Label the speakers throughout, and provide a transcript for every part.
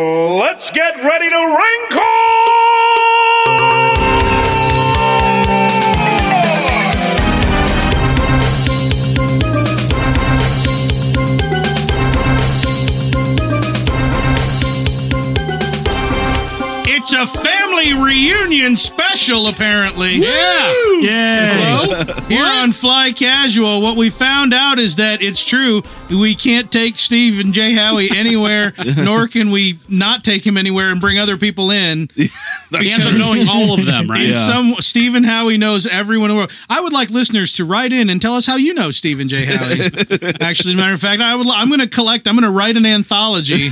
Speaker 1: Let's get ready to wrinkle!
Speaker 2: It's a family reunion special, apparently.
Speaker 3: Yeah.
Speaker 2: Yay. Here
Speaker 3: What?
Speaker 2: on Fly Casual, what we found out is that it's true. We can't take Steve and Jay Howie anywhere, nor can we not take him anywhere and bring other people in.
Speaker 3: He ends up knowing all of them, right?
Speaker 2: And some Stephen Howie knows everyone in the world. I would like listeners to write in and tell us how you know Stephen J. Howie. Actually, as a matter of fact, I would. li- I'm going to collect. I'm going to write an anthology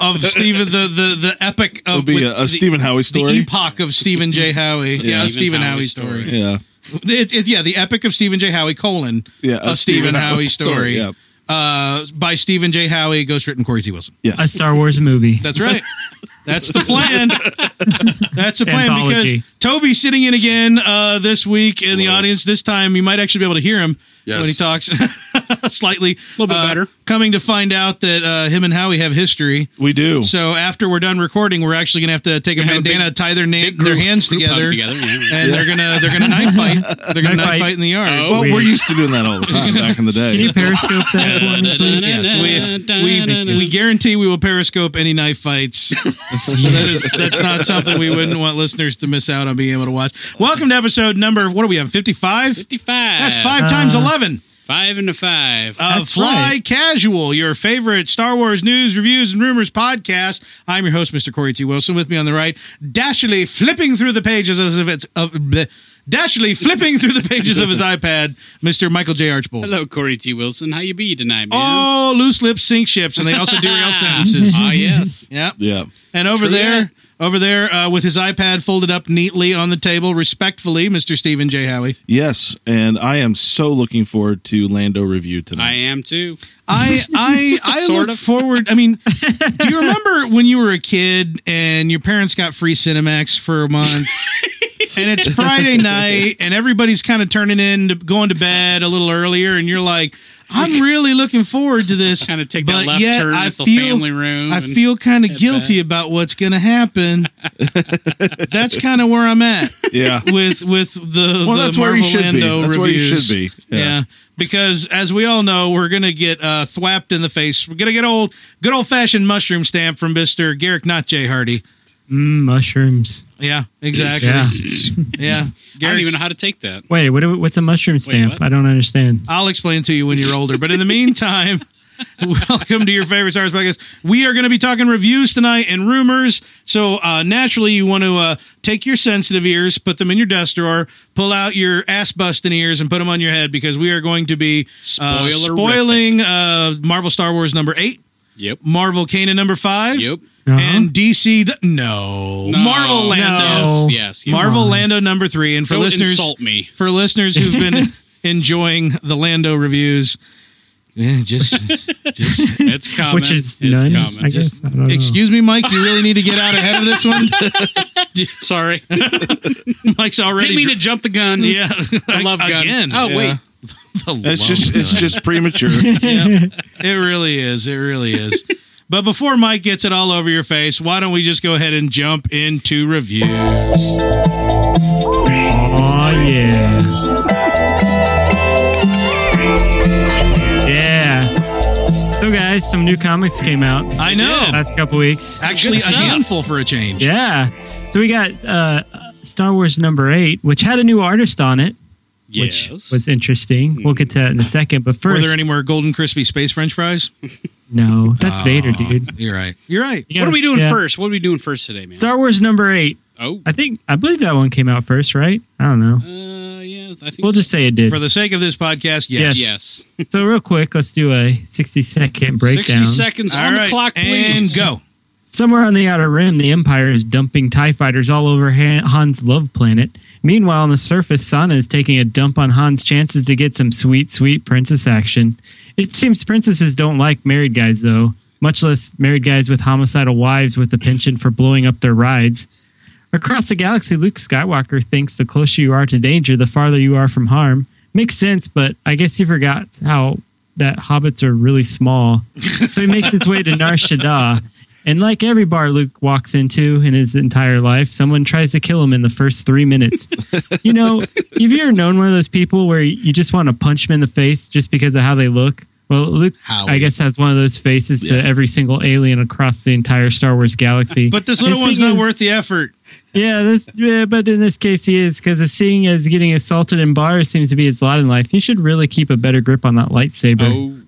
Speaker 2: of Stephen the the the epic
Speaker 4: It'll
Speaker 2: of
Speaker 4: be
Speaker 2: with
Speaker 4: a, a
Speaker 2: the-
Speaker 4: Stephen Howie
Speaker 2: The
Speaker 4: story.
Speaker 2: epoch of Stephen J. Howie. yeah,
Speaker 3: Stephen
Speaker 2: Stephen
Speaker 3: Howie
Speaker 2: Howie,
Speaker 3: story.
Speaker 2: story.
Speaker 4: yeah,
Speaker 2: It, it, yeah, the epic of Stephen J. Howie colon
Speaker 4: yeah,
Speaker 2: a, Stephen, Howie story,
Speaker 4: Yeah,
Speaker 2: uh, by Stephen J. Howie, ghostwritten Corey T. Wilson.
Speaker 5: a
Speaker 4: yes.
Speaker 5: Star Wars movie.
Speaker 2: That's right. That's the plan. That's the plan
Speaker 5: Anthology.
Speaker 2: because Toby's sitting in again uh, this week in the
Speaker 3: Whoa.
Speaker 2: audience. This time you might actually be able to hear him
Speaker 3: Yes.
Speaker 2: when he talks slightly. A
Speaker 3: Little bit better.
Speaker 2: Coming to find out that uh, him and Howie have history.
Speaker 4: We do.
Speaker 2: So after we're done recording, we're actually gonna have to take a
Speaker 3: Gonna have a
Speaker 2: bandana,
Speaker 3: big-
Speaker 2: tie their na-
Speaker 3: Big group-
Speaker 2: their hands
Speaker 3: group hug
Speaker 2: together,
Speaker 3: together. yeah, yeah. Oh.
Speaker 2: and they're gonna they're gonna knife fight. They're gonna
Speaker 5: Knife
Speaker 2: knife
Speaker 5: fight.
Speaker 2: fight in the yard.
Speaker 4: well,
Speaker 5: weird.
Speaker 4: we're used to doing that all the time back in the
Speaker 5: Can
Speaker 4: day.
Speaker 5: you periscope that for me, please?
Speaker 2: Yes, we, we, we guarantee we will periscope any knife fights. So that is, that's not something we wouldn't want listeners to miss out on being able to watch. Welcome to episode number, what do we have, 55?
Speaker 3: 55.
Speaker 2: That's five Uh, times
Speaker 5: Uh,
Speaker 2: 11
Speaker 3: Five and a five.
Speaker 2: of
Speaker 5: that's
Speaker 2: Fly
Speaker 5: right.
Speaker 2: Casual, your favorite Star Wars news, reviews, and rumors podcast. I'm your host, Mr. Corey T. Wilson. With me on the right, dashily flipping through the pages of its. Of, bleh, Dashily flipping through the pages of his iPad, Mr. Michael J. Archbold.
Speaker 3: Hello, Corey T. Wilson. How you be tonight, man?
Speaker 2: Oh, loose lips sink ships, and they also derail sentences.
Speaker 3: Ah, yes.
Speaker 2: Yeah.
Speaker 4: Yeah,
Speaker 2: And over
Speaker 3: True
Speaker 2: there,
Speaker 3: that.
Speaker 2: over there, uh, with his iPad folded up neatly on the table, respectfully, Mr. Stephen J. Howie.
Speaker 4: yes, and I am so looking forward to Lando review
Speaker 3: I
Speaker 4: tonight.
Speaker 3: am too.
Speaker 2: I I I
Speaker 3: Sort
Speaker 2: look
Speaker 3: of.
Speaker 2: forward. I mean, do you remember when you were a kid and your parents got free Cinemax for a month? And it's Friday night, and everybody's kind of turning in, to, going to bed a little earlier, and you're like, "I'm really looking forward to this."
Speaker 3: Kind of take
Speaker 2: but
Speaker 3: that left
Speaker 2: yet
Speaker 3: turn
Speaker 2: I
Speaker 3: at the
Speaker 2: feel-
Speaker 3: family room.
Speaker 2: I
Speaker 3: and-
Speaker 2: feel kind of
Speaker 3: at
Speaker 2: guilty about what's going to happen. that's kind of where I'm at
Speaker 4: yeah,
Speaker 2: with with the
Speaker 4: Well,
Speaker 2: the
Speaker 4: that's where you should be.
Speaker 2: Marvelando
Speaker 4: That's where you
Speaker 2: reviews.
Speaker 4: should be.
Speaker 2: Yeah.
Speaker 4: Yeah.
Speaker 2: because as we all know, we're gonna get uh, thwapped in the face. We're gonna get old, good old fashioned mushroom stamp from Mister Garrick, not Jay Hardy.
Speaker 5: Mm, mushrooms.
Speaker 2: Yeah, exactly. Yeah,
Speaker 5: Yeah.
Speaker 2: yeah.
Speaker 3: I don't
Speaker 2: Garrick's-
Speaker 3: even know how to take that.
Speaker 5: Wait, what? do- What's a mushroom stamp?
Speaker 3: what?
Speaker 5: I don't understand.
Speaker 2: I'll explain to you when you're older. But in the meantime, welcome to your favorite Star Wars podcast. We are going to be talking reviews tonight and rumors. So uh, naturally, you want to uh, take your sensitive ears, put them in your desk drawer, pull out your ass busting ears, and put them on your head because we are going to be uh,
Speaker 3: Spoilerific.
Speaker 2: spoiling uh, Marvel Star Wars number eight,
Speaker 3: Yep.
Speaker 2: Marvel Kanan number five,
Speaker 3: Yep.
Speaker 5: Uh-huh.
Speaker 2: and DC. d- no,
Speaker 3: No.
Speaker 2: Marvel Lando.
Speaker 5: No.
Speaker 3: Yes. yes.
Speaker 2: Marvel Lando number three, and for
Speaker 3: Don't
Speaker 2: listeners,
Speaker 3: insult me.
Speaker 2: for listeners who've been enjoying the Lando reviews, eh, just, just
Speaker 3: It's coming.
Speaker 5: Which is
Speaker 3: it's
Speaker 5: none,
Speaker 3: coming.
Speaker 5: I guess. I don't know.
Speaker 2: excuse me, Mike. You really need to get out ahead of this one.
Speaker 3: Sorry.
Speaker 2: Mike's already.
Speaker 3: Didn't mean to jump the gun.
Speaker 2: yeah,
Speaker 3: I love gun.
Speaker 2: again.
Speaker 3: Oh
Speaker 4: Yeah.
Speaker 3: wait.
Speaker 2: The
Speaker 4: It's
Speaker 2: love
Speaker 4: just it's just premature.
Speaker 2: It really is. It really is. but before Mike gets it all over your face, why don't we just go ahead and jump into reviews?
Speaker 5: Oh yeah. Yeah. So guys, some new comics came out
Speaker 2: I know.
Speaker 5: last couple weeks.
Speaker 2: Actually, a
Speaker 3: stuff.
Speaker 2: handful for a change.
Speaker 5: Yeah. So we got uh, Star Wars number eight, which had a new artist on it,
Speaker 3: Yes.
Speaker 5: which was interesting. We'll get to that in a second. But
Speaker 2: Were
Speaker 5: first,
Speaker 2: there any Ah. more golden crispy space French fries?
Speaker 5: no, that's Vader, dude.
Speaker 2: You're right. You're right.
Speaker 5: You
Speaker 3: what
Speaker 5: gotta-
Speaker 3: are we doing
Speaker 5: yeah.
Speaker 3: first? What are we doing first today, man?
Speaker 5: Star Wars number eight.
Speaker 3: oh.
Speaker 5: I think I believe that one came out first, right? I don't know.
Speaker 3: Uh, yeah. I think
Speaker 5: We'll just say it did.
Speaker 2: For the sake of this podcast, yes.
Speaker 5: Yes.
Speaker 3: yes.
Speaker 5: so real quick, let's do a sixty-second breakdown.
Speaker 3: Sixty seconds
Speaker 2: All
Speaker 3: on
Speaker 2: right,
Speaker 3: the clock,
Speaker 2: and
Speaker 3: please.
Speaker 2: go.
Speaker 5: Somewhere on the Outer Rim, the Empire is dumping TIE fighters all over Han- Han's love planet. Meanwhile, on the surface, Sana is taking a dump on Han's chances to get some sweet, sweet princess action. It seems princesses don't like married guys, though, much less married guys with homicidal wives with a penchant for blowing up their rides. Across the galaxy, Luke Skywalker thinks the closer you are to danger, the farther you are from harm. Makes sense, but I guess he forgot how that hobbits are really small. So he makes his way to Nar Shaddaa And like every bar Luke walks into in his entire life, someone tries to kill him in the first three minutes. you know, have you ever known one of those people where you just want to punch them in the face just because of how they look? Well, Luke, I
Speaker 4: Howie.
Speaker 5: guess, has one of those faces to every single alien across the entire Star Wars galaxy.
Speaker 2: But this little
Speaker 5: And
Speaker 2: one's
Speaker 5: seeing
Speaker 2: not
Speaker 5: as-
Speaker 2: worth the effort.
Speaker 5: Yeah, this. Yeah, but in this case, he is because seeing as getting assaulted in bars seems to be his lot in life. He should really keep a better grip on that lightsaber.
Speaker 3: Oh,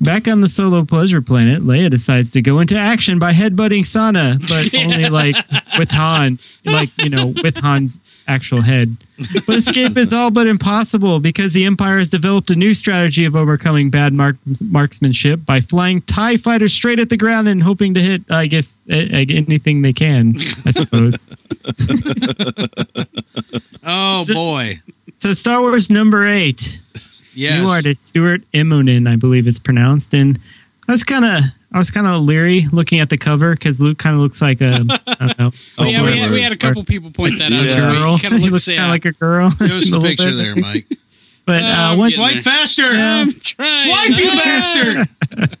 Speaker 5: Back on the solo pleasure planet, Leia decides to go into action by headbutting Sana, but only like with Han, like, you know, with Han's actual head. But escape is all but impossible because the Empire has developed a new strategy of overcoming bad mark- marksmanship by flying TIE fighters straight at the ground and hoping to hit, I guess, a- a- anything they can, I suppose.
Speaker 2: Oh
Speaker 5: So-
Speaker 2: boy.
Speaker 5: so, Star Wars number eight.
Speaker 2: Yes.
Speaker 5: New artist Stuart Immonen, I believe it's pronounced. And I was kind of, I was kind of leery looking at the cover because Luke kind of looks like a, I don't know,
Speaker 4: Oh,
Speaker 3: yeah, we
Speaker 4: word,
Speaker 3: had,
Speaker 4: word.
Speaker 3: we had a couple people point that out.
Speaker 4: Yeah.
Speaker 3: this week.
Speaker 5: girl.
Speaker 3: Kind of
Speaker 5: he
Speaker 3: looks
Speaker 5: looks kind
Speaker 3: yeah.
Speaker 5: of like a girl.
Speaker 2: Show us
Speaker 5: a
Speaker 2: the
Speaker 5: little
Speaker 2: picture
Speaker 5: bit.
Speaker 2: there, Mike.
Speaker 5: But
Speaker 3: Oh,
Speaker 5: uh, once,
Speaker 3: yeah.
Speaker 2: Swipe faster. Um,
Speaker 3: I'm trying.
Speaker 2: Swipe you
Speaker 3: Ah!
Speaker 2: faster.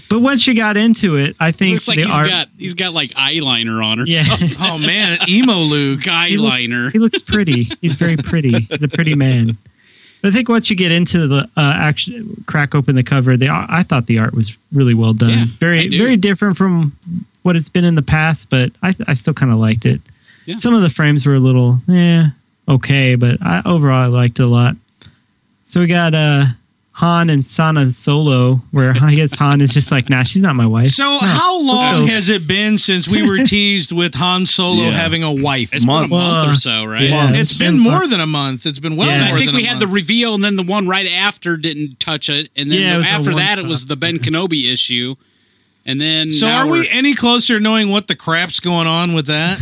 Speaker 5: but once you got into it, I think
Speaker 3: Looks like
Speaker 5: the
Speaker 3: he's
Speaker 5: art.
Speaker 3: got he's got like eyeliner on or
Speaker 5: yeah,
Speaker 3: something.
Speaker 2: Oh man, emo Luke.
Speaker 5: he looks-
Speaker 3: eyeliner.
Speaker 5: He looks pretty. He's very pretty. He's a pretty man. But I think once you get into the uh, action, crack open the cover, the ar- I thought the art was really well done.
Speaker 3: Yeah, I
Speaker 5: very
Speaker 3: do.
Speaker 5: very different from what it's been in the past, but I I still kind of liked it.
Speaker 3: Yeah.
Speaker 5: Some of the frames were a little eh okay, but I overall I liked it a lot. So we got uh Han and Sana solo, where I guess Han is just like, nah, she's not my wife.
Speaker 2: So how long
Speaker 5: else?
Speaker 2: has it been since we were teased with Han Solo
Speaker 4: Yeah.
Speaker 2: having a wife?
Speaker 3: It's been a
Speaker 4: months.
Speaker 3: month
Speaker 5: Uh,
Speaker 3: or so, right?
Speaker 5: yeah.
Speaker 2: It's
Speaker 5: it's
Speaker 2: been
Speaker 5: been
Speaker 2: more
Speaker 5: fun.
Speaker 2: than a month. It's been well
Speaker 5: Yeah.
Speaker 2: more
Speaker 3: I think
Speaker 2: than
Speaker 3: we
Speaker 2: a
Speaker 3: had the
Speaker 2: month.
Speaker 3: reveal, and then the one right after didn't touch it, and then
Speaker 5: Yeah,
Speaker 3: the-
Speaker 5: it was a
Speaker 3: after that it
Speaker 5: one-shot.
Speaker 3: was the Ben Kenobi issue, and then
Speaker 2: so
Speaker 3: now
Speaker 2: are we
Speaker 3: we're-
Speaker 2: any closer knowing what the crap's going on with that?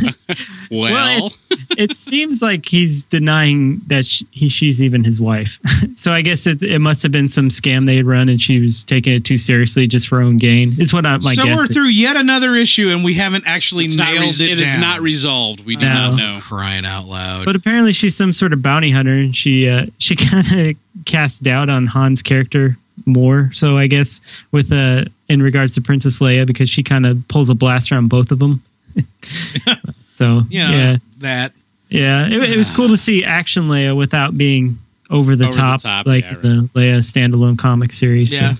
Speaker 3: Well,
Speaker 5: it's- it seems like he's denying that sh he, she's even his wife. so I guess it, it must have been some scam they had run, and she was taking it too seriously just for her own gain. Is what I, my
Speaker 2: so
Speaker 5: guess.
Speaker 2: we're
Speaker 5: is.
Speaker 2: through yet another issue, and we haven't actually
Speaker 3: it's not
Speaker 2: nailed
Speaker 3: res-
Speaker 2: it.
Speaker 3: it is
Speaker 2: down.
Speaker 3: not resolved. We do
Speaker 5: No.
Speaker 3: not know.
Speaker 2: crying out loud.
Speaker 5: But apparently, she's some sort of bounty hunter, and she uh, she kind of casts doubt on Han's character more. So I guess with uh, in regards to Princess Leia, because she kind of pulls a blaster on both of them. so
Speaker 2: you know,
Speaker 5: yeah,
Speaker 2: that
Speaker 5: Yeah, it, it was cool to see action Leia without being over the,
Speaker 3: Over the
Speaker 5: top,
Speaker 3: top,
Speaker 5: like
Speaker 3: yeah, right.
Speaker 5: the Leia standalone comic series.
Speaker 2: yeah,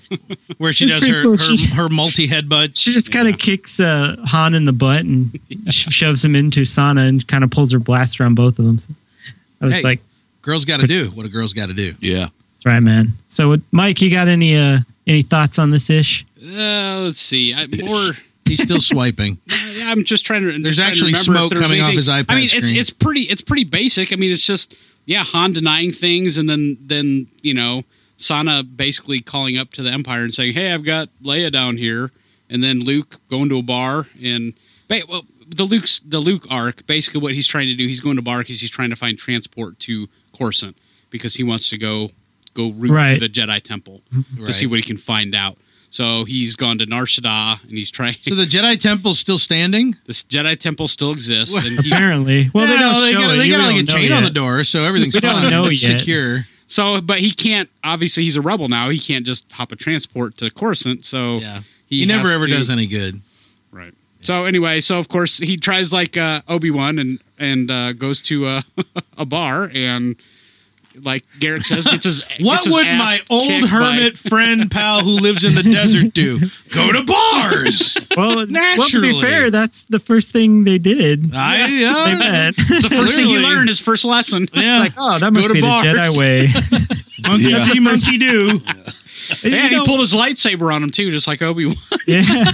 Speaker 2: where she
Speaker 5: It's
Speaker 2: does
Speaker 5: pretty
Speaker 2: her
Speaker 5: cool.
Speaker 2: her,
Speaker 5: She-
Speaker 2: her multi headbutt.
Speaker 5: She just kind of kicks uh, Han in the butt and sh- shoves him into Sana and kind of pulls her blaster on both of them. So I was
Speaker 2: Hey.
Speaker 5: like,
Speaker 2: Girls got to do what a girl's got to do.
Speaker 4: Yeah.
Speaker 5: "That's right, man." So, what- Mike, you got any uh, any thoughts on this ish?
Speaker 3: Uh, let's see. I, more.
Speaker 2: He's still swiping.
Speaker 3: I- I'm just trying to. I'm
Speaker 2: There's
Speaker 3: just
Speaker 2: actually
Speaker 3: trying to remember if
Speaker 2: smoke
Speaker 3: there was
Speaker 2: coming off
Speaker 3: anything-
Speaker 2: his iPad
Speaker 3: I mean, it's
Speaker 2: screen.
Speaker 3: it's pretty it's pretty basic. I mean, it's just yeah, Han denying things, and then then you know Sana basically calling up to the Empire and saying, "Hey, I've got Leia down here," and then Luke going to a bar and ba- well, the Luke's the Luke arc. Basically, what he's trying to do, he's going to bar because he's trying to find transport to Coruscant because he wants to go go root
Speaker 5: Right.
Speaker 3: for the Jedi Temple to
Speaker 2: Right.
Speaker 3: see what he can find out. So he's gone to Nar Shaddaa and he's trying.
Speaker 2: So the Jedi Temple's still standing.
Speaker 3: This Jedi temple still exists, and he,
Speaker 5: Apparently, well, they
Speaker 2: Yeah,
Speaker 5: don't show
Speaker 2: got,
Speaker 5: it.
Speaker 2: They
Speaker 5: You
Speaker 2: got like a
Speaker 5: don't know
Speaker 2: chain on the
Speaker 5: yet.
Speaker 2: door, so everything's
Speaker 5: We don't
Speaker 2: fine.
Speaker 5: know
Speaker 2: it's
Speaker 5: yet.
Speaker 2: secure.
Speaker 3: so but he can't. Obviously, he's a rebel now. He can't just hop a transport to Coruscant. So
Speaker 2: Yeah, he, never
Speaker 3: has
Speaker 2: ever
Speaker 3: to-
Speaker 2: does any good.
Speaker 3: Right. So anyway, so of course he tries like uh, Obi Wan and and uh, goes to a, a bar and like Garrett says, gets his
Speaker 2: What
Speaker 3: gets his
Speaker 2: would
Speaker 3: ass
Speaker 2: my old
Speaker 3: kicked by-
Speaker 2: hermit friend pal who lives in the desert do? Go to bars.
Speaker 5: Well, well, to
Speaker 2: Naturally.
Speaker 5: be fair, that's the first thing they did.
Speaker 2: I
Speaker 5: They
Speaker 2: uh,
Speaker 5: met.
Speaker 3: It's the first thing you
Speaker 2: Clearly.
Speaker 3: learn his first lesson.
Speaker 2: yeah,
Speaker 5: like, oh, that must
Speaker 3: to
Speaker 5: be
Speaker 3: bars.
Speaker 5: the Jedi way.
Speaker 2: monkey
Speaker 4: Yeah.
Speaker 2: see, monkey do.
Speaker 5: You
Speaker 3: and
Speaker 5: know-
Speaker 3: he pulled his lightsaber on him too, just like Obi Wan.
Speaker 5: yeah.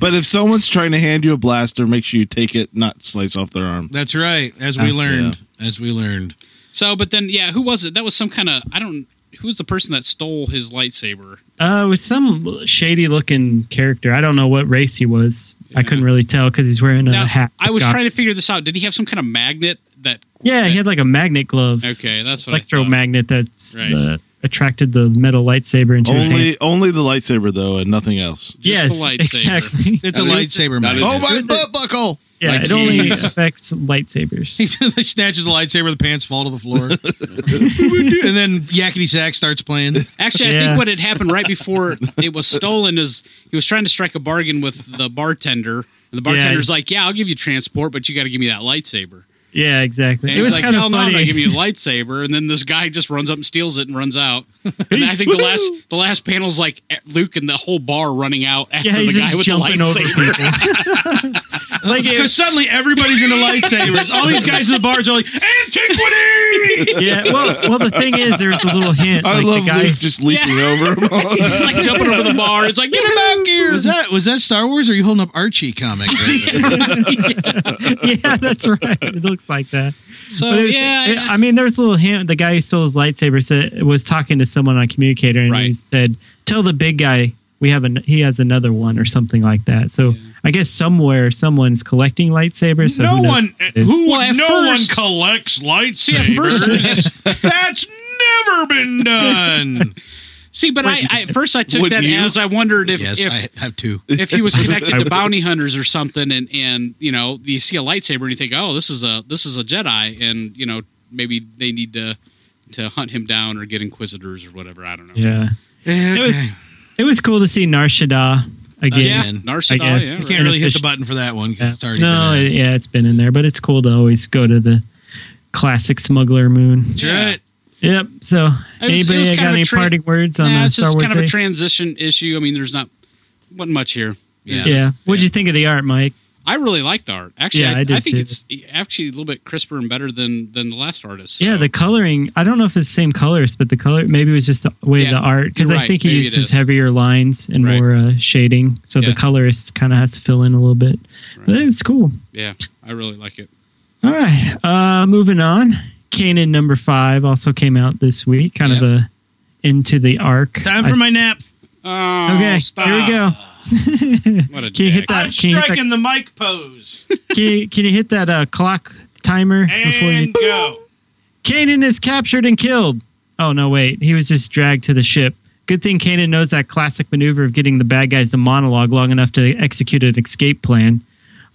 Speaker 4: But if someone's trying to hand you a blaster, make sure you take it, not slice off their arm.
Speaker 2: That's right. As we learned, as we learned,
Speaker 3: So, but then yeah, who was it? That was some kind of I don't. Who was the person that stole his lightsaber?
Speaker 5: Uh, it was some shady looking character. I don't know what race he was. I couldn't really tell because he's wearing a
Speaker 3: Now,
Speaker 5: hat.
Speaker 3: I was trying to figure this out. Did he have some kind of magnet that?
Speaker 5: Yeah, he had like a magnet glove,
Speaker 3: Okay, that's what
Speaker 5: electromagnet that's
Speaker 3: Right.
Speaker 5: uh, attracted the metal lightsaber into his hand.
Speaker 4: Only, only the lightsaber though, and nothing else.
Speaker 3: the
Speaker 5: yes,
Speaker 3: lightsaber.
Speaker 5: exactly.
Speaker 2: it's a lightsaber.
Speaker 3: that
Speaker 2: man.
Speaker 3: is
Speaker 4: Oh my
Speaker 5: There's a-
Speaker 4: butt buckle!
Speaker 5: Yeah,
Speaker 3: Like
Speaker 5: it only
Speaker 3: he's-
Speaker 5: affects lightsabers.
Speaker 2: they snatches the lightsaber, the pants fall to the floor, and then Yakety Sack starts playing.
Speaker 3: I thought. Actually, I
Speaker 5: Yeah.
Speaker 3: think what had happened right before it was stolen is he was trying to strike a bargain with the bartender, And the bartender's like, "Yeah, I'll give you transport, but you got to give me that lightsaber."
Speaker 5: Yeah, exactly.
Speaker 3: And
Speaker 5: it
Speaker 3: he's
Speaker 5: was
Speaker 3: like,
Speaker 5: kind of
Speaker 3: "Hell no, I'm
Speaker 5: funny.
Speaker 3: not giving you the lightsaber." And then this guy just runs up and steals it and runs out. And I think the last the last panel's like eh, Luke and the whole bar running out after
Speaker 5: yeah, he's
Speaker 3: the guy
Speaker 5: just
Speaker 3: with the
Speaker 5: jumping over
Speaker 3: lightsaber.
Speaker 5: people. like, it-
Speaker 2: Because suddenly everybody's into lightsabers. All these guys in the bars are like, antiquity!
Speaker 5: yeah. Well, well, the thing is, there's a little hint.
Speaker 4: I
Speaker 5: like
Speaker 4: love
Speaker 5: the guy.
Speaker 4: Luke just leaping over him.
Speaker 3: He's like jumping over the bar. It's like, "Get him back here!"
Speaker 6: Was that was that Star Wars? Or are you holding up Archie comic? Right there?
Speaker 5: yeah, that's right. It looks like that.
Speaker 3: So
Speaker 5: But it was-
Speaker 3: yeah,
Speaker 5: it-
Speaker 3: yeah.
Speaker 5: I mean, there was a little hint. The guy who stole his lightsaber said, was talking to someone on a communicator, and he
Speaker 3: Right.
Speaker 5: said, "Tell the big guy we have an he has another one or something like that." So I guess somewhere someone's collecting lightsabers. So
Speaker 2: no
Speaker 5: who knows
Speaker 2: one, uh,
Speaker 5: what it is.
Speaker 2: who,
Speaker 3: Well, at
Speaker 2: no
Speaker 3: first-
Speaker 2: one collects
Speaker 3: See, at first-
Speaker 2: lightsabers. That's never been done.
Speaker 3: See, but I, I at first I took
Speaker 4: Wouldn't
Speaker 3: that
Speaker 4: you?
Speaker 3: as I wondered if
Speaker 6: yes,
Speaker 3: if,
Speaker 6: I have two.
Speaker 3: if he was connected to bounty hunters or something, and and you know you see a lightsaber and you think, oh, this is a this is a Jedi, and you know maybe they need to to hunt him down or get inquisitors or whatever. I don't know.
Speaker 5: Yeah, it was it was cool to see Nar Shaddaa
Speaker 3: yeah,
Speaker 5: again.
Speaker 6: man.
Speaker 3: Narsadal,
Speaker 5: I guess.
Speaker 3: yeah,
Speaker 5: You
Speaker 3: right.
Speaker 6: Can't really hit the button for that one because it's already
Speaker 5: no,
Speaker 6: been in.
Speaker 5: it- yeah, it's been in there, but it's cool to always go to the classic smuggler moon.
Speaker 3: Yeah.
Speaker 2: right.
Speaker 5: Yep. So
Speaker 3: was- it
Speaker 5: anybody
Speaker 3: was kind
Speaker 5: got
Speaker 3: of a
Speaker 5: any
Speaker 3: tra-
Speaker 5: parting words on
Speaker 3: Nah,
Speaker 5: uh,
Speaker 3: it's
Speaker 5: Star
Speaker 3: just
Speaker 5: Wars?
Speaker 3: kind of
Speaker 5: Day?
Speaker 3: a transition issue. I mean, there's not wasn't much here.
Speaker 6: Yeah.
Speaker 5: yeah. What'd you think of the art, Mike?
Speaker 3: I really like the art. Actually,
Speaker 5: Yeah,
Speaker 3: I,
Speaker 5: I
Speaker 3: I,
Speaker 5: did
Speaker 3: think
Speaker 5: too.
Speaker 3: it's actually a little bit crisper and better than than the last artist.
Speaker 5: Yeah,
Speaker 3: so.
Speaker 5: the coloring. I don't know if it's the same colors, but the color maybe it was just the way
Speaker 3: Yeah,
Speaker 5: the art because
Speaker 3: you're
Speaker 5: I
Speaker 3: right,
Speaker 5: think he
Speaker 3: maybe it
Speaker 5: uses
Speaker 3: is.
Speaker 5: heavier lines and
Speaker 3: Right.
Speaker 5: more uh, shading, so
Speaker 3: Yeah.
Speaker 5: the colorist kind of has to fill in a little bit. But it was cool.
Speaker 3: yeah, I really like it.
Speaker 5: All right, uh, moving on. Kanan number five also came out this week, kind of a into the arc.
Speaker 2: Time
Speaker 5: I
Speaker 2: for
Speaker 5: s-
Speaker 2: my nap.
Speaker 3: Oh,
Speaker 5: Okay,
Speaker 3: stop.
Speaker 5: here we go.
Speaker 3: What a
Speaker 5: Can you hit
Speaker 3: dick.
Speaker 5: that?
Speaker 2: I'm
Speaker 5: can, you hit that
Speaker 2: striking the mic pose.
Speaker 5: can, you, can you hit that uh, clock timer before you?
Speaker 2: And go.
Speaker 5: Kanan is captured and killed. Oh, no, wait. He was just dragged to the ship. Good thing Kanan knows that classic maneuver of getting the bad guys to monologue long enough to execute an escape plan.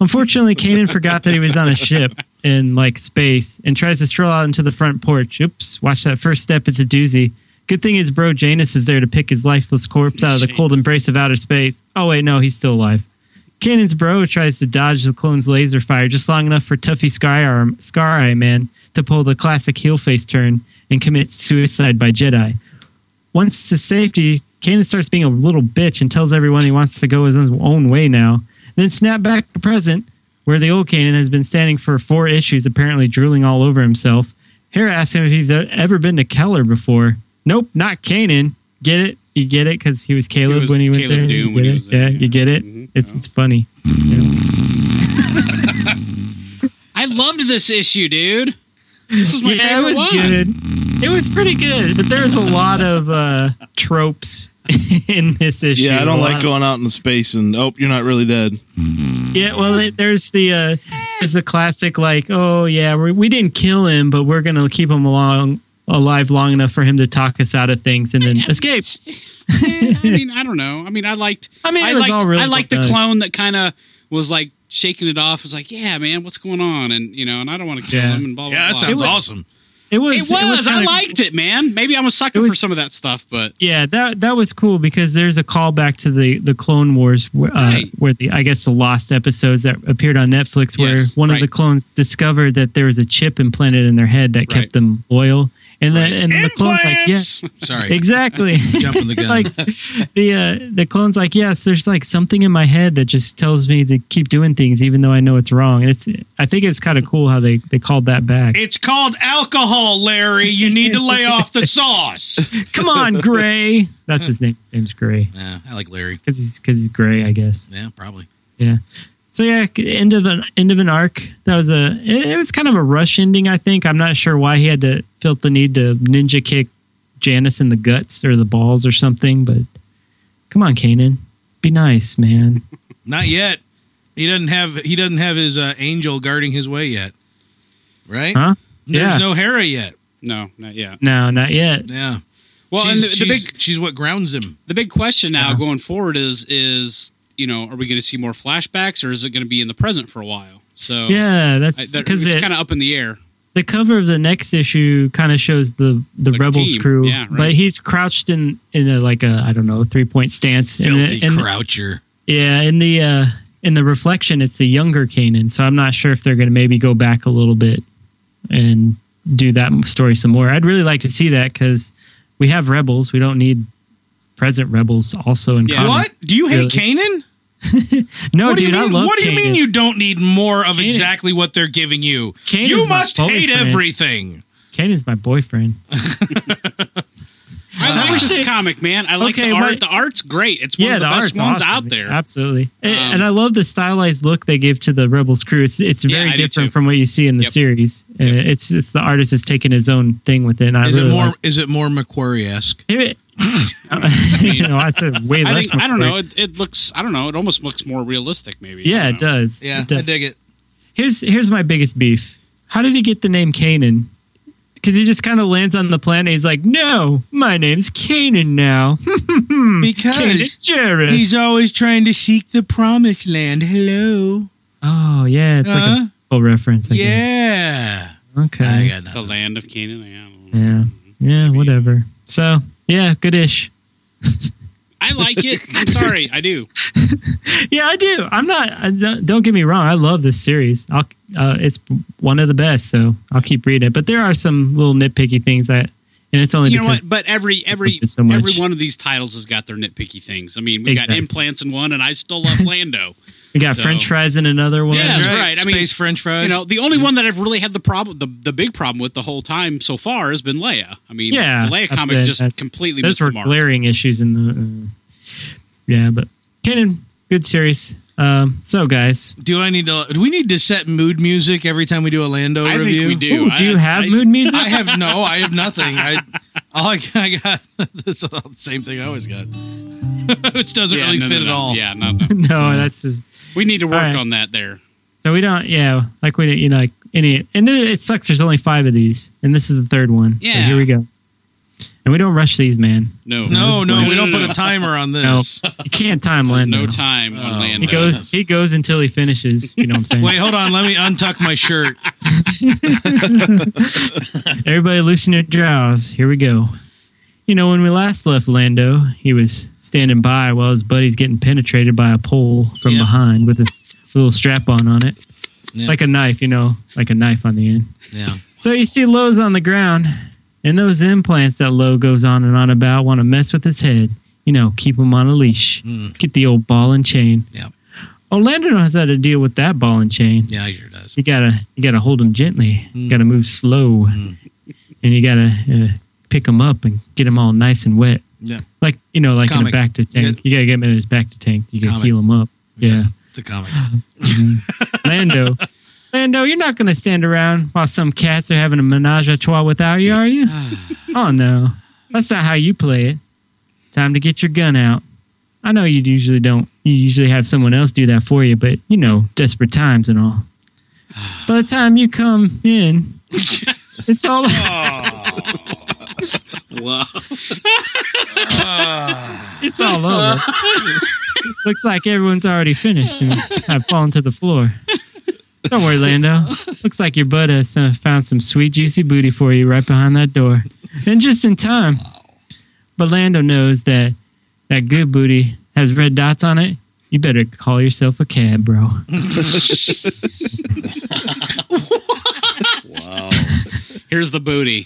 Speaker 5: Unfortunately, Kanan forgot that he was on a ship in like space and tries to stroll out into the front porch. Oops, watch that first step. It's a doozy. Good thing his bro Janus is there to pick his lifeless corpse out of the cold embrace of outer space. Oh, wait, no, he's still alive. Kanan's bro tries to dodge the clone's laser fire just long enough for Tuffy Skyarm, Scar Eye Man to pull the classic heel face turn and commit suicide by Jedi. Once to safety, Kanan starts being a little bitch and tells everyone he wants to go his own way now. Then snap back to present, where the old Kanan has been standing for four issues, apparently drooling all over himself. Hera asks him if he's ever been to Keller before. Nope, not Kanan. Get it? You get it because he was Caleb
Speaker 3: was
Speaker 5: when he went
Speaker 3: Caleb
Speaker 5: there. You
Speaker 3: Doom
Speaker 5: get
Speaker 3: when he
Speaker 5: it?
Speaker 3: was there,
Speaker 5: Yeah,
Speaker 3: yeah.
Speaker 5: you get it.
Speaker 3: Mhm,
Speaker 5: It's
Speaker 3: yeah.
Speaker 5: it's funny.
Speaker 3: I loved this issue, dude. This was my
Speaker 5: yeah, it
Speaker 3: favorite
Speaker 5: was
Speaker 3: one.
Speaker 5: good. It was pretty good, but there's a lot of uh, tropes in this issue.
Speaker 4: yeah, I
Speaker 5: A
Speaker 4: don't
Speaker 5: lot
Speaker 4: like
Speaker 5: of-
Speaker 4: going out in space and oh, you're not really dead.
Speaker 5: Yeah, well, it- there's the uh, there's the classic like, oh yeah, we we didn't kill him, but we're gonna keep him along alive long enough for him to talk us out of things and then escape.
Speaker 3: Yeah, I mean, I don't know. I mean, I liked.
Speaker 5: I
Speaker 3: I
Speaker 5: mean,
Speaker 3: mean,
Speaker 5: it
Speaker 3: I
Speaker 5: was
Speaker 3: liked.
Speaker 5: all really
Speaker 3: I liked
Speaker 5: well
Speaker 3: the
Speaker 5: done.
Speaker 3: clone that kind of was like shaking it off. Was like, yeah, man, what's going on? And you know, and I don't want to kill
Speaker 5: Yeah.
Speaker 3: him. And blah blah.
Speaker 2: Yeah, that
Speaker 3: blah.
Speaker 2: sounds
Speaker 3: It was-
Speaker 2: awesome.
Speaker 5: It was.
Speaker 3: It was. I
Speaker 5: kinda-
Speaker 3: liked it, man. Maybe I'm a sucker
Speaker 5: It was-
Speaker 3: for some of that stuff, but
Speaker 5: Yeah, that that was cool because there's a callback to the the Clone Wars, wh- uh,
Speaker 3: Right.
Speaker 5: where the I guess the lost episodes that appeared on Netflix, where
Speaker 3: Yes,
Speaker 5: one of
Speaker 3: right.
Speaker 5: the clones discovered that there was a chip implanted in their head that
Speaker 3: Right.
Speaker 5: kept them loyal, and the and the clone's like,
Speaker 2: Implants!
Speaker 5: yes,
Speaker 6: Sorry,
Speaker 5: exactly.
Speaker 6: jumping the gun.
Speaker 5: like the uh, the clone's like, yes, there's like something in my head that just tells me to keep doing things even though I know it's wrong. And it's I think it's kind of cool how they they called that back.
Speaker 2: It's called alcohol, Larry. You need to lay off the sauce.
Speaker 5: Come on, Gray. That's his name. His name's Gray
Speaker 6: yeah, I like Larry.
Speaker 5: because he's because he's Gray, I guess.
Speaker 6: Yeah, probably.
Speaker 5: Yeah. So yeah, c- end of an end of an arc. That was a. It, it was kind of a rush ending. I think I'm not sure why he had to felt the need to ninja kick Janice in the guts or the balls or something. But come on, Kanan, be nice, man.
Speaker 6: Not yet. He doesn't have he doesn't have his uh, angel guarding his way yet. Right?
Speaker 5: Huh?
Speaker 6: There's
Speaker 5: yeah.
Speaker 6: no Hera yet.
Speaker 3: no, not yet.
Speaker 5: No, not yet.
Speaker 6: Yeah.
Speaker 3: Well,
Speaker 6: she's,
Speaker 3: and the, the
Speaker 6: she's-
Speaker 3: big
Speaker 6: she's what grounds him.
Speaker 3: the big question now
Speaker 5: Yeah.
Speaker 3: going forward is is you know are we going to see more flashbacks or is it going to be in the present for a while? So
Speaker 5: Yeah,
Speaker 3: I-
Speaker 5: that's
Speaker 3: that-
Speaker 5: because
Speaker 3: it's
Speaker 5: it,
Speaker 3: kind of up in the air.
Speaker 5: the cover of the next issue kind of shows the the,
Speaker 3: The
Speaker 5: rebels
Speaker 3: team.
Speaker 5: crew,
Speaker 3: Yeah, right.
Speaker 5: but he's crouched in in a like a I don't know three point stance,
Speaker 6: Filthy
Speaker 5: and, and
Speaker 6: croucher.
Speaker 5: Yeah, in the uh in the reflection, it's the younger Kanan. So I'm not sure if they're going to maybe go back a little bit and do that story some more. I'd really like to see that because we have rebels. We don't need present rebels also in
Speaker 3: Yeah.
Speaker 5: comics.
Speaker 2: What? Do you hate
Speaker 5: Um, Really?
Speaker 2: Kanan?
Speaker 5: No,
Speaker 2: what do
Speaker 5: dude,
Speaker 2: you mean?
Speaker 5: I love.
Speaker 2: what do you mean
Speaker 5: Kanan.
Speaker 2: you don't need more of
Speaker 5: Kanan-
Speaker 2: exactly what they're giving you?
Speaker 5: Kanan's
Speaker 2: you
Speaker 5: my
Speaker 2: must hate
Speaker 5: boyfriend.
Speaker 2: everything.
Speaker 5: Kanan's my boyfriend.
Speaker 3: I like
Speaker 5: wish
Speaker 3: this
Speaker 5: they-
Speaker 3: comic, man. I like
Speaker 5: Okay,
Speaker 3: the
Speaker 5: but-
Speaker 3: art. The art's great. It's one of the, best
Speaker 5: art's
Speaker 3: ones
Speaker 5: awesome.
Speaker 3: out there.
Speaker 5: Absolutely, and,
Speaker 3: Um,
Speaker 5: and I love the stylized look they give to the Rebels crew. It's it's
Speaker 3: Yeah,
Speaker 5: very
Speaker 3: I do too.
Speaker 5: different from what you see in the
Speaker 3: Yep.
Speaker 5: series. Uh, It's it's the artist has taken his own thing with it. And I
Speaker 6: Is
Speaker 5: really
Speaker 6: it more?
Speaker 5: like
Speaker 6: Is it more Macquarie esque?
Speaker 5: it. you know, I said way
Speaker 3: I
Speaker 5: less.
Speaker 3: think I don't
Speaker 5: McCoy.
Speaker 3: know. It's, it looks. I don't know. It almost looks more realistic, maybe.
Speaker 5: yeah,
Speaker 3: I
Speaker 5: it
Speaker 3: don't know.
Speaker 5: does.
Speaker 6: Yeah,
Speaker 5: it does.
Speaker 6: I dig it.
Speaker 5: Here's here's my biggest beef. How did he get the name Kanan? Because he just kind of lands on the planet. He's like, "No, my name's Kanan now." Kanan
Speaker 6: Because
Speaker 5: Jarrus.
Speaker 6: he's always trying to seek the promised land. Hello.
Speaker 5: oh yeah, it's like
Speaker 6: Huh?
Speaker 5: a full reference. I guess.
Speaker 6: Uh-huh. Yeah.
Speaker 5: Okay.
Speaker 6: I got
Speaker 3: The
Speaker 6: nothing.
Speaker 3: land of Canaan. Yeah. I don't know.
Speaker 5: Yeah. Yeah, whatever. So, yeah, good ish.
Speaker 3: I like it. I'm sorry. I do.
Speaker 5: Yeah, I do. I'm not, I, don't don't get me wrong. I love this series. I'll, uh, it's one of the best, so I'll keep reading it. But there are some little nitpicky things that, and it's only
Speaker 3: You know what?
Speaker 5: because,
Speaker 3: But every every
Speaker 5: loved it so much.
Speaker 3: every one of these titles has got their nitpicky things. I mean, we
Speaker 5: Exactly.
Speaker 3: got implants in one, and I still love Lando.
Speaker 5: we got
Speaker 3: so-
Speaker 5: french fries in another one.
Speaker 3: Yeah, that's right. I mean,
Speaker 2: Space French fries.
Speaker 3: you know, the only one that I've really had the problem, the, the big problem with the whole time so far has been Leia. I mean,
Speaker 5: Yeah,
Speaker 3: the Leia
Speaker 5: that's
Speaker 3: comic
Speaker 5: it.
Speaker 3: just
Speaker 5: That-
Speaker 3: completely
Speaker 5: Those
Speaker 3: missed
Speaker 5: were
Speaker 3: the mark.
Speaker 5: glaring issues in the. Uh, yeah, but Kanan, good series. Um, so, guys,
Speaker 2: do I need to? Do we need to set mood music every time we do a Lando
Speaker 3: I
Speaker 2: review?
Speaker 3: think we do.
Speaker 5: Ooh, do you
Speaker 3: I-
Speaker 5: have mood music?
Speaker 2: I have no. I have nothing. I all I, I got this is all the same thing I always got, which doesn't
Speaker 3: yeah,
Speaker 2: really
Speaker 3: no, no,
Speaker 2: fit at
Speaker 3: no.
Speaker 2: all.
Speaker 3: Yeah, no, no.
Speaker 5: no, that's just
Speaker 3: We need to work
Speaker 5: right.
Speaker 3: on that there.
Speaker 5: So we don't, yeah, like we didn't, you know, like any, and then it sucks. There's only five of these, and this is the third one. So
Speaker 3: Yeah.
Speaker 5: here we go. And we don't rush these, man.
Speaker 3: No,
Speaker 2: No,
Speaker 5: This
Speaker 2: no,
Speaker 5: is
Speaker 2: we
Speaker 3: like-
Speaker 2: don't put a timer on
Speaker 5: No,
Speaker 2: this.
Speaker 5: you can't time Lando.
Speaker 3: no time on Lando.
Speaker 5: He goes, he goes until he finishes. You know what I'm saying?
Speaker 2: Wait, hold on. Let me untuck my shirt.
Speaker 5: Everybody loosen your jaws. Here we go. You know, when we last left Lando, he was standing by while his buddy's getting penetrated by a pole from
Speaker 2: Yeah.
Speaker 5: behind with a little strap on on it. Like a knife, you know, like a knife on the end.
Speaker 2: Yeah.
Speaker 5: So you see Lowe's on the ground, and those implants that Lowe goes on and on about want to mess with his head. You know, keep him on a leash. Get the old ball and chain.
Speaker 2: Mm. Yeah.
Speaker 5: Orlando knows how to deal with that ball and chain.
Speaker 2: Yeah, he sure does.
Speaker 5: You gotta, you gotta hold him gently. You gotta move slow, and you gotta uh, pick him up and get him all nice and wet.
Speaker 2: Yeah.
Speaker 5: Like you know, like in a
Speaker 2: Comic.
Speaker 5: back to tank. You gotta get him in his back to tank. You gotta
Speaker 2: Comic.
Speaker 5: heal him up. yeah.
Speaker 2: The comic.
Speaker 5: Lando. Lando, you're not going to stand around while some cats are having a menage a trois without you, are you? oh, no. That's not how you play it. Time to get your gun out. I know you usually don't. You usually have someone else do that for you, but, you know, desperate times and all. By the time you come in, it's all.
Speaker 4: Wow.
Speaker 5: It's all over. Looks like everyone's already finished and I've fallen to the floor. Don't worry, Lando. Looks like your bud has uh, found some sweet, juicy booty for you right behind that door. And just in time. But Lando knows that that good booty has red dots on it. You better call yourself a cab, bro.
Speaker 4: Wow.
Speaker 3: Here's the booty.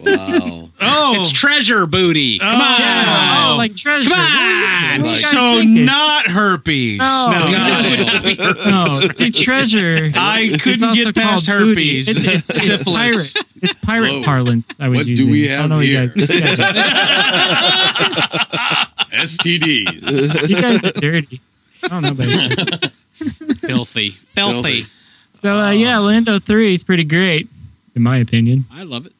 Speaker 4: Wow.
Speaker 2: Oh,
Speaker 3: It's treasure booty. Come on.
Speaker 5: Oh, like treasure. Come
Speaker 4: on!
Speaker 2: so not herpes.
Speaker 5: No.
Speaker 2: God.
Speaker 5: No, see, treasure.
Speaker 2: I
Speaker 5: it's
Speaker 2: couldn't
Speaker 5: also
Speaker 2: get past
Speaker 5: called booty.
Speaker 2: herpes.
Speaker 5: It's, it's, it's
Speaker 2: Syphilis.
Speaker 5: pirate. It's pirate
Speaker 4: Whoa.
Speaker 5: parlance. I was
Speaker 4: What do
Speaker 5: using.
Speaker 4: we
Speaker 5: I don't
Speaker 4: have
Speaker 5: know
Speaker 4: here?
Speaker 5: You guys, you guys, are-
Speaker 7: STDs.
Speaker 5: you guys are dirty. I don't know about you.
Speaker 3: Filthy.
Speaker 2: Filthy.
Speaker 5: So uh, yeah, Lando three is pretty great, in my opinion.
Speaker 3: I love it.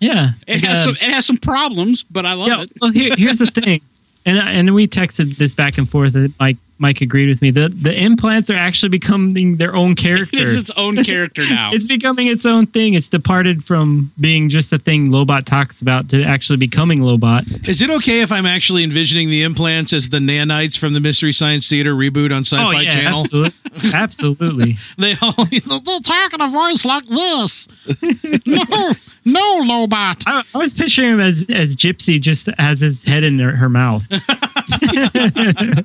Speaker 5: Yeah,
Speaker 3: It has
Speaker 5: Uh,
Speaker 3: some. It has some problems, but I love
Speaker 5: yeah,
Speaker 3: it.
Speaker 5: well, here, here's the thing, and uh, and we texted this back and forth. And Mike Mike agreed with me. The the implants are actually becoming their own character.
Speaker 3: It is its own character now.
Speaker 5: it's becoming its own thing. It's departed from being just a thing Lobot talks about to actually becoming Lobot.
Speaker 2: Is it okay if I'm actually envisioning the implants as the nanites from the Mystery Science Theater reboot on Sci-Fi Channel?
Speaker 5: Oh, absolutely, absolutely.
Speaker 2: They all
Speaker 6: They'll talk in a voice like this. no, no, Lobot.
Speaker 5: I, I was picturing him as as Gypsy just has his head in her, her mouth.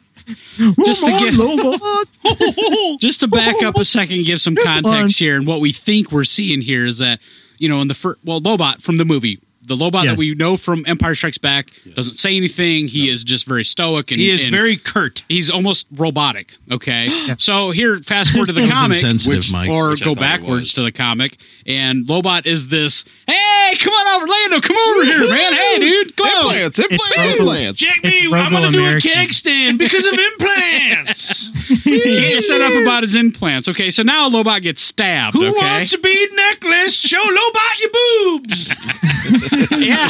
Speaker 3: Just to
Speaker 5: Come
Speaker 3: get-
Speaker 5: on, Lobot.
Speaker 3: Just to back up a second and give some context here, and what we think we're seeing here is that, you know, in the first, well, Lobot from the movie, the Lobot
Speaker 5: Yeah.
Speaker 3: that we know from Empire Strikes Back doesn't say anything. He is just very stoic and
Speaker 2: He is
Speaker 3: and
Speaker 2: very curt.
Speaker 3: He's almost robotic. Okay. So here, fast forward to the comic,
Speaker 6: insensitive,
Speaker 3: which-
Speaker 6: Mike,
Speaker 3: or
Speaker 7: which I
Speaker 3: go
Speaker 7: thought it
Speaker 3: backwards
Speaker 7: was.
Speaker 3: to the comic, and Lobot is this. Hey, come on over, Lando. Come over here, man. Hey, dude. Go.
Speaker 4: Implants, implants,
Speaker 5: It's-
Speaker 4: implants.
Speaker 2: Jack
Speaker 5: It's
Speaker 2: me, I'm going to do a
Speaker 5: Robo-American.
Speaker 2: keg stand because of implants.
Speaker 3: Can't set up about his implants. Okay. So now Lobot gets stabbed.
Speaker 2: Who
Speaker 3: okay.
Speaker 2: wants a bead necklace? Show Lobot your boobs.
Speaker 3: Yeah,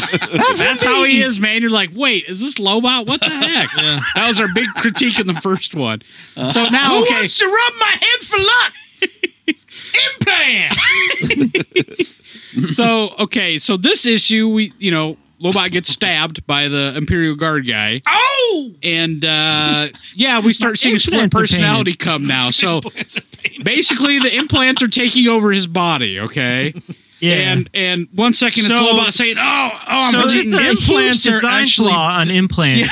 Speaker 3: that's how he is, man. You're like, wait, is this Lobot? What the heck? That was our big critique in the first one.
Speaker 7: Uh-huh.
Speaker 3: So now,
Speaker 2: Who
Speaker 3: okay,
Speaker 2: wants to rub my head for luck? Implant.
Speaker 3: so okay, so this issue, we you know, Lobot gets stabbed by the Imperial Guard guy,
Speaker 2: Oh,
Speaker 3: and uh yeah, we start seeing split
Speaker 5: implants are
Speaker 3: personality come now. So basically, the implants are taking over his body. Okay,
Speaker 5: Yeah.
Speaker 3: and and one second it's
Speaker 2: So-
Speaker 3: Lobot saying, "Oh, oh, I'm
Speaker 2: So
Speaker 5: so
Speaker 3: hurt."
Speaker 5: there's a huge
Speaker 2: implants are
Speaker 5: design
Speaker 2: actually-
Speaker 5: flaw on implants.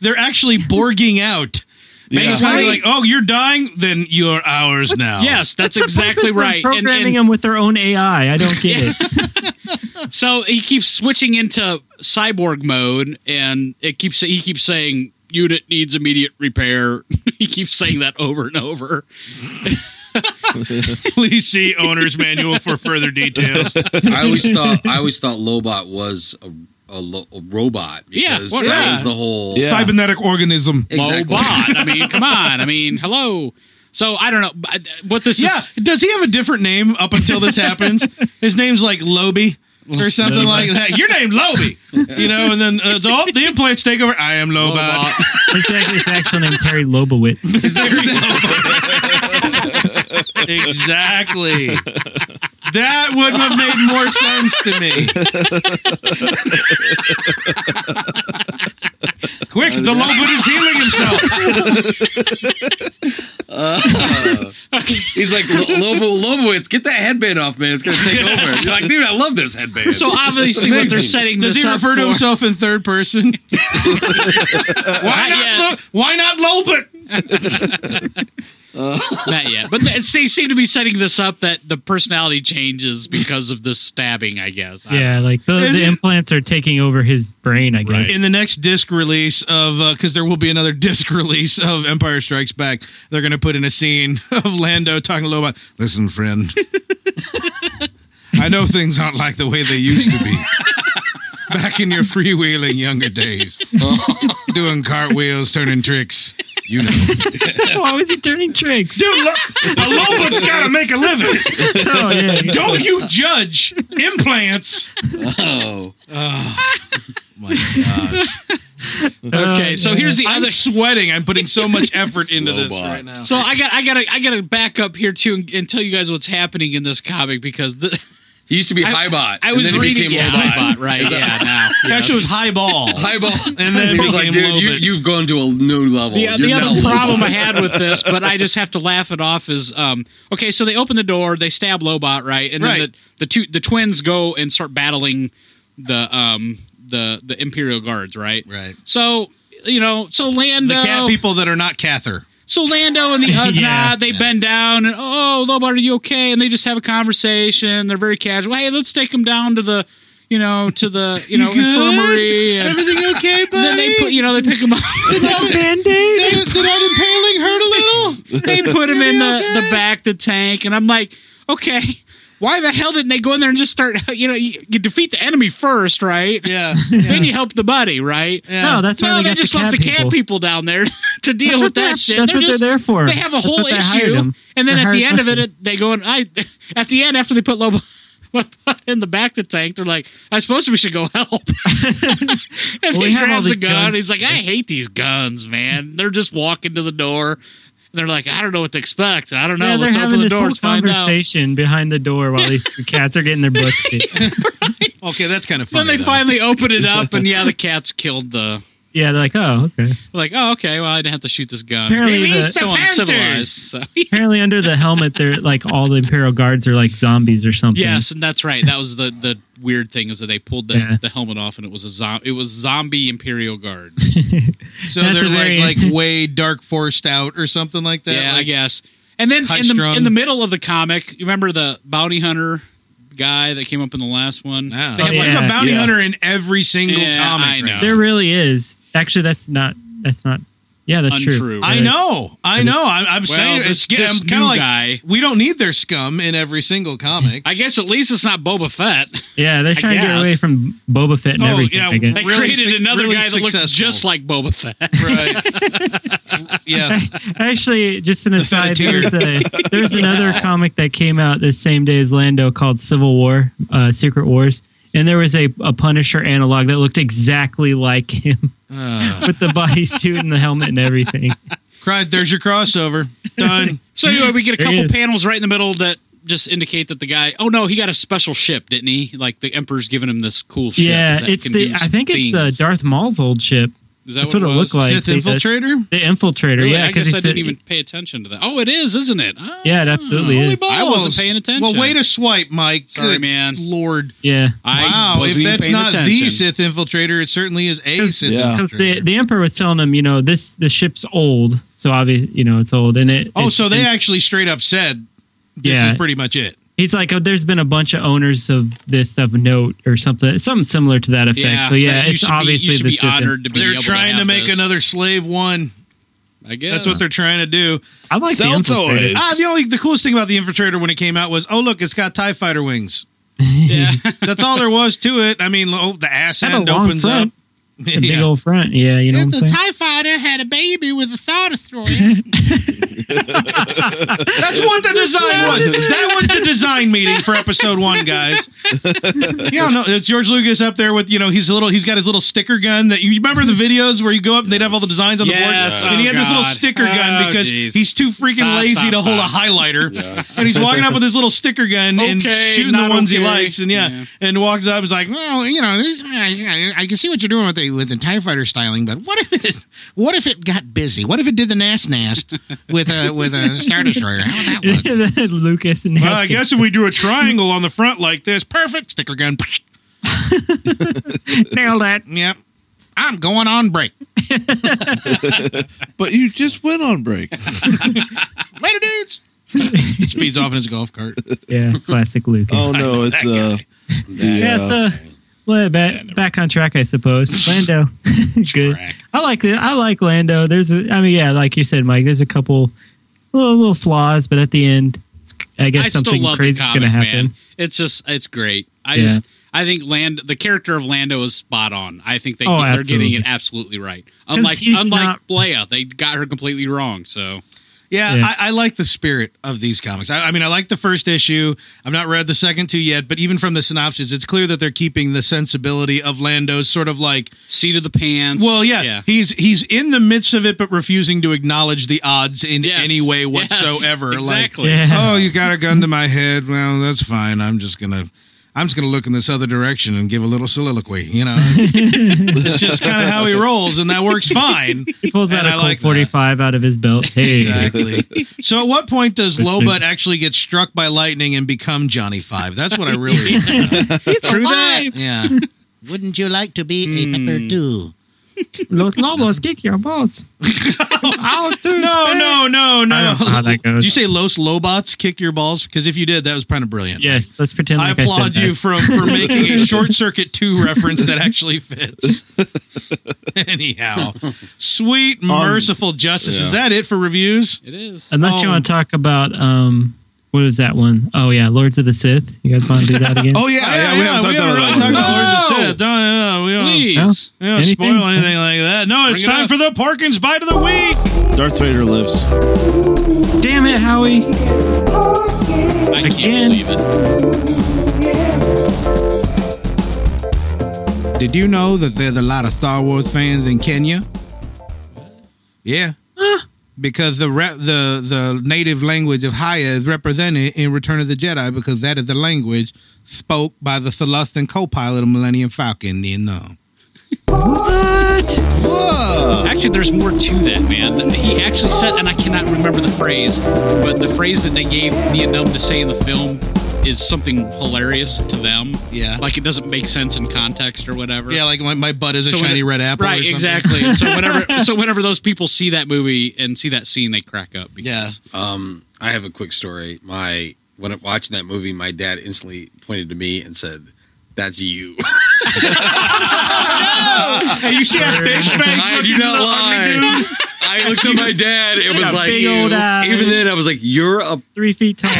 Speaker 2: they're actually borging out.
Speaker 4: Yeah.
Speaker 2: Basically, like, oh, you're dying, then you're ours now.
Speaker 3: yes, that's
Speaker 5: It's the
Speaker 3: exactly
Speaker 5: purpose of
Speaker 3: right."
Speaker 5: Programming them with their own AI. I don't get it.
Speaker 3: So he keeps switching into cyborg mode, and it keeps he keeps saying unit needs immediate repair. he keeps saying that over and over.
Speaker 2: Please see owner's manual for further details.
Speaker 8: I always thought I always thought Lobot was a, a, lo- a robot
Speaker 3: Yeah,
Speaker 8: because
Speaker 3: well,
Speaker 8: that
Speaker 3: yeah.
Speaker 8: was the whole
Speaker 4: Yeah.
Speaker 6: Cybernetic organism.
Speaker 8: exactly.
Speaker 3: Lobot. I mean, come on. I mean, hello. So I don't know but, uh, what this
Speaker 2: yeah.
Speaker 3: is.
Speaker 2: Does he have a different name up until this happens? His name's like Loby or something like that. Your name Loby, you know, and then uh, so, oh, the implants take over. I am Lobot.
Speaker 3: Lobot.
Speaker 5: His, act- his actual name's Harry Lobowitz.
Speaker 2: exactly. That would have made more sense to me. Quick, the Lobot is healing himself.
Speaker 8: He's like "Lo- Lobo Lobowitz, get that headband off, man. It's gonna take over. You're like, dude, I love this headband.
Speaker 3: So obviously, what they're
Speaker 8: Amazing.
Speaker 3: setting
Speaker 2: Does
Speaker 3: this
Speaker 2: he
Speaker 3: up
Speaker 2: refer
Speaker 3: for,
Speaker 2: to himself in third person? why
Speaker 3: yet.
Speaker 2: not? Lo- why not Lobot?
Speaker 3: not yet, but it's, they seem to be setting this up that the personality changes because of this stabbing. I guess. I-
Speaker 5: Yeah, like the,
Speaker 2: Is
Speaker 5: the
Speaker 2: it-
Speaker 5: implants are taking over his brain, I guess.
Speaker 2: In the next disc release of, because there will be another disc release of Empire Strikes Back, they're going to put in a scene of Lando talking to Lobot. Listen, friend, I know things aren't like the way they used to be. Back in your freewheeling younger days, doing cartwheels, turning tricks, you know.
Speaker 5: Why was he turning tricks?
Speaker 2: Dude, lo- a Lobot's got to make a living.
Speaker 5: Oh, yeah, yeah.
Speaker 2: Don't you judge implants.
Speaker 8: oh.
Speaker 4: Oh,
Speaker 2: My God.
Speaker 3: Okay. So here's the
Speaker 2: I'm
Speaker 3: other.
Speaker 2: sweating. I'm putting so much effort into this
Speaker 7: Robots.
Speaker 2: right now.
Speaker 3: So I got I got to I got to back up here too and, and tell you guys what's happening in this comic because the,
Speaker 8: He used to be Highbot.
Speaker 3: I
Speaker 8: and
Speaker 3: was
Speaker 8: then he
Speaker 3: reading
Speaker 8: became
Speaker 3: yeah,
Speaker 8: Lobot.
Speaker 3: Lobot, right? Yeah, now
Speaker 2: Actually, it was highball.
Speaker 8: Highbot.
Speaker 2: And then
Speaker 8: he was like,
Speaker 2: became
Speaker 8: dude, you,
Speaker 2: Lobot.
Speaker 8: you've gone to a new level.
Speaker 3: The, uh,
Speaker 8: You're
Speaker 3: the
Speaker 8: now
Speaker 3: other
Speaker 8: Lobot."
Speaker 3: problem I had with this, but I just have to laugh it off is um, okay. So they open the door, they stab Lobot, right? And then
Speaker 2: Right.
Speaker 3: the, the two the twins go and start battling the um the the Imperial guards, right?
Speaker 2: Right.
Speaker 3: So you know, so Lando,
Speaker 2: The cat people that are not Cather.
Speaker 3: so Lando and the Ugnaught,
Speaker 5: Yeah.
Speaker 3: they bend down and oh, Lobot, are you okay? And they just have a conversation. They're very casual. Hey, let's take him down to the, you know, to the you know infirmary. And,
Speaker 2: Everything okay, buddy?
Speaker 3: and then they put, you know, they pick him up.
Speaker 5: Band-Aid?
Speaker 2: did, did that impaling hurt a little?
Speaker 3: they put him in the, the back the tank, and I'm like, okay, why the hell didn't they go in there and just start? You know, you, you defeat the enemy first, right?
Speaker 2: Yeah.
Speaker 3: Then you help the buddy, right?
Speaker 5: No, that's why
Speaker 3: no,
Speaker 5: they,
Speaker 3: they,
Speaker 5: got
Speaker 3: just
Speaker 5: the
Speaker 3: left
Speaker 5: cat
Speaker 3: the cat
Speaker 5: people.
Speaker 3: people, down there to deal
Speaker 5: That's
Speaker 3: with
Speaker 5: what
Speaker 3: that
Speaker 5: they're-
Speaker 3: shit.
Speaker 5: that's what they're
Speaker 3: just-
Speaker 5: there for.
Speaker 3: They have a
Speaker 5: That's
Speaker 3: whole
Speaker 5: what they hired
Speaker 3: issue,
Speaker 5: them.
Speaker 3: and then
Speaker 5: They
Speaker 3: at the
Speaker 5: hired
Speaker 3: end of
Speaker 5: Wesley.
Speaker 3: it, they go and I. At the end, after they put Lobo in the back of the tank, they're like, "I suppose we should go help." and
Speaker 5: Well, we
Speaker 3: he
Speaker 5: have all
Speaker 3: grabs a
Speaker 5: these
Speaker 3: gun.
Speaker 5: guns.
Speaker 3: He's like, "I hate these guns, man." They're just walking to the door. And they're like, "I don't know what to expect. I don't know.
Speaker 5: yeah, they're
Speaker 3: Let's
Speaker 5: having
Speaker 3: open the
Speaker 5: this
Speaker 3: door.
Speaker 5: whole
Speaker 3: Let's find out."
Speaker 5: conversation behind the door while these two cats are getting their butts kicked.
Speaker 2: Okay, that's kind of funny.
Speaker 3: Then they
Speaker 2: though.
Speaker 3: finally open it up, and yeah, the cats killed the
Speaker 5: Yeah, they're like, oh, okay.
Speaker 3: Like, oh, okay. Well, I didn't have to shoot this gun.
Speaker 5: Apparently, the,
Speaker 9: Release
Speaker 3: so
Speaker 9: the Panthers.
Speaker 3: uncivilized. So
Speaker 5: apparently under the helmet, they're like all the Imperial guards are like zombies or something.
Speaker 3: yes, and that's right. That was the the weird thing is that they pulled the,
Speaker 5: Yeah.
Speaker 3: the helmet off and it was a zo- it was zombie Imperial Guard.
Speaker 2: So
Speaker 5: That's
Speaker 2: they're
Speaker 5: a very-
Speaker 2: like like way dark forced out or something like that.
Speaker 3: yeah, I
Speaker 2: like,
Speaker 3: guess. And then in the,
Speaker 2: high-strung.
Speaker 3: in the middle of the comic, you remember the bounty hunter guy that came up in the last one?
Speaker 2: Yeah.
Speaker 5: Oh,
Speaker 3: They have, like,
Speaker 2: There's
Speaker 5: yeah.
Speaker 2: a bounty
Speaker 4: Yeah.
Speaker 2: hunter in every single
Speaker 3: Yeah,
Speaker 2: comic.
Speaker 3: I
Speaker 2: right
Speaker 3: know.
Speaker 2: now.
Speaker 5: There really is. Actually, that's not. That's not. Yeah, that's
Speaker 3: Untrue.
Speaker 5: true.
Speaker 2: I know, I know. I'm, I'm
Speaker 3: Well,
Speaker 2: saying
Speaker 3: this-
Speaker 2: it's get-
Speaker 3: this
Speaker 2: I'm kinda
Speaker 3: new
Speaker 2: like,
Speaker 3: guy-
Speaker 2: We don't need their scum in every single comic.
Speaker 3: I guess at least it's not Boba Fett.
Speaker 5: Yeah, they're trying to get
Speaker 3: guess.
Speaker 5: away from Boba Fett and
Speaker 2: Oh,
Speaker 5: everything.
Speaker 2: yeah,
Speaker 5: I guess.
Speaker 3: They
Speaker 2: Really
Speaker 3: created
Speaker 2: suc-
Speaker 3: another
Speaker 2: really
Speaker 3: guy that looks
Speaker 2: successful.
Speaker 3: just like Boba Fett.
Speaker 2: yeah,
Speaker 5: Actually, just an aside,
Speaker 2: Fettuccine.
Speaker 5: there's, a, there's another comic that came out the same day as Lando called Civil War, uh, Secret Wars. And there was a, a Punisher analog that looked exactly like him
Speaker 3: Ah.
Speaker 5: with the bodysuit and the helmet and everything.
Speaker 2: cried. There's your crossover. Done.
Speaker 3: So anyway, we get a
Speaker 5: There he
Speaker 3: couple
Speaker 5: is.
Speaker 3: panels right in the middle that just indicate that the guy. Oh no, he got a special ship, didn't he? Like the Emperor's giving him this cool ship.
Speaker 5: yeah,
Speaker 3: that
Speaker 5: it's
Speaker 3: can
Speaker 5: the
Speaker 3: do
Speaker 5: I think it's uh,
Speaker 3: things.
Speaker 5: Darth Maul's old ship,
Speaker 3: Is that
Speaker 5: that's what it
Speaker 3: was?
Speaker 5: looked like.
Speaker 2: Sith
Speaker 5: they-
Speaker 2: infiltrator.
Speaker 5: the infiltrator.
Speaker 3: Really?
Speaker 5: yeah,
Speaker 3: I guess
Speaker 5: he
Speaker 3: I
Speaker 5: said-
Speaker 3: didn't even pay attention to that. Oh, it is, isn't it? Ah.
Speaker 5: Yeah, it absolutely
Speaker 2: Holy
Speaker 5: is.
Speaker 2: balls.
Speaker 3: I wasn't paying attention.
Speaker 2: Well, way to swipe, Mike.
Speaker 3: Sorry,
Speaker 2: Good
Speaker 3: man.
Speaker 2: Lord.
Speaker 5: Yeah.
Speaker 3: I
Speaker 2: wow, if
Speaker 3: wasn't even
Speaker 2: that's
Speaker 3: paying
Speaker 2: not the
Speaker 3: attention.
Speaker 2: Sith infiltrator, it certainly is a Sith.
Speaker 4: Yeah.
Speaker 5: because the,
Speaker 2: infiltrator.
Speaker 5: the emperor was telling him, you know, this the ship's old, so obviously, you know, it's old, and it.
Speaker 2: Oh,
Speaker 5: it's-
Speaker 2: so they
Speaker 5: and
Speaker 2: actually straight up said this
Speaker 5: Yeah.
Speaker 2: is pretty much it.
Speaker 5: he's like, oh, there's been a bunch of owners of this of note or something, something similar to that effect. so yeah,
Speaker 3: you
Speaker 5: it's
Speaker 3: should be-
Speaker 5: obviously
Speaker 3: you should
Speaker 5: the
Speaker 3: be
Speaker 5: Sith.
Speaker 3: honored to be
Speaker 2: They're
Speaker 3: able
Speaker 2: trying to,
Speaker 3: have
Speaker 2: make
Speaker 3: this.
Speaker 2: another slave one.
Speaker 3: I guess
Speaker 2: That's what they're trying to do.
Speaker 5: I like the
Speaker 4: Sell
Speaker 5: infiltrator.
Speaker 4: toys.
Speaker 2: Ah, the only the coolest thing about the infiltrator when it came out was, oh look, it's got Tie Fighter wings.
Speaker 3: Yeah.
Speaker 2: That's all there was to it. I mean, oh, the ass
Speaker 5: Have a
Speaker 2: end
Speaker 5: long
Speaker 2: opens
Speaker 5: front.
Speaker 2: up.
Speaker 5: The big old front, yeah, you know what I'm saying.
Speaker 2: Tie Fighter had a baby with a Star Destroyer. That's what the design was. That was the design meeting for episode one, guys. You don't know. It's George Lucas up there with, you know, he's a little, he's got his little sticker gun that you remember the videos where you go up and they'd have all the designs on the
Speaker 3: Yes.
Speaker 2: board? And he
Speaker 3: Oh,
Speaker 2: had this little
Speaker 3: God.
Speaker 2: sticker gun
Speaker 3: Oh,
Speaker 2: because
Speaker 3: geez.
Speaker 2: he's too freaking
Speaker 3: Stop,
Speaker 2: lazy
Speaker 3: stop,
Speaker 2: to hold a
Speaker 3: stop.
Speaker 2: highlighter. And he's walking up with his little sticker gun and
Speaker 3: Okay,
Speaker 2: shooting the
Speaker 3: not
Speaker 2: ones he
Speaker 3: okay.
Speaker 2: likes. And yeah,
Speaker 3: Yeah.
Speaker 2: and walks up and is like, well, you know, I, I can see what you're doing with the with the Tie Fighter styling, but what if it what if it got busy? What if it did the nast nast with a with a Star Destroyer? How would that look?
Speaker 5: Lucas and
Speaker 2: Well, I
Speaker 5: Haskell.
Speaker 2: guess if we drew a triangle on the front like this, perfect sticker gun.
Speaker 5: nailed that.
Speaker 2: yep. I'm going on break.
Speaker 4: But you just went on break.
Speaker 2: Later, dudes. Speeds off in his golf cart.
Speaker 5: Yeah, classic Lucas.
Speaker 4: Oh no, it's uh,
Speaker 5: Yeah,
Speaker 4: the, uh
Speaker 5: so well, back, back on track, I suppose. Lando, good. I like the I like Lando. There's a, I mean, yeah, like you said, Mike. There's a couple little, little flaws, but at the end, it's- I guess
Speaker 3: I
Speaker 5: something
Speaker 3: still love
Speaker 5: crazy
Speaker 3: the
Speaker 5: is
Speaker 3: comic,
Speaker 5: going to happen.
Speaker 3: man. It's just it's great. I
Speaker 5: Yeah.
Speaker 3: just I think Land the character of Lando is spot on. I think they
Speaker 5: Oh,
Speaker 3: they're
Speaker 5: absolutely.
Speaker 3: getting it absolutely right. Unlike
Speaker 5: he's
Speaker 3: unlike
Speaker 5: not-
Speaker 3: Leia, they got her completely wrong. So
Speaker 2: Yeah,
Speaker 5: Yeah.
Speaker 2: I, I like the spirit of these comics. I, I mean, I like the first issue. I've not read the second two yet, but even from the synopsis, it's clear that they're keeping the sensibility of Lando's sort of like
Speaker 3: seat of the pants.
Speaker 2: Well, yeah,
Speaker 3: yeah.
Speaker 2: he's he's in the midst of it, but refusing to acknowledge the odds in
Speaker 3: Yes.
Speaker 2: any way
Speaker 3: Yes.
Speaker 2: whatsoever.
Speaker 3: Exactly.
Speaker 5: Yeah.
Speaker 2: Like, oh, you got a gun to my head. Well, that's fine. I'm just gonna. I'm just going to look in this other direction and give a little soliloquy, you know. it's just kind of how he rolls, and that works fine.
Speaker 5: He pulls out
Speaker 2: And
Speaker 5: a
Speaker 2: I
Speaker 5: Colt
Speaker 2: like that.
Speaker 5: 45 out of his belt. Hey,
Speaker 2: Exactly. so, at what point does
Speaker 5: That's
Speaker 2: Lobut
Speaker 5: true.
Speaker 2: actually get struck by lightning and become Johnny Five? That's what I really. want to know.
Speaker 5: he's
Speaker 3: True that.
Speaker 2: Yeah. Hmm. Wouldn't you like to be a pepper too?
Speaker 5: Los Lobos kick your balls. Out to
Speaker 2: No,
Speaker 5: space.
Speaker 2: Oh, no, no, no.
Speaker 5: I don't know how that goes.
Speaker 2: Did you say Los Lobots kick your balls? Because if you did, that was kind of brilliant.
Speaker 5: Yes, let's pretend
Speaker 2: I
Speaker 5: like I,
Speaker 2: applaud
Speaker 5: said
Speaker 2: you
Speaker 5: That.
Speaker 2: from for making a short circuit two reference that actually fits. Anyhow, sweet merciful justice. Is that it for reviews?
Speaker 3: It is.
Speaker 5: Unless you
Speaker 2: Oh.
Speaker 5: want to talk about um, what was that one? Oh yeah, Lords of the Sith. You guys want to do that again?
Speaker 4: oh yeah, yeah, we haven't talked
Speaker 2: really
Speaker 4: about that.
Speaker 2: talked
Speaker 4: one.
Speaker 2: about Lords of Sith. Don't- yeah,
Speaker 5: Oh,
Speaker 2: we don't-
Speaker 3: Please.
Speaker 2: we don't
Speaker 5: Anything?
Speaker 2: spoil anything like that. No, it's
Speaker 3: Bring it
Speaker 2: time
Speaker 3: up.
Speaker 2: for the Parkins bite of the week.
Speaker 4: Darth Vader lives.
Speaker 5: Damn it, Howie!
Speaker 3: I can't
Speaker 5: Again.
Speaker 3: believe it.
Speaker 2: Did you know that there's a lot of Star Wars fans in Kenya? Yeah. Because the re- the the native language of Haya is represented in Return of the Jedi because that is the language spoke by the Celestian co-pilot of Millennium Falcon. You know,
Speaker 4: Whoa.
Speaker 3: Actually, there's more to that, man. He actually said, and I cannot remember the phrase, but the phrase that they gave Vietnam to say in the film is something hilarious to them.
Speaker 2: Yeah.
Speaker 3: Like it doesn't make sense in context or whatever.
Speaker 2: Yeah, like my, my butt is a
Speaker 3: So when
Speaker 2: shiny
Speaker 3: it-
Speaker 2: red apple. or
Speaker 3: Right,
Speaker 2: something.
Speaker 3: exactly. so whenever so whenever those people see that movie and see that scene, they crack up. because-
Speaker 2: Yeah.
Speaker 10: Um, I have a quick story. My when I'm watching that movie, my dad instantly pointed to me and said, "That's you."
Speaker 11: Hey, you see that fish face?
Speaker 8: I do not lie. I looked at my dad. It was
Speaker 5: got
Speaker 8: like
Speaker 5: big old
Speaker 2: uh,
Speaker 5: eyes.
Speaker 8: even then I was like, "You're a
Speaker 5: Three feet tall.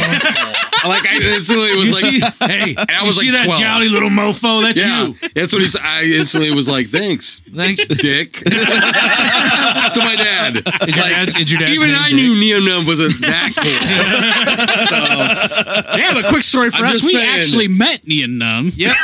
Speaker 8: like." I instantly was
Speaker 2: You
Speaker 8: like,
Speaker 2: see, hey,
Speaker 8: and I
Speaker 2: you
Speaker 8: was
Speaker 2: see
Speaker 8: like
Speaker 2: that
Speaker 8: 12.
Speaker 2: jolly little mofo? That's
Speaker 8: "Yeah,
Speaker 2: you.
Speaker 8: that's what he said." I instantly was like, "Thanks,
Speaker 2: Thanks.
Speaker 8: dick." to my dad.
Speaker 2: Is your dad's, is your dad's
Speaker 8: Even
Speaker 2: name
Speaker 8: I
Speaker 2: Dick?
Speaker 8: knew Neonum wasn't that cool.
Speaker 3: Yeah, but quick story for
Speaker 8: I'm
Speaker 3: us.
Speaker 8: just
Speaker 3: We
Speaker 8: saying.
Speaker 3: actually met Neon Numb.
Speaker 2: Yep.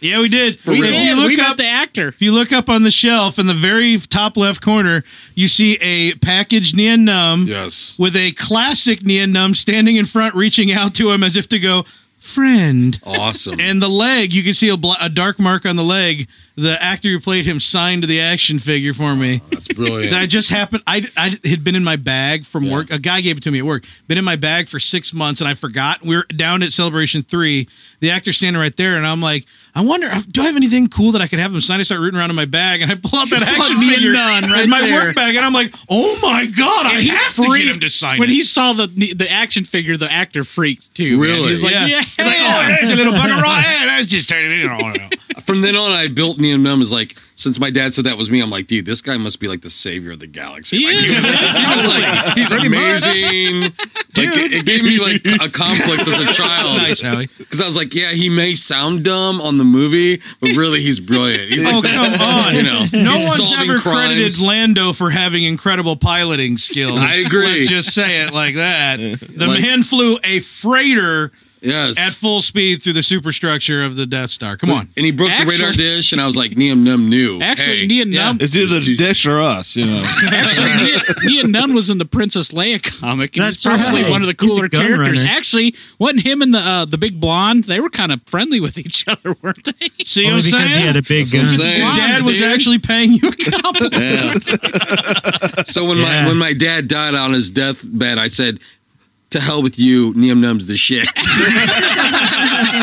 Speaker 2: yeah, we did.
Speaker 8: For
Speaker 2: if
Speaker 8: real.
Speaker 2: you look
Speaker 3: we
Speaker 2: up
Speaker 3: met the actor.
Speaker 2: If you look up on the shelf in the very top left corner, you see a packaged Nian Num
Speaker 8: yes.
Speaker 2: with a classic Nian Num standing in front, reaching out to him as if to go, friend.
Speaker 10: Awesome.
Speaker 2: And the leg, you can see a, bl- a dark mark on the leg. The actor who played him signed the action figure for me.
Speaker 8: That's brilliant.
Speaker 2: That I just happened. I, I had been in my bag from work. A guy gave it to me at work. Been in my bag for six months, and I forgot. We are down at Celebration Three. The actor's standing right there, and I'm like, I wonder, uh, do I have anything cool that I could have him sign? I start rooting around in my bag, and I pull out that action
Speaker 3: me a
Speaker 2: figure
Speaker 3: nun right
Speaker 2: in my
Speaker 3: there.
Speaker 2: work bag, and I'm like, oh my god, I
Speaker 3: he
Speaker 2: have to get
Speaker 3: freaked.
Speaker 2: him to sign
Speaker 3: when
Speaker 2: it.
Speaker 3: he saw the the action figure, the actor freaked too.
Speaker 8: Really?
Speaker 3: He's like,
Speaker 2: yeah.
Speaker 3: yeah.
Speaker 2: He's like, oh, there's a little bugger. right there. That's just turning it on.
Speaker 8: From then on, I built Neon Numb as like, since my dad said that was me, I'm like, dude, this guy must be like the savior of the galaxy. Like, he, was, he was like, he's amazing. Like, it, it gave me like a complex as a child.
Speaker 2: Nice, Howie.
Speaker 8: Because I was like, yeah, he may sound dumb on the movie, but really he's brilliant. He's
Speaker 2: Oh
Speaker 8: like,
Speaker 2: come on!
Speaker 8: you know,
Speaker 2: no
Speaker 8: he's
Speaker 2: one's
Speaker 8: solving
Speaker 2: ever
Speaker 8: crimes.
Speaker 2: credited Lando for having incredible piloting skills.
Speaker 8: I agree.
Speaker 2: Let's just say it like that. The
Speaker 8: Like-
Speaker 2: man flew a freighter
Speaker 8: Yes.
Speaker 2: at full speed through the superstructure of the Death Star. Come on.
Speaker 8: and he broke
Speaker 3: Actually-
Speaker 8: the radar dish, and I was like, Neon Numb knew.
Speaker 3: Actually,
Speaker 8: hey,
Speaker 3: Neon
Speaker 2: yeah.
Speaker 3: Numb.
Speaker 4: It's either the dish or us, you know.
Speaker 3: Actually, Neon, Neon Numb was in the Princess Leia comic. And
Speaker 5: That's
Speaker 3: he's probably
Speaker 5: right.
Speaker 3: one of the
Speaker 5: He's a
Speaker 3: cooler
Speaker 5: gun
Speaker 3: characters.
Speaker 5: runner.
Speaker 3: Actually, wasn't him and the uh, the big blonde? They were kind of friendly with each other, weren't they?
Speaker 2: See what I'm
Speaker 5: Only because he
Speaker 2: saying?
Speaker 5: had a big gun.
Speaker 8: I'm saying.
Speaker 2: Your dad
Speaker 3: Blondes,
Speaker 2: was
Speaker 3: dude.
Speaker 2: actually paying you a compliment.
Speaker 8: Yeah. so when
Speaker 5: Yeah.
Speaker 8: my when my dad died on his deathbed, I said, "To hell with you, Neum Num's the shit."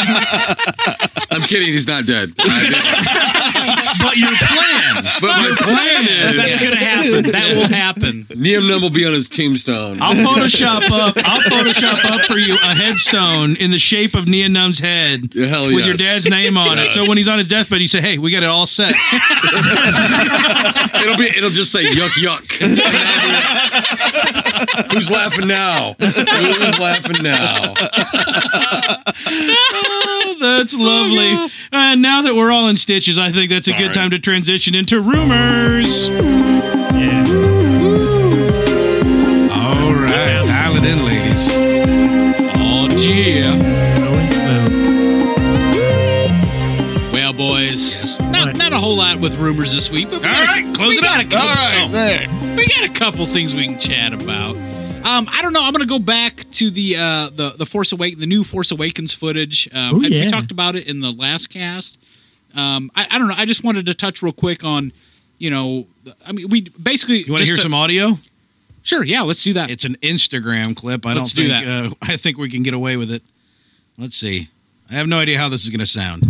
Speaker 8: I'm kidding. He's not dead. I
Speaker 2: but your plan.
Speaker 8: did- but my plan
Speaker 3: That's
Speaker 8: is
Speaker 3: gonna happen. That will happen.
Speaker 8: Neum Num will be on his tombstone.
Speaker 2: I'll Photoshop up. I'll Photoshop up for you a headstone in the shape of Nia Num's head
Speaker 8: Hell
Speaker 2: with
Speaker 8: yes.
Speaker 2: your dad's name on it. So
Speaker 8: Yes.
Speaker 2: when he's on his deathbed, you say, "Hey, we got it all set."
Speaker 8: It'll be. It'll just say yuck yuck. And I'll be like, Who's laughing now? Who's laughing now?
Speaker 2: Oh, That's lovely. and now that we're all in stitches, I think that's a good
Speaker 10: Sorry.
Speaker 2: time to transition into rumors.
Speaker 5: Yeah.
Speaker 2: All right, dial it in, ladies.
Speaker 3: Oh, yeah.
Speaker 5: Always will.
Speaker 3: Well, boys, not, not a whole lot with rumors this week, but we got a-
Speaker 2: close
Speaker 3: we got a couple- oh.
Speaker 4: there.
Speaker 3: we got a couple things we can chat about. Um, I don't know. I'm going to go back to the uh, the the Force Awak the new Force Awakens footage. Um,
Speaker 5: Ooh,
Speaker 3: I- We
Speaker 5: yeah.
Speaker 3: talked about it in the last cast. Um, I, I don't know. I just wanted to touch real quick on, you know, I mean, we basically.
Speaker 2: You want to hear some audio?
Speaker 3: Sure. Yeah, let's do that.
Speaker 2: It's an Instagram clip. I
Speaker 3: Let's
Speaker 2: don't
Speaker 3: do
Speaker 2: think. Uh, I think we can get away with it. Let's see. I have no idea how this is going to sound.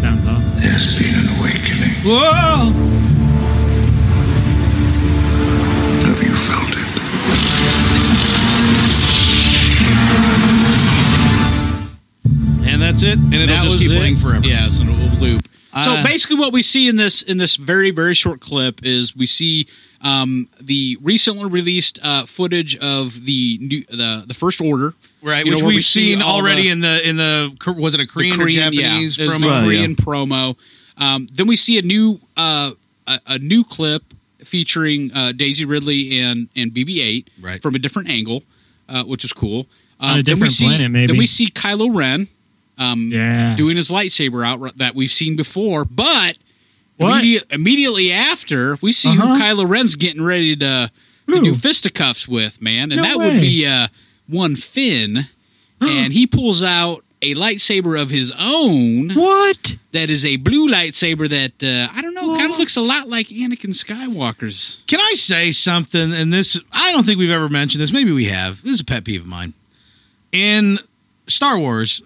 Speaker 5: Sounds awesome.
Speaker 2: Whoa!
Speaker 12: Have you felt it?
Speaker 2: And that's it. And it'll
Speaker 3: That
Speaker 2: just
Speaker 3: was
Speaker 2: keep
Speaker 3: it.
Speaker 2: playing forever.
Speaker 3: Yeah, it's an old loop.
Speaker 2: Uh,
Speaker 3: so basically, what we see in this in this very very short clip is we see um, the recently released uh, footage of the new the the first order,
Speaker 2: Right,
Speaker 3: You know,
Speaker 2: which
Speaker 3: where
Speaker 2: we've
Speaker 3: we see
Speaker 2: seen
Speaker 3: all
Speaker 2: already
Speaker 3: the-
Speaker 2: in the in the K- was it a
Speaker 3: the
Speaker 2: Korean, or Japanese
Speaker 3: yeah, it was a
Speaker 2: promo?
Speaker 4: Right,
Speaker 3: Korean promo. Um, then we see a new uh, a, a new clip featuring uh, Daisy Ridley and and BB-8
Speaker 2: Right.
Speaker 3: from a different angle, uh, which is cool.
Speaker 5: a
Speaker 3: Um, then we
Speaker 5: different
Speaker 3: see,
Speaker 5: planet, maybe.
Speaker 3: Then we see Kylo Ren. Um,
Speaker 5: Yeah.
Speaker 3: doing his lightsaber out that we've seen before, but
Speaker 5: What?
Speaker 3: immedi- immediately after we see
Speaker 5: Uh-huh.
Speaker 3: who Kylo Ren's getting ready to, to
Speaker 5: Who?
Speaker 3: do fisticuffs with, man, and
Speaker 5: No
Speaker 3: that
Speaker 5: way.
Speaker 3: would be uh, one Finn, and he pulls out a lightsaber of his own
Speaker 5: What?
Speaker 3: that is a blue lightsaber that uh, I don't know, kind of looks a lot like Anakin Skywalker's.
Speaker 2: Can I say something? And this, I don't think we've ever mentioned this. Maybe we have. This is a pet peeve of mine. In Star Wars,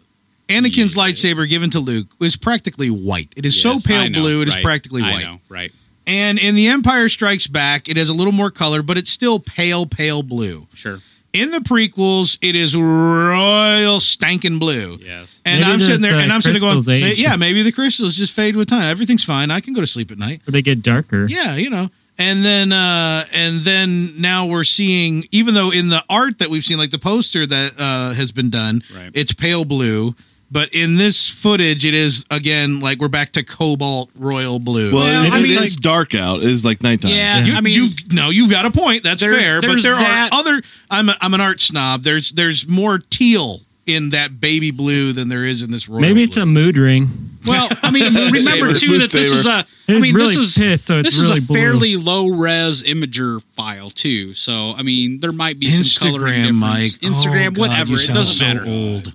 Speaker 2: Anakin's lightsaber given to Luke is practically white. It is so
Speaker 3: Yes, I
Speaker 2: pale
Speaker 3: know,
Speaker 2: blue, it is
Speaker 3: right.
Speaker 2: practically
Speaker 3: I
Speaker 2: white.
Speaker 3: know, right?
Speaker 2: And in The Empire Strikes Back, it has a little more color, but it's still pale, pale blue.
Speaker 3: Sure.
Speaker 2: In the prequels, it is royal stankin' blue.
Speaker 3: Yes.
Speaker 2: And
Speaker 5: Maybe
Speaker 2: I'm sitting
Speaker 5: that's,
Speaker 2: there,
Speaker 5: uh,
Speaker 2: and I'm sitting there
Speaker 5: crystals
Speaker 2: going,
Speaker 5: age.
Speaker 2: "Yeah, maybe the crystals just fade with time. Everything's fine. I can go to sleep at night."
Speaker 5: Or they get darker.
Speaker 2: yeah you know and then uh and then now we're seeing even though in the art that we've seen like the poster that uh has been done
Speaker 3: Right.
Speaker 2: it's pale blue but in this footage it is again like we're back to cobalt royal blue
Speaker 4: Well, it-
Speaker 3: I
Speaker 4: it
Speaker 3: mean,
Speaker 4: is dark out. It is like nighttime.
Speaker 3: Yeah,
Speaker 2: you,
Speaker 3: I mean,
Speaker 2: you no, you've got a point. That's
Speaker 3: There's-
Speaker 2: fair,
Speaker 3: there's
Speaker 2: but there
Speaker 3: that.
Speaker 2: are other. I'm a, I'm an art snob. There's there's more teal in that baby blue than there is in this royal.
Speaker 5: Maybe it's
Speaker 2: blue.
Speaker 5: a mood ring.
Speaker 3: well, I mean, remember
Speaker 4: Mood
Speaker 3: too that this
Speaker 4: saber.
Speaker 3: is a. I
Speaker 5: It's
Speaker 3: mean,
Speaker 5: really
Speaker 3: this is
Speaker 5: pissed, so it's
Speaker 3: this
Speaker 5: really
Speaker 3: is a
Speaker 5: blue.
Speaker 3: fairly low res imager file too. So I mean, there might be some coloring
Speaker 2: Instagram,
Speaker 3: difference.
Speaker 2: Mike.
Speaker 3: Instagram,
Speaker 2: Oh, God,
Speaker 3: whatever.
Speaker 2: you
Speaker 3: It
Speaker 2: sound
Speaker 3: doesn't
Speaker 2: so
Speaker 3: matter.
Speaker 2: Old.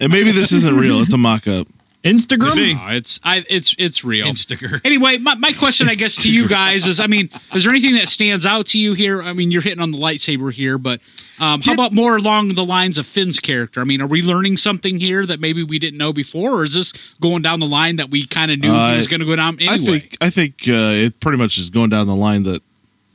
Speaker 4: And maybe this isn't real. It's a mock up.
Speaker 5: Instagram.
Speaker 3: No, Uh, it's I, it's it's real.
Speaker 2: Instagram.
Speaker 3: Anyway, my, my question, I guess, to you guys is: I mean, is there anything that stands out to you here? I mean, you're hitting on the lightsaber here, but um, how about more along the lines of Finn's character? I mean, are we learning something here that maybe we didn't know before, or is this going down the line that we kind of knew
Speaker 4: Uh,
Speaker 3: he was going to go down anyway?
Speaker 4: I think I think uh, it pretty much is going down the line that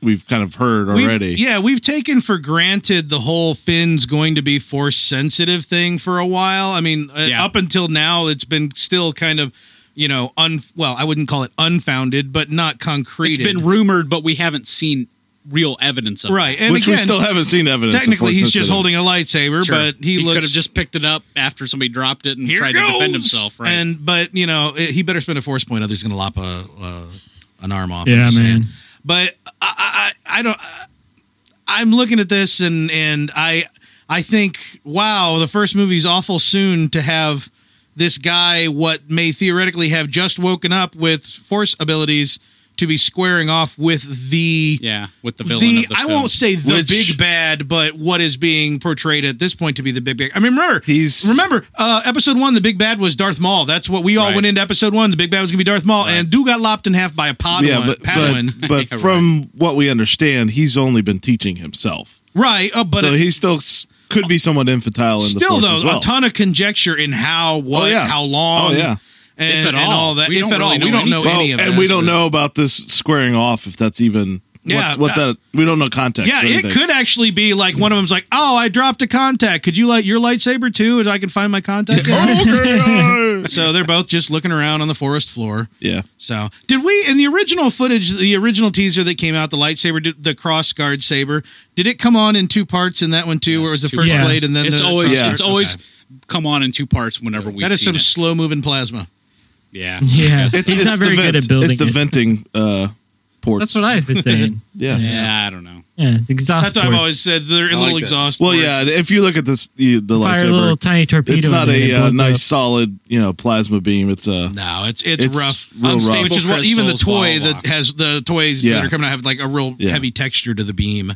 Speaker 4: we've kind of heard
Speaker 2: We've-
Speaker 4: already.
Speaker 2: yeah, we've taken for granted the whole Finn's going to be force sensitive thing for a while. I mean, uh,
Speaker 3: Yeah.
Speaker 2: up until now, it's been still kind of, you know, un well, I wouldn't call it unfounded, but not concrete.
Speaker 3: it's been rumored, but we haven't seen real evidence of it.
Speaker 2: right, and
Speaker 4: Which
Speaker 2: again,
Speaker 4: we still haven't seen evidence. of
Speaker 2: technically,
Speaker 4: force
Speaker 2: he's just
Speaker 4: sensitive.
Speaker 2: holding a lightsaber,
Speaker 3: Sure.
Speaker 2: but he, looks
Speaker 3: could have just picked it up after somebody dropped it and
Speaker 2: "Here
Speaker 3: tried to defend
Speaker 2: goes!"
Speaker 3: himself, right?
Speaker 2: And but you know, it- he better spend a force point, otherwise he's going to lop a uh, an arm off. I'm
Speaker 5: Yeah,
Speaker 2: just saying.
Speaker 5: man.
Speaker 2: but I, I, I don't. I'm looking at this and and I I think wow, the first movie's awful soon to have this guy what may theoretically have just woken up with force abilities to be squaring off with the
Speaker 3: yeah, with the villain.
Speaker 2: the,
Speaker 3: of the
Speaker 2: I
Speaker 3: film.
Speaker 2: won't say the
Speaker 4: Which-
Speaker 2: big bad, but what is being portrayed at this point to be the big bad. I mean, remember
Speaker 4: He's-
Speaker 2: remember uh, episode one. The big bad was Darth Maul. That's what we all
Speaker 3: Right.
Speaker 2: went into episode one. The big bad was going to be Darth Maul, and dude got lopped in half by a Padawan.
Speaker 4: Yeah, but
Speaker 2: Padawan.
Speaker 4: but, but from what we understand, he's only been teaching himself.
Speaker 2: right, uh, but
Speaker 4: so
Speaker 2: it-
Speaker 4: he still s- could be somewhat infantile in the
Speaker 2: still
Speaker 4: force
Speaker 2: though
Speaker 4: as well. Oh,
Speaker 2: a ton of conjecture in how what
Speaker 4: yeah.
Speaker 2: how long
Speaker 4: Oh, yeah.
Speaker 2: and,
Speaker 3: If at
Speaker 2: and
Speaker 3: all.
Speaker 2: that
Speaker 3: We
Speaker 2: if
Speaker 3: don't
Speaker 2: at all
Speaker 3: really
Speaker 2: we
Speaker 3: know
Speaker 2: don't know
Speaker 4: Well,
Speaker 2: any of
Speaker 4: Oh, and
Speaker 2: this,
Speaker 4: we don't
Speaker 2: but-
Speaker 4: know about this squaring off if that's even
Speaker 2: Yeah,
Speaker 4: what, what
Speaker 2: uh,
Speaker 4: that we don't know context.
Speaker 2: Yeah,
Speaker 4: or
Speaker 2: it
Speaker 4: anything.
Speaker 2: could actually be like one of them's like, "Oh, I dropped a contact. Could you light your lightsaber too, and I can find my contact?"
Speaker 4: Oh, okay. uh,
Speaker 2: so they're both just looking around on the forest floor.
Speaker 4: yeah.
Speaker 2: So, did we in the original footage, the original teaser that came out, the lightsaber, did, the cross guard saber, did it come on in two parts in that one too, where it was the
Speaker 3: two
Speaker 2: first
Speaker 5: parts.
Speaker 2: blade and then
Speaker 3: it's
Speaker 2: the
Speaker 3: always
Speaker 4: Yeah.
Speaker 3: it's always
Speaker 2: Okay.
Speaker 3: come on in two parts whenever we
Speaker 2: that is
Speaker 3: seen
Speaker 2: some
Speaker 3: it.
Speaker 2: slow moving plasma.
Speaker 3: yeah
Speaker 5: Yeah.
Speaker 4: It's,
Speaker 5: He's
Speaker 4: it's
Speaker 5: not very
Speaker 4: the
Speaker 5: good
Speaker 4: vent.
Speaker 5: at building
Speaker 4: It's the
Speaker 5: it.
Speaker 4: venting uh, ports.
Speaker 5: That's what I was saying.
Speaker 4: Yeah.
Speaker 3: yeah I don't know
Speaker 5: Yeah, it's exhaust.
Speaker 2: That's what I've
Speaker 5: ports.
Speaker 2: always said. They're
Speaker 13: I
Speaker 2: little
Speaker 13: like that.
Speaker 2: exhaust.
Speaker 4: Well,
Speaker 2: ports.
Speaker 4: yeah. If you look at this, the, the
Speaker 5: Fire a
Speaker 4: lightsaber,
Speaker 5: little tiny torpedo.
Speaker 4: it's not
Speaker 5: in there,
Speaker 4: a
Speaker 5: it
Speaker 4: uh,
Speaker 5: blows
Speaker 4: nice,
Speaker 5: up.
Speaker 4: solid, you know, plasma beam. It's uh, a
Speaker 2: No, it's it's,
Speaker 4: it's
Speaker 2: rough.
Speaker 4: real
Speaker 3: Unstable.
Speaker 4: rough.
Speaker 2: Which is what
Speaker 3: crystals,
Speaker 2: even the toy
Speaker 3: blah, blah,
Speaker 2: that
Speaker 3: blah.
Speaker 2: has the toys
Speaker 4: Yeah.
Speaker 2: that are coming out have like a real
Speaker 4: Yeah.
Speaker 2: heavy texture to the beam.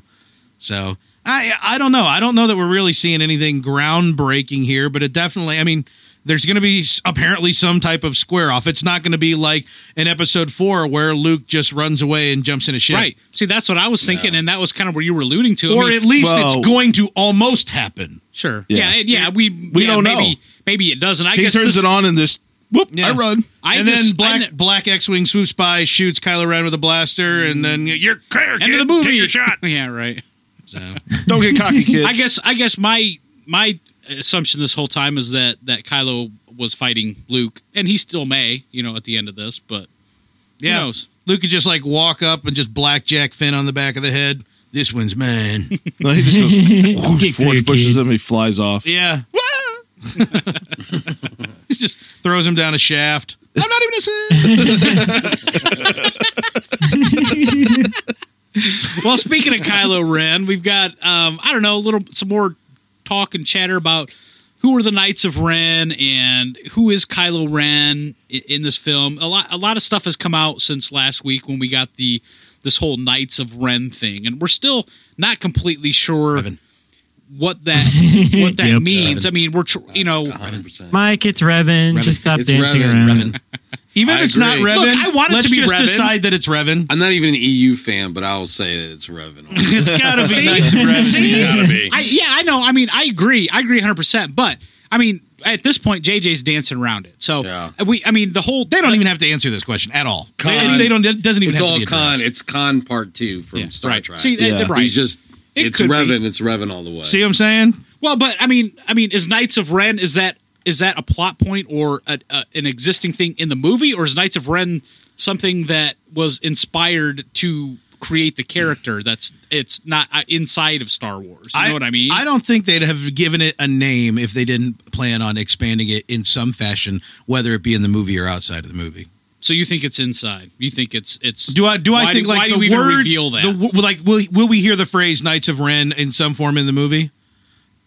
Speaker 2: So I I don't know. I don't know that we're really seeing anything groundbreaking here, but it definitely. I mean, there's going to be s- apparently some type of square off. It's not going to be like in episode four where Luke just runs away and jumps in a ship,
Speaker 3: right see that's what I was thinking and that was kind of where you were alluding to I
Speaker 2: Or
Speaker 3: mean,
Speaker 2: at least
Speaker 4: Well-
Speaker 2: it's going to almost happen.
Speaker 3: sure
Speaker 4: Yeah.
Speaker 3: yeah yeah, and yeah we
Speaker 4: We
Speaker 3: yeah,
Speaker 4: don't
Speaker 3: maybe,
Speaker 4: know.
Speaker 3: maybe it doesn't I
Speaker 4: he
Speaker 3: guess
Speaker 4: turns
Speaker 3: this,
Speaker 4: it on and just whoop, I
Speaker 2: Yeah.
Speaker 4: run.
Speaker 3: I
Speaker 2: and
Speaker 3: just,
Speaker 2: then black
Speaker 3: I, kn-
Speaker 2: black X wing swoops by, shoots Kylo Ren with a blaster,
Speaker 3: Mm.
Speaker 2: and then you're clear.
Speaker 3: end of the
Speaker 2: kid.
Speaker 3: movie
Speaker 2: Take your shot.
Speaker 3: yeah right
Speaker 2: So.
Speaker 4: Don't get cocky, kid.
Speaker 3: I guess I guess my my assumption this whole time is that that Kylo was fighting Luke and he still may you know at the end of this but
Speaker 2: Yeah.
Speaker 3: knows?
Speaker 2: Luke could just like walk up and just blackjack Finn on the back of the head. This one's mine.
Speaker 4: no, he just goes,
Speaker 5: Get
Speaker 4: whoosh, force
Speaker 5: clear,
Speaker 4: pushes
Speaker 5: kid.
Speaker 4: him. He flies off.
Speaker 2: yeah. he just throws him down a shaft. I'm not even a sin.
Speaker 3: well, speaking of Kylo Ren, we've got um, I don't know, a little some more talk and chatter about who are the Knights of Ren and who is Kylo Ren in, in this film. A lot, a lot of stuff has come out since last week when we got the this whole Knights of Ren thing, and we're still not completely sure what that what that
Speaker 5: Yep.
Speaker 3: means. I mean, we're tr- you know, look,
Speaker 8: 100%.
Speaker 5: Mike, it's Revan. Just stop
Speaker 8: It's
Speaker 5: dancing
Speaker 8: Revan,
Speaker 5: around.
Speaker 8: Revan.
Speaker 2: Even if
Speaker 8: I
Speaker 2: it's not
Speaker 8: agree.
Speaker 2: Revan,
Speaker 3: Look, I want it
Speaker 2: let's
Speaker 3: to be
Speaker 2: just
Speaker 3: Revan.
Speaker 2: decide that it's Revan.
Speaker 8: I'm not even an EU fan, but I'll say that it's Revan.
Speaker 2: It's gotta be nice Revan.
Speaker 3: see,
Speaker 8: gotta be.
Speaker 3: I, yeah, I know. I mean, I agree. I agree 100. percent But I mean, at this point, JJ's dancing around it. So
Speaker 8: Yeah.
Speaker 3: we, I mean, the whole
Speaker 2: They don't even have to answer this question at all. They-
Speaker 8: Con.
Speaker 2: They, don't. It doesn't even.
Speaker 8: It's
Speaker 2: have to
Speaker 8: all
Speaker 2: be
Speaker 8: Khan.
Speaker 2: addressed.
Speaker 8: It's Khan Part Two from
Speaker 3: yeah,
Speaker 8: Star
Speaker 3: right.
Speaker 8: Trek.
Speaker 3: See, that-
Speaker 4: Yeah.
Speaker 3: that- right.
Speaker 8: He's just
Speaker 3: It
Speaker 8: it's
Speaker 3: could be.
Speaker 8: Revan. It's Revan all the way.
Speaker 2: See what I'm saying?
Speaker 3: Well, but I mean, I mean, is Knights of Ren is that is that a plot point or a, a, an existing thing in the movie, or is Knights of Ren something that was inspired to create the character that's it's not uh, inside of Star Wars? You know what I mean?
Speaker 2: I don't think they'd have given it a name if they didn't plan on expanding it in some fashion, whether it be in the movie or outside of the movie.
Speaker 3: so you think it's inside? You think it's it's?
Speaker 2: Do I do
Speaker 3: Why
Speaker 2: I think
Speaker 3: do-
Speaker 2: like
Speaker 3: why do
Speaker 2: the
Speaker 3: we even
Speaker 2: word
Speaker 3: reveal that?
Speaker 2: the w- like will will we hear the phrase Knights of Ren in some form in the movie?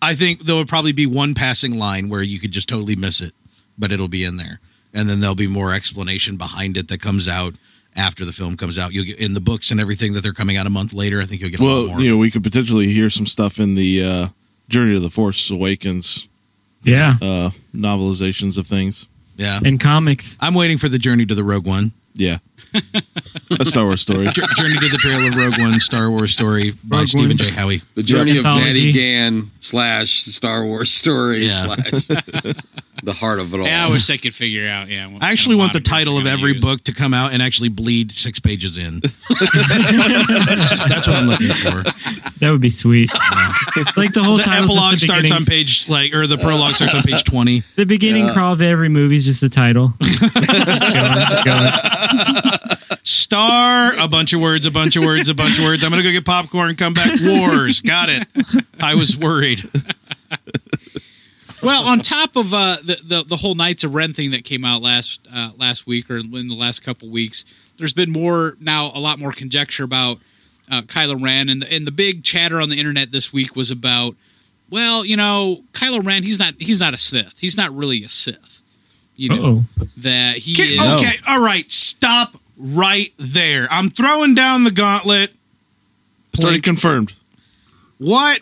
Speaker 2: I think there would probably be one passing line where you could just totally miss it, but it'll be in there, and then there'll be more explanation behind it that comes out after the film comes out. You'll get in the books and everything that they're coming out a month later. I think you'll get a lot
Speaker 4: Well,
Speaker 2: more.
Speaker 4: you know, we could potentially hear some stuff in the uh, Journey of the Force Awakens
Speaker 5: Yeah,
Speaker 4: uh, novelizations of things.
Speaker 2: yeah,
Speaker 5: and comics.
Speaker 2: I'm waiting for the journey to the Rogue One.
Speaker 4: Yeah, a Star Wars story.
Speaker 2: Jour- Journey to the Trail of Rogue One, Star Wars story by
Speaker 5: Rogue
Speaker 2: Stephen
Speaker 5: One.
Speaker 2: J. Howie.
Speaker 8: the journey of
Speaker 5: Anthology.
Speaker 8: Daddy Gan slash Star Wars story
Speaker 2: Yeah.
Speaker 8: slash the heart of it all.
Speaker 3: Yeah, I wish they could figure out. Yeah, what
Speaker 2: I actually
Speaker 3: kind
Speaker 2: want the
Speaker 3: moniker
Speaker 2: title
Speaker 3: they're
Speaker 2: of
Speaker 3: gonna
Speaker 2: every
Speaker 3: use.
Speaker 2: book to come out and actually bleed six pages in. That's what I'm looking for.
Speaker 5: That would be sweet. like the whole
Speaker 2: The
Speaker 5: title.
Speaker 2: epilogue starts on page like, or the prologue starts on page twenty.
Speaker 5: the beginning crawl of every movie is just the title. Go on, go on.
Speaker 2: Star, a bunch of words, a bunch of words, a bunch of words. I'm gonna go get popcorn. Come back. Wars. Got it. I was worried.
Speaker 3: well, on top of uh, the, the the whole Knights of Ren thing that came out last uh, last week or in the last couple weeks, there's been more now a lot more conjecture about uh, Kylo Ren, and and the big chatter on the internet this week was about, well, you know, Kylo Ren, he's not he's not a Sith, he's not really a Sith, you know
Speaker 5: Uh-oh.
Speaker 3: that he
Speaker 2: Okay,
Speaker 3: is.
Speaker 2: okay, all right. Stop right there. I'm throwing down the gauntlet.
Speaker 4: It's already confirmed.
Speaker 2: What?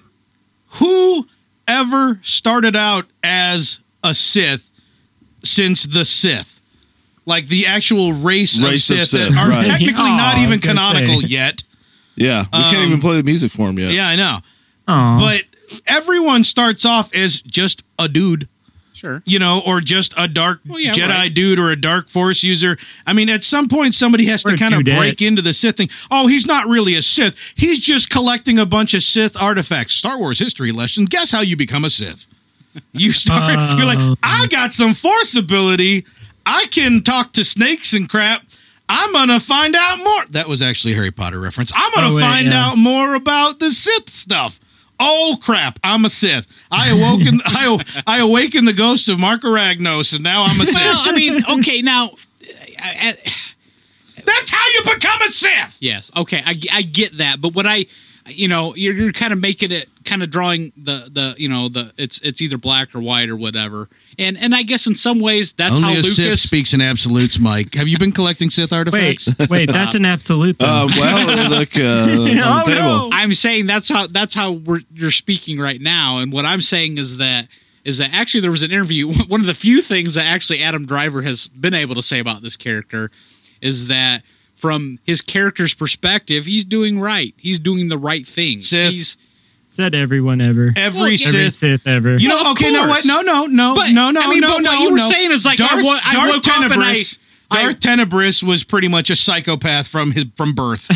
Speaker 2: Who ever started out as a Sith since the Sith? Like the actual race,
Speaker 4: Race
Speaker 2: of
Speaker 4: of
Speaker 2: Sith,
Speaker 4: Sith,
Speaker 2: that are
Speaker 4: right.
Speaker 2: technically
Speaker 5: Aw,
Speaker 2: not
Speaker 5: Oh, I
Speaker 2: even
Speaker 5: was gonna
Speaker 2: canonical
Speaker 5: say.
Speaker 2: yet.
Speaker 4: Yeah, we can't
Speaker 3: Um,
Speaker 4: even play the music for him yet.
Speaker 2: Yeah, I know.
Speaker 5: Aw.
Speaker 2: But everyone starts off as just a dude,
Speaker 3: sure.
Speaker 2: you know, or just a dark
Speaker 3: yeah,
Speaker 2: Jedi
Speaker 3: right.
Speaker 2: dude or a dark force user. I mean, at some point somebody has
Speaker 5: Or
Speaker 2: to
Speaker 5: a
Speaker 2: kind of
Speaker 5: dudette.
Speaker 2: break into the Sith thing. Oh, he's not really a Sith. He's just collecting a bunch of Sith artifacts. Star Wars history lesson. Guess how you become a Sith. You start. you're
Speaker 5: Um.
Speaker 2: like, I got some Force ability. I can talk to snakes and crap. I'm gonna find out more. That was actually a Harry Potter reference. I'm gonna
Speaker 5: Oh, wait,
Speaker 2: find
Speaker 5: yeah.
Speaker 2: out more about the Sith stuff. Oh crap! I'm a Sith. I awoke. In, I I awaken the ghost of Mark Aragnos, and now I'm a Sith.
Speaker 3: Well, I mean, okay, now. I, I,
Speaker 2: That's how you become a Sith.
Speaker 3: Yes. Okay. I, I get that, but what I, you know, you're, you're kind of making it kind of drawing the the you know the it's it's either black or white or whatever, and and I guess in some ways that's how
Speaker 2: Only a Sith
Speaker 3: Lucas.
Speaker 2: speaks in absolutes, Mike. Have you been collecting Sith
Speaker 5: Wait,
Speaker 2: artifacts?
Speaker 5: wait, that's an absolute. Oh, Though.
Speaker 4: Uh, well, look uh, on the table.
Speaker 3: I'm saying that's how that's how we're you're speaking right now, and what I'm saying is that is that actually there was an interview. One of the few things that actually Adam Driver has been able to say about this character is that from his character's perspective, he's doing right. He's doing the right thing.
Speaker 2: Sith.
Speaker 3: He's
Speaker 5: Said everyone ever.
Speaker 2: Every
Speaker 3: Well, yeah.
Speaker 2: Sith.
Speaker 5: Every Sith ever.
Speaker 2: You know,
Speaker 3: Well, of
Speaker 2: okay, no,
Speaker 3: course.
Speaker 2: what? No, no, no,
Speaker 3: But,
Speaker 2: no, no,
Speaker 3: I mean,
Speaker 2: no,
Speaker 3: but
Speaker 2: no.
Speaker 3: what you were
Speaker 2: no.
Speaker 3: saying is, like, I wo- I woke up and I- I-
Speaker 2: Darth Tenebris was pretty much a psychopath from his from birth.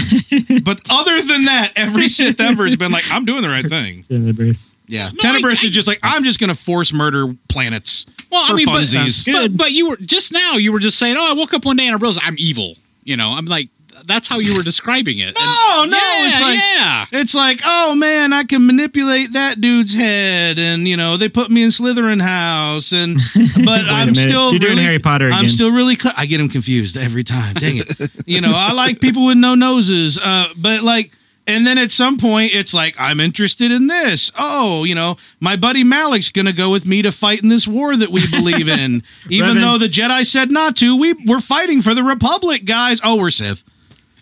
Speaker 2: but other than that, every Sith ever has been like, I'm doing the right thing.
Speaker 5: Tenebris.
Speaker 2: Yeah,
Speaker 3: I-
Speaker 2: Tenebris
Speaker 3: I-
Speaker 2: is just like, I'm just going to force murder planets
Speaker 3: Well,
Speaker 2: for
Speaker 3: I mean, but,
Speaker 2: funsies.
Speaker 3: but but you were just now you were just saying, oh, I woke up one day and I realized I'm evil. You know, I'm like that's how you were describing it.
Speaker 2: No,
Speaker 3: And-
Speaker 2: no,
Speaker 3: yeah,
Speaker 2: it's like-
Speaker 3: yeah.
Speaker 2: It's like, oh man, I can manipulate that dude's head, and you know they put me in Slytherin house, and but
Speaker 5: Wait a
Speaker 2: I'm
Speaker 5: minute.
Speaker 2: still
Speaker 5: You're doing
Speaker 2: really-
Speaker 5: Harry Potter
Speaker 2: I'm
Speaker 5: again.
Speaker 2: still really. Cl- I get him confused every time. Dang it! you know, I like people with no noses, uh, but like. And then at some point, it's like, I'm interested in this. Oh, you know, my buddy Malik's going to go with me to fight in this war that we believe in. Even
Speaker 5: Revan.
Speaker 2: though the Jedi said not to, we, we're fighting for the Republic, guys. Oh, we're Sith.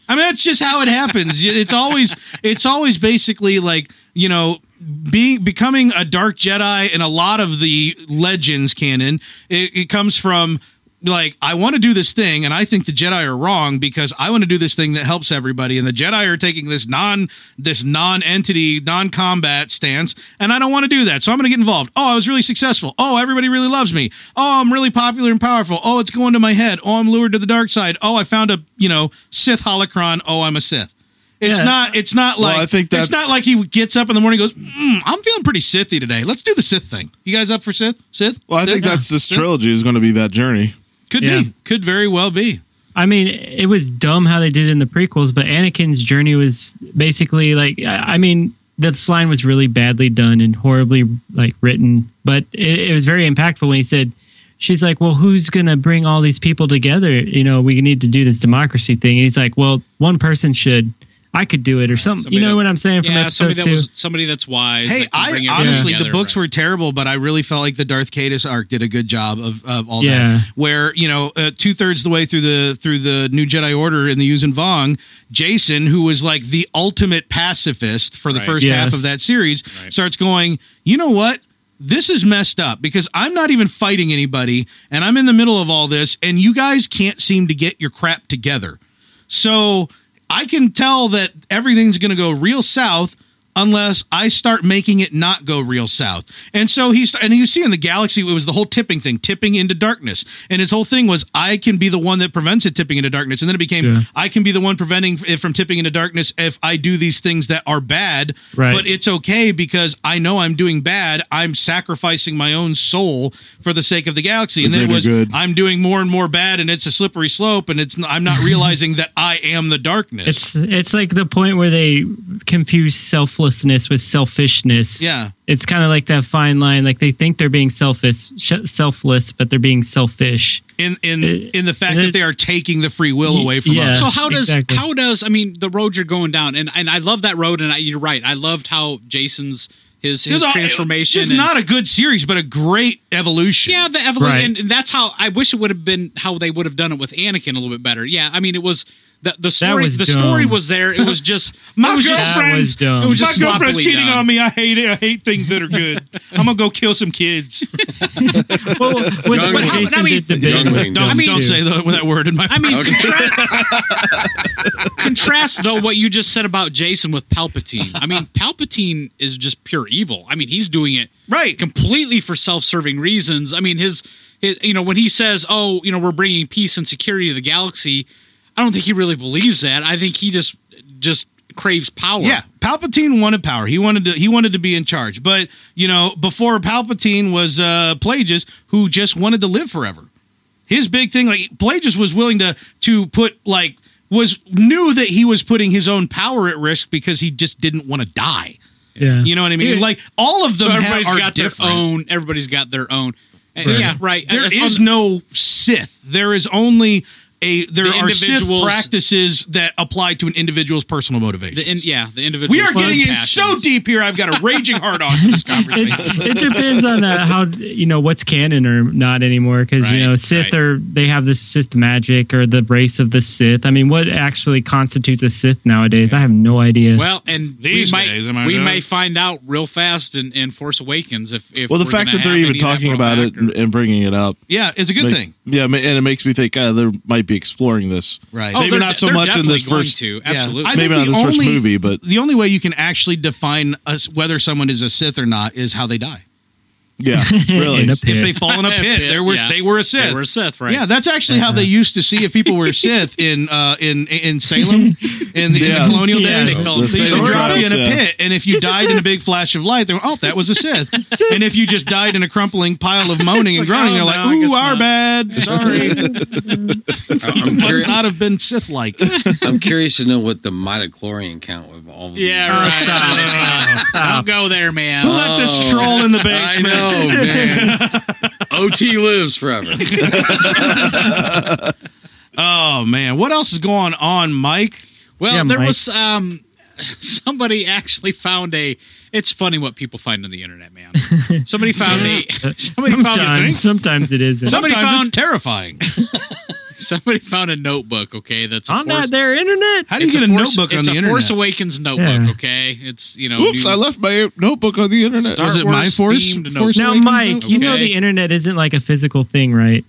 Speaker 2: I mean, that's just how it happens. It's always it's always basically like you know being becoming a dark Jedi in a lot of the legends canon, it, it comes from like I want to do this thing, and I think the Jedi are wrong because I want to do this thing that helps everybody, and the Jedi are taking this non this non entity non combat stance, and I don't want to do that, so I'm going to get involved. Oh, I was really successful. Oh, everybody really loves me. Oh, I'm really popular and powerful. Oh, it's going to my head. Oh, I'm lured to the dark side. Oh, I found a you know Sith holocron. Oh, I'm a Sith. It's
Speaker 5: Yeah.
Speaker 2: not. It's not like.
Speaker 4: I think
Speaker 2: it's
Speaker 4: that's-
Speaker 2: not like he gets up in the morning. and Goes. Mm, I'm feeling pretty Sithy today. Let's do the Sith thing. You guys up for Sith? Sith?
Speaker 4: Well, I
Speaker 2: Sith?
Speaker 4: think that's this
Speaker 2: Sith?
Speaker 4: trilogy is going to be that journey.
Speaker 2: Could
Speaker 5: Yeah.
Speaker 2: be. Could very well be.
Speaker 5: I mean, it was dumb how they did it in the prequels, but Anakin's journey was basically like I I mean, this line was really badly done and horribly like written, but it, it was very impactful when he said, "She's like, well, who's gonna bring all these people together? You know, we need to do this democracy thing." And he's like, "Well, one person should. I could do it, or something." You
Speaker 3: Somebody
Speaker 5: know
Speaker 3: that-
Speaker 5: what I'm saying? From
Speaker 3: yeah,
Speaker 5: episode
Speaker 3: somebody that
Speaker 5: two.
Speaker 3: was somebody that's wise.
Speaker 2: Hey,
Speaker 3: that can
Speaker 2: I
Speaker 3: bring everyone
Speaker 2: honestly
Speaker 3: together,
Speaker 2: the books
Speaker 3: right.
Speaker 2: were terrible, but I really felt like the Darth Cadus arc did a good job of, of all
Speaker 5: Yeah.
Speaker 2: that. Where you know uh, two thirds the way through the through the New Jedi Order in the Yuuzhan Vong, Jason, who was like the ultimate pacifist for the
Speaker 3: Right.
Speaker 2: first half
Speaker 5: Yes.
Speaker 2: of that series, starts going, you know what? This is messed up because I'm not even fighting anybody, and I'm in the middle of all this, and you guys can't seem to get your crap together. So I can tell that everything's going to go real south unless I start making it not go real south. And so he's and you see in the galaxy it was the whole tipping thing, tipping into darkness. And his whole thing was I can be the one that prevents it tipping into darkness. And then it became
Speaker 5: Yeah.
Speaker 2: I can be the one preventing it from tipping into darkness if I do these things that are bad,
Speaker 5: Right.
Speaker 2: but it's okay because I know I'm doing bad. I'm sacrificing my own soul for the sake of the galaxy. and then it
Speaker 4: greater
Speaker 2: was
Speaker 4: good.
Speaker 2: I'm doing more and more bad and it's a slippery slope and it's I'm not realizing that I am the darkness.
Speaker 5: It's it's like the point where they confuse selflessness with selfishness.
Speaker 2: Yeah.
Speaker 5: it's kind of like that fine line. Like they think they're being selfish, sh- selfless, but they're being selfish.
Speaker 2: in in in the fact
Speaker 5: and
Speaker 2: that
Speaker 5: it-
Speaker 2: they are taking the free will away from
Speaker 5: yeah.
Speaker 2: us.
Speaker 3: So how does
Speaker 5: Exactly.
Speaker 3: how does I mean the road you're going down and and I love that road and I, you're right I loved how Jason's his his
Speaker 2: It's a-
Speaker 3: transformation
Speaker 2: It's
Speaker 3: and-
Speaker 2: not a good series, but a great evolution.
Speaker 3: yeah the evolution
Speaker 5: Right.
Speaker 3: and, and that's how I wish it would have been how they would have done it with Anakin a little bit better yeah I mean it was the the story
Speaker 5: was
Speaker 3: the story
Speaker 5: dumb.
Speaker 3: was there it was just
Speaker 2: My
Speaker 3: it was just
Speaker 5: That
Speaker 2: girlfriend's,
Speaker 5: was dumb.
Speaker 3: it was just
Speaker 2: my girlfriend's
Speaker 3: sloppily
Speaker 2: cheating
Speaker 3: done.
Speaker 2: on me. I hate it. I hate things that are good. I'm gonna go kill some kids.
Speaker 5: Well, with,
Speaker 8: Young
Speaker 5: what
Speaker 8: Wing.
Speaker 5: Jason
Speaker 3: I mean-
Speaker 5: did to
Speaker 8: Young
Speaker 5: Ben was
Speaker 8: Wing.
Speaker 5: dumb,
Speaker 2: Don't, don't
Speaker 5: too.
Speaker 2: say the, that word in my.
Speaker 3: I mean, contra- contrast though what you just said about Jason with Palpatine. I mean, Palpatine is just pure evil. I mean, he's doing it
Speaker 2: right.
Speaker 3: completely for self-serving reasons. I mean, his, his you know when he says, "Oh, you know, we're bringing peace and security to the galaxy," I don't think he really believes that. I think he just just craves power.
Speaker 2: Yeah, Palpatine wanted power. He wanted to he wanted to be in charge. But you know, before Palpatine was uh Plagueis, who just wanted to live forever. His big thing, like Plagueis, was willing to to put like was knew that he was putting his own power at risk because he just didn't want to die.
Speaker 5: Yeah.
Speaker 2: You know what I mean? Like all of them
Speaker 3: So
Speaker 2: ha-
Speaker 3: everybody's
Speaker 2: are
Speaker 3: got
Speaker 2: different.
Speaker 3: their own. Everybody's got their own. Uh, Yeah, right.
Speaker 2: There
Speaker 3: Uh,
Speaker 2: is
Speaker 3: on the-
Speaker 2: no Sith. There is only a there
Speaker 3: The
Speaker 2: are Sith
Speaker 3: individuals-
Speaker 2: practices that apply to an individual's personal motivation.
Speaker 3: the in, yeah the individual.
Speaker 2: We are getting in so deep here. I've got a raging heart on for this conversation.
Speaker 5: it depends on uh, how you know what's canon or not anymore because
Speaker 3: Right,
Speaker 5: you know sith
Speaker 3: right.
Speaker 5: or they have the sith magic or the race of the sith i mean what actually constitutes a sith nowadays i have no idea
Speaker 3: Well, and
Speaker 2: These
Speaker 3: we might
Speaker 2: days, am I
Speaker 3: we
Speaker 2: right?
Speaker 3: may find out real fast in, in Force Awakens if if
Speaker 4: Well, the
Speaker 3: we're
Speaker 4: fact
Speaker 3: gonna
Speaker 4: that they're
Speaker 3: have
Speaker 4: even
Speaker 3: any of that
Speaker 4: talking
Speaker 3: brought
Speaker 4: about
Speaker 3: back
Speaker 4: it
Speaker 3: or-
Speaker 4: and, and bringing it up,
Speaker 2: Yeah, it's a good
Speaker 4: make-
Speaker 2: thing.
Speaker 4: yeah, ma- and it makes me think uh, they might be exploring this.
Speaker 2: Right.
Speaker 3: Oh,
Speaker 4: Maybe
Speaker 3: they're-
Speaker 4: not so
Speaker 3: they're
Speaker 4: much in
Speaker 3: definitely
Speaker 4: this
Speaker 3: going
Speaker 4: first.
Speaker 3: to.
Speaker 2: Yeah.
Speaker 3: Absolutely.
Speaker 2: I think
Speaker 4: Maybe not
Speaker 2: the
Speaker 4: this first
Speaker 2: only-
Speaker 4: movie, but
Speaker 2: The only way you can actually define us whether someone is a Sith or not is how they die.
Speaker 4: yeah, really.
Speaker 5: In a
Speaker 2: If
Speaker 5: pit.
Speaker 2: they fall in a
Speaker 3: A
Speaker 2: pit,
Speaker 3: pit,
Speaker 2: they were
Speaker 3: yeah.
Speaker 2: they were a Sith.
Speaker 3: They were Sith, right?
Speaker 2: Yeah, that's actually how
Speaker 4: Uh-huh.
Speaker 2: they used to see if people were Sith in uh, in in Salem in the, in the
Speaker 4: Yeah.
Speaker 2: colonial
Speaker 5: Yeah.
Speaker 2: days.
Speaker 5: The
Speaker 2: They used
Speaker 4: Salem
Speaker 2: to drop
Speaker 4: trials,
Speaker 2: you in a
Speaker 4: yeah.
Speaker 2: pit, and if you
Speaker 5: She's a
Speaker 2: died in a big flash of light, they were oh that was a Sith. and if you just died in a crumpling pile of moaning and
Speaker 3: like,
Speaker 2: groaning,
Speaker 3: oh,
Speaker 2: they're like,
Speaker 3: no, I guess
Speaker 2: ooh, our
Speaker 3: not.
Speaker 2: bad. Sorry,
Speaker 8: I'm,
Speaker 2: must
Speaker 8: curi-
Speaker 2: not have been Sith like.
Speaker 8: I'm curious to know what the midichlorian count of all of these.
Speaker 3: Yeah,
Speaker 8: are.
Speaker 3: right. Don't go there, man. Uh,
Speaker 2: Who let this troll in the
Speaker 8: I
Speaker 2: basement?
Speaker 8: know, man. OT lives forever.
Speaker 2: Oh man, what else is going on, Mike?
Speaker 3: Well,
Speaker 5: Yeah,
Speaker 3: there
Speaker 5: Mike.
Speaker 3: was um, somebody actually found a. It's funny what people find on the internet, man. Somebody found a. Somebody found a
Speaker 5: sometimes sometimes it isn't
Speaker 2: Sometimes
Speaker 3: Somebody
Speaker 2: it's
Speaker 3: found-
Speaker 2: terrifying.
Speaker 3: Somebody found a notebook. Okay, that's a
Speaker 5: on
Speaker 3: Force-
Speaker 5: that there internet.
Speaker 2: How do you
Speaker 3: it's
Speaker 2: get a,
Speaker 3: Force-
Speaker 2: notebook on
Speaker 3: it's
Speaker 2: the
Speaker 3: a
Speaker 2: internet?
Speaker 3: Force Awakens notebook.
Speaker 5: Yeah.
Speaker 3: Okay, it's you know.
Speaker 4: Oops,
Speaker 3: new-
Speaker 4: I left my notebook on the internet.
Speaker 3: Star
Speaker 2: Was it my
Speaker 3: Wars
Speaker 2: Force-
Speaker 3: themed
Speaker 2: Force-
Speaker 3: notebook.
Speaker 5: Now, Mike, you know
Speaker 3: Okay.
Speaker 5: the internet isn't like a physical thing, right?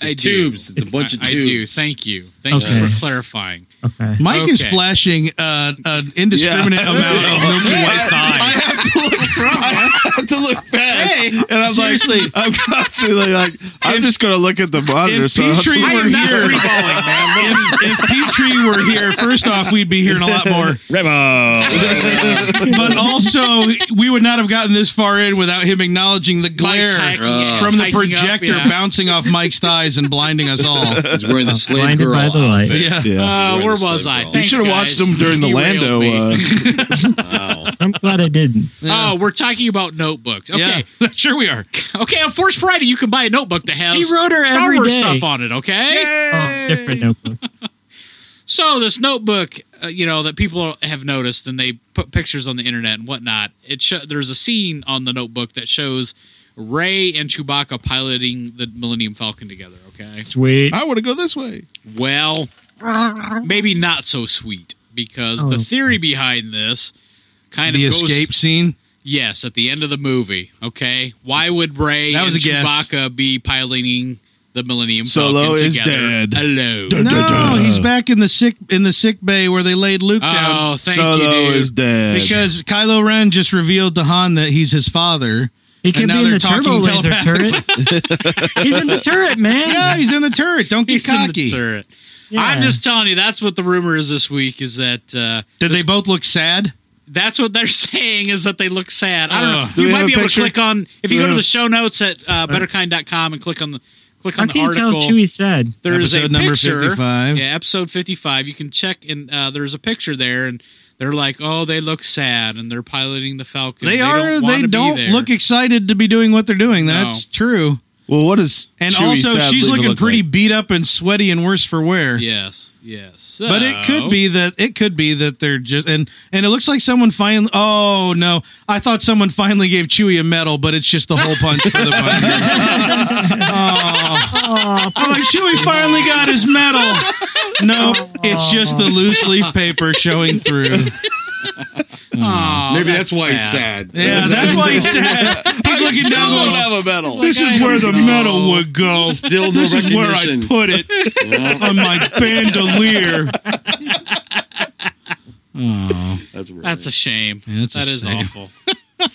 Speaker 3: I do.
Speaker 8: tubes. It's a bunch of
Speaker 3: I
Speaker 8: tubes.
Speaker 3: do. Thank you. Thank you
Speaker 5: Okay.
Speaker 3: for clarifying.
Speaker 5: Okay.
Speaker 2: Mike is
Speaker 3: Okay.
Speaker 2: flashing uh, an indiscriminate
Speaker 4: Yeah.
Speaker 2: amount of Milky Way
Speaker 4: I, I
Speaker 2: thigh.
Speaker 4: have to look. I have to look fast, and I'm
Speaker 2: Seriously.
Speaker 4: like, I'm constantly like, I'm just gonna look at the monitor.
Speaker 2: If
Speaker 4: so I don't have to
Speaker 2: Petrie
Speaker 4: look
Speaker 2: were
Speaker 4: at-
Speaker 2: here, if, if Petrie were here, first off, we'd be hearing a lot more. But also, we would not have gotten this far in without him acknowledging the
Speaker 3: Mike's
Speaker 2: glare
Speaker 8: uh,
Speaker 3: hacking it,
Speaker 2: from the
Speaker 3: hiking up,
Speaker 2: projector
Speaker 3: yeah.
Speaker 2: bouncing off Mike's thighs and blinding us all.
Speaker 8: He's wearing the slave
Speaker 5: Blinded
Speaker 8: girl.
Speaker 5: by the light.
Speaker 8: outfit.
Speaker 2: Yeah.
Speaker 4: Yeah.
Speaker 3: Uh,
Speaker 8: Join
Speaker 3: where
Speaker 8: us,
Speaker 3: was
Speaker 8: Lego.
Speaker 3: I?
Speaker 8: You
Speaker 4: you
Speaker 3: Thanks,
Speaker 4: should have
Speaker 3: guys.
Speaker 4: watched them during the Lando.
Speaker 3: Derailed me.
Speaker 4: Uh,
Speaker 8: Wow.
Speaker 5: I'm glad I didn't.
Speaker 3: Oh, we're talking about notebooks. Okay,
Speaker 2: Yeah. sure we are.
Speaker 3: okay. On Force Friday, you can buy a notebook that has
Speaker 5: He wrote her
Speaker 3: Star
Speaker 5: every
Speaker 3: Wars
Speaker 5: day.
Speaker 3: stuff on it. Okay.
Speaker 5: Oh, different notebook.
Speaker 3: So this notebook, uh, you know, that people have noticed, and they put pictures on the internet and whatnot. It sho there's a scene on the notebook that shows Ray and Chewbacca piloting the Millennium Falcon together. Okay,
Speaker 5: Sweet.
Speaker 2: Ah,
Speaker 4: I want to go this way.
Speaker 3: well, maybe not so sweet because the
Speaker 5: Oh.
Speaker 3: theory behind this kind
Speaker 2: The
Speaker 3: of goes,
Speaker 2: escape scene.
Speaker 3: Yes, at the end of the movie. Okay, why would Ray
Speaker 2: That was
Speaker 3: and
Speaker 2: a guess.
Speaker 3: Chewbacca be piloting the Millennium
Speaker 4: Solo
Speaker 3: Falcon
Speaker 4: is
Speaker 3: together?
Speaker 4: dead.
Speaker 3: Hello.
Speaker 4: Dun, dun,
Speaker 2: No,
Speaker 4: dun.
Speaker 2: he's back in the sick in the sick bay where they laid Luke down.
Speaker 3: Oh, thank
Speaker 4: Solo
Speaker 3: you, dude.
Speaker 4: is dead.
Speaker 2: Because Kylo Ren just revealed to Han that he's his father.
Speaker 5: He can
Speaker 2: now
Speaker 5: be in
Speaker 2: they're
Speaker 5: the turbo
Speaker 2: talking
Speaker 5: laser turret. He's in the turret, man.
Speaker 2: Yeah, he's in the turret. Don't get
Speaker 3: He's in the
Speaker 2: cocky.
Speaker 3: turret.
Speaker 5: Yeah.
Speaker 3: I'm just telling you, that's what the rumor is this week. Is that uh,
Speaker 2: Did
Speaker 3: this-
Speaker 2: they both look sad?
Speaker 3: That's what they're saying is that they look sad. I don't
Speaker 2: Ugh.
Speaker 3: know.
Speaker 4: Uh, Do
Speaker 3: you
Speaker 4: we
Speaker 3: might
Speaker 4: have
Speaker 3: be
Speaker 4: a
Speaker 3: able
Speaker 4: picture?
Speaker 3: to click on if you
Speaker 4: Do we
Speaker 3: go to
Speaker 4: have-
Speaker 3: the show notes at uh, betterkind.com and click on the click
Speaker 5: How
Speaker 3: on the
Speaker 5: can you tell
Speaker 3: article.
Speaker 5: Chewie said?
Speaker 3: there's
Speaker 2: Episode
Speaker 3: a
Speaker 2: number
Speaker 3: picture,
Speaker 2: 55.
Speaker 3: Yeah, episode 55. You can check and uh, there's a picture there, and they're like, "Oh, they look sad," and they're piloting the Falcon.
Speaker 2: They, are.
Speaker 3: Don't wanna
Speaker 2: They
Speaker 3: be
Speaker 2: don't
Speaker 3: there.
Speaker 2: look excited to be doing what they're doing.
Speaker 3: No.
Speaker 2: That's true.
Speaker 4: well, what is
Speaker 2: And
Speaker 4: Chewie
Speaker 2: also,
Speaker 4: sadly
Speaker 2: she's
Speaker 4: to
Speaker 2: looking
Speaker 4: look
Speaker 2: pretty
Speaker 4: like?
Speaker 2: beat up and sweaty and worse for wear.
Speaker 3: Yes, yes.
Speaker 2: But it could
Speaker 3: So-
Speaker 2: be that it could be that they're just and and it looks like someone finally. Oh no! I thought someone finally gave Chewie a medal, but it's just the hole punch for the punch. oh. I'm like Chewie finally got his medal. Nope, it's just the loose leaf paper showing through.
Speaker 3: Aw,
Speaker 8: Maybe that's, why he's sad.
Speaker 2: Yeah, that's why he's sad. He's looking down.
Speaker 4: Still don't
Speaker 2: going,
Speaker 4: have a medal.
Speaker 2: This is where the medal would go.
Speaker 8: Still no
Speaker 2: This is where I
Speaker 8: recognition.
Speaker 2: put it on my bandolier.
Speaker 8: That's, weird.
Speaker 3: That's a shame.
Speaker 2: that's a
Speaker 3: That is
Speaker 2: shame.
Speaker 3: awful. well, that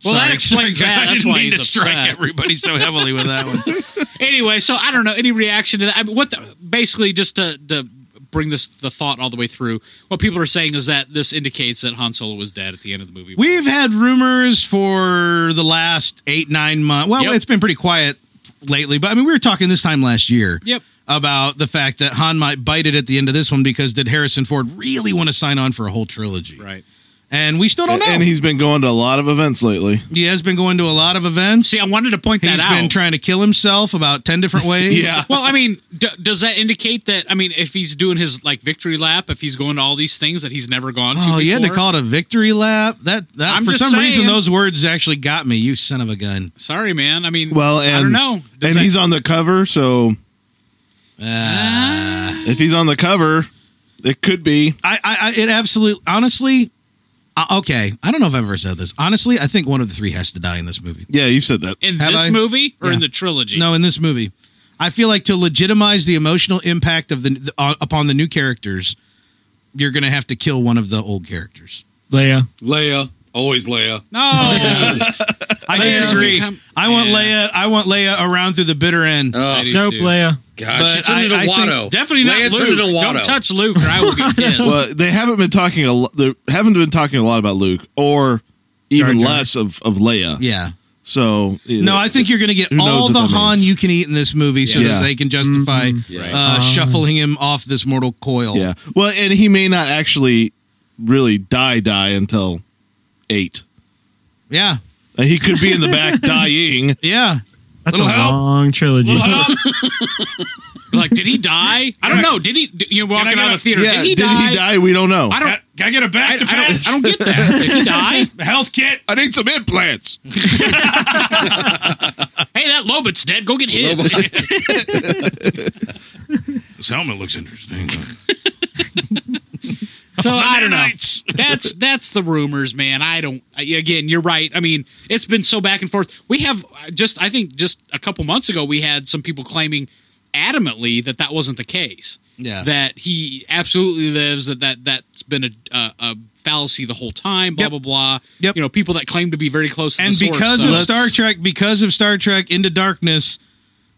Speaker 2: Sorry,
Speaker 3: explains
Speaker 2: sorry, guys,
Speaker 3: that.
Speaker 2: I
Speaker 3: That's
Speaker 2: didn't
Speaker 3: why
Speaker 2: mean
Speaker 3: he's
Speaker 2: to strike
Speaker 3: upset.
Speaker 2: everybody so heavily with that one.
Speaker 3: Anyway, so I don't know any reaction to that. I mean, what the, basically just to, to bring this the thought all the way through. What people are saying is that this indicates that Han Solo was dead at the end of the movie.
Speaker 2: We've had rumors for the last eight, nine months. Well,
Speaker 3: Yep.
Speaker 2: it's been pretty quiet lately, but I mean, we were talking this time last year.
Speaker 3: Yep.
Speaker 2: About the fact that Han might bite it at the end of this one because did Harrison Ford really want to sign on for a whole trilogy?
Speaker 3: right.
Speaker 2: And we still don't know.
Speaker 4: And he's been going to a lot of events lately.
Speaker 2: he has been going to a lot of events.
Speaker 3: See, I wanted to point that
Speaker 2: He's
Speaker 3: out.
Speaker 2: been trying to kill himself about 10 different ways.
Speaker 4: Yeah.
Speaker 3: well, I mean, d- does that indicate that? I mean, if he's doing his like victory lap, if he's going to all these things that he's never gone to,
Speaker 2: Oh, you had to
Speaker 3: before-
Speaker 2: call it a victory lap. That, that
Speaker 3: I'm
Speaker 2: for
Speaker 3: just
Speaker 2: some reason
Speaker 3: saying.
Speaker 2: those words actually got me. You son of a gun.
Speaker 3: Sorry, man. I mean,
Speaker 4: Well, and
Speaker 3: I don't know. Does
Speaker 4: and
Speaker 3: that-
Speaker 4: he's on the cover, so
Speaker 2: Uh,
Speaker 4: if he's on the cover, it could be.
Speaker 2: I, I, I it absolutely, honestly, uh, okay. I don't know if I've ever said this. Honestly, I think one of the three has to die in this movie.
Speaker 4: Yeah, you said that.
Speaker 3: in
Speaker 2: have
Speaker 3: this
Speaker 2: I-
Speaker 3: movie or
Speaker 2: Yeah.
Speaker 3: in the trilogy.
Speaker 2: No, in this movie, I feel like to legitimize the emotional impact of the, the uh, upon the new characters, you're going to have to kill one of the old characters.
Speaker 5: Leia.
Speaker 8: Leia. Always Leia. Oh,
Speaker 3: no.
Speaker 2: I
Speaker 3: Leia
Speaker 2: disagree.
Speaker 3: become-
Speaker 2: I want
Speaker 3: Yeah.
Speaker 2: Leia. I want Leia around through the bitter end.
Speaker 8: Oh,
Speaker 5: Nope, Leia.
Speaker 8: God. She
Speaker 2: But
Speaker 8: turned
Speaker 2: I-
Speaker 8: into
Speaker 2: I think
Speaker 8: Watto.
Speaker 3: Definitely
Speaker 8: Leia
Speaker 3: not Luke.
Speaker 8: turned into Watto.
Speaker 3: Don't touch Luke, or I will be pissed.
Speaker 4: Well, they haven't been talking a lo- they haven't been talking a lot about Luke or even less of of Leia.
Speaker 2: yeah.
Speaker 4: So
Speaker 2: No, I think you're going to get
Speaker 4: Who knows
Speaker 2: all
Speaker 4: what
Speaker 2: the
Speaker 4: that
Speaker 2: Han
Speaker 4: means.
Speaker 2: you can eat in this movie, so
Speaker 4: Yeah.
Speaker 2: that they can justify uh, shuffling him off this mortal coil.
Speaker 4: Yeah. Well, and he may not actually really die die until eight.
Speaker 2: yeah,
Speaker 4: Uh, He could be in the back dying.
Speaker 2: yeah.
Speaker 5: That's
Speaker 2: Little
Speaker 5: a
Speaker 2: help.
Speaker 5: long trilogy.
Speaker 3: like, did he die? I don't know. Did he? d- You're walking out of the theater.
Speaker 4: Yeah.
Speaker 3: did he die?
Speaker 4: We don't know.
Speaker 3: I don't.
Speaker 6: Can I get a
Speaker 3: I, I
Speaker 6: back to
Speaker 3: don't.
Speaker 6: patch?
Speaker 3: I don't get that. Did he die?
Speaker 6: A health kit?
Speaker 4: I need some implants.
Speaker 3: Hey, that Lobit's dead. Go get hit.
Speaker 2: His helmet looks interesting.
Speaker 3: So I don't know.
Speaker 2: Knights.
Speaker 3: That's that's the rumors, man. I don't. I- Again, you're right. I mean, it's been so back and forth. We have uh, just, I think, just a couple months ago, we had some people claiming adamantly that that wasn't the case.
Speaker 4: Yeah.
Speaker 3: That he absolutely lives. That that that's been a a, a fallacy the whole time. Blah
Speaker 2: Yep.
Speaker 3: blah blah.
Speaker 2: Yep.
Speaker 3: You know, people that claim to be very close. To
Speaker 2: and
Speaker 3: the source,
Speaker 2: because
Speaker 3: so-
Speaker 2: of
Speaker 4: Let's-
Speaker 2: Star Trek, because of Star Trek Into Darkness,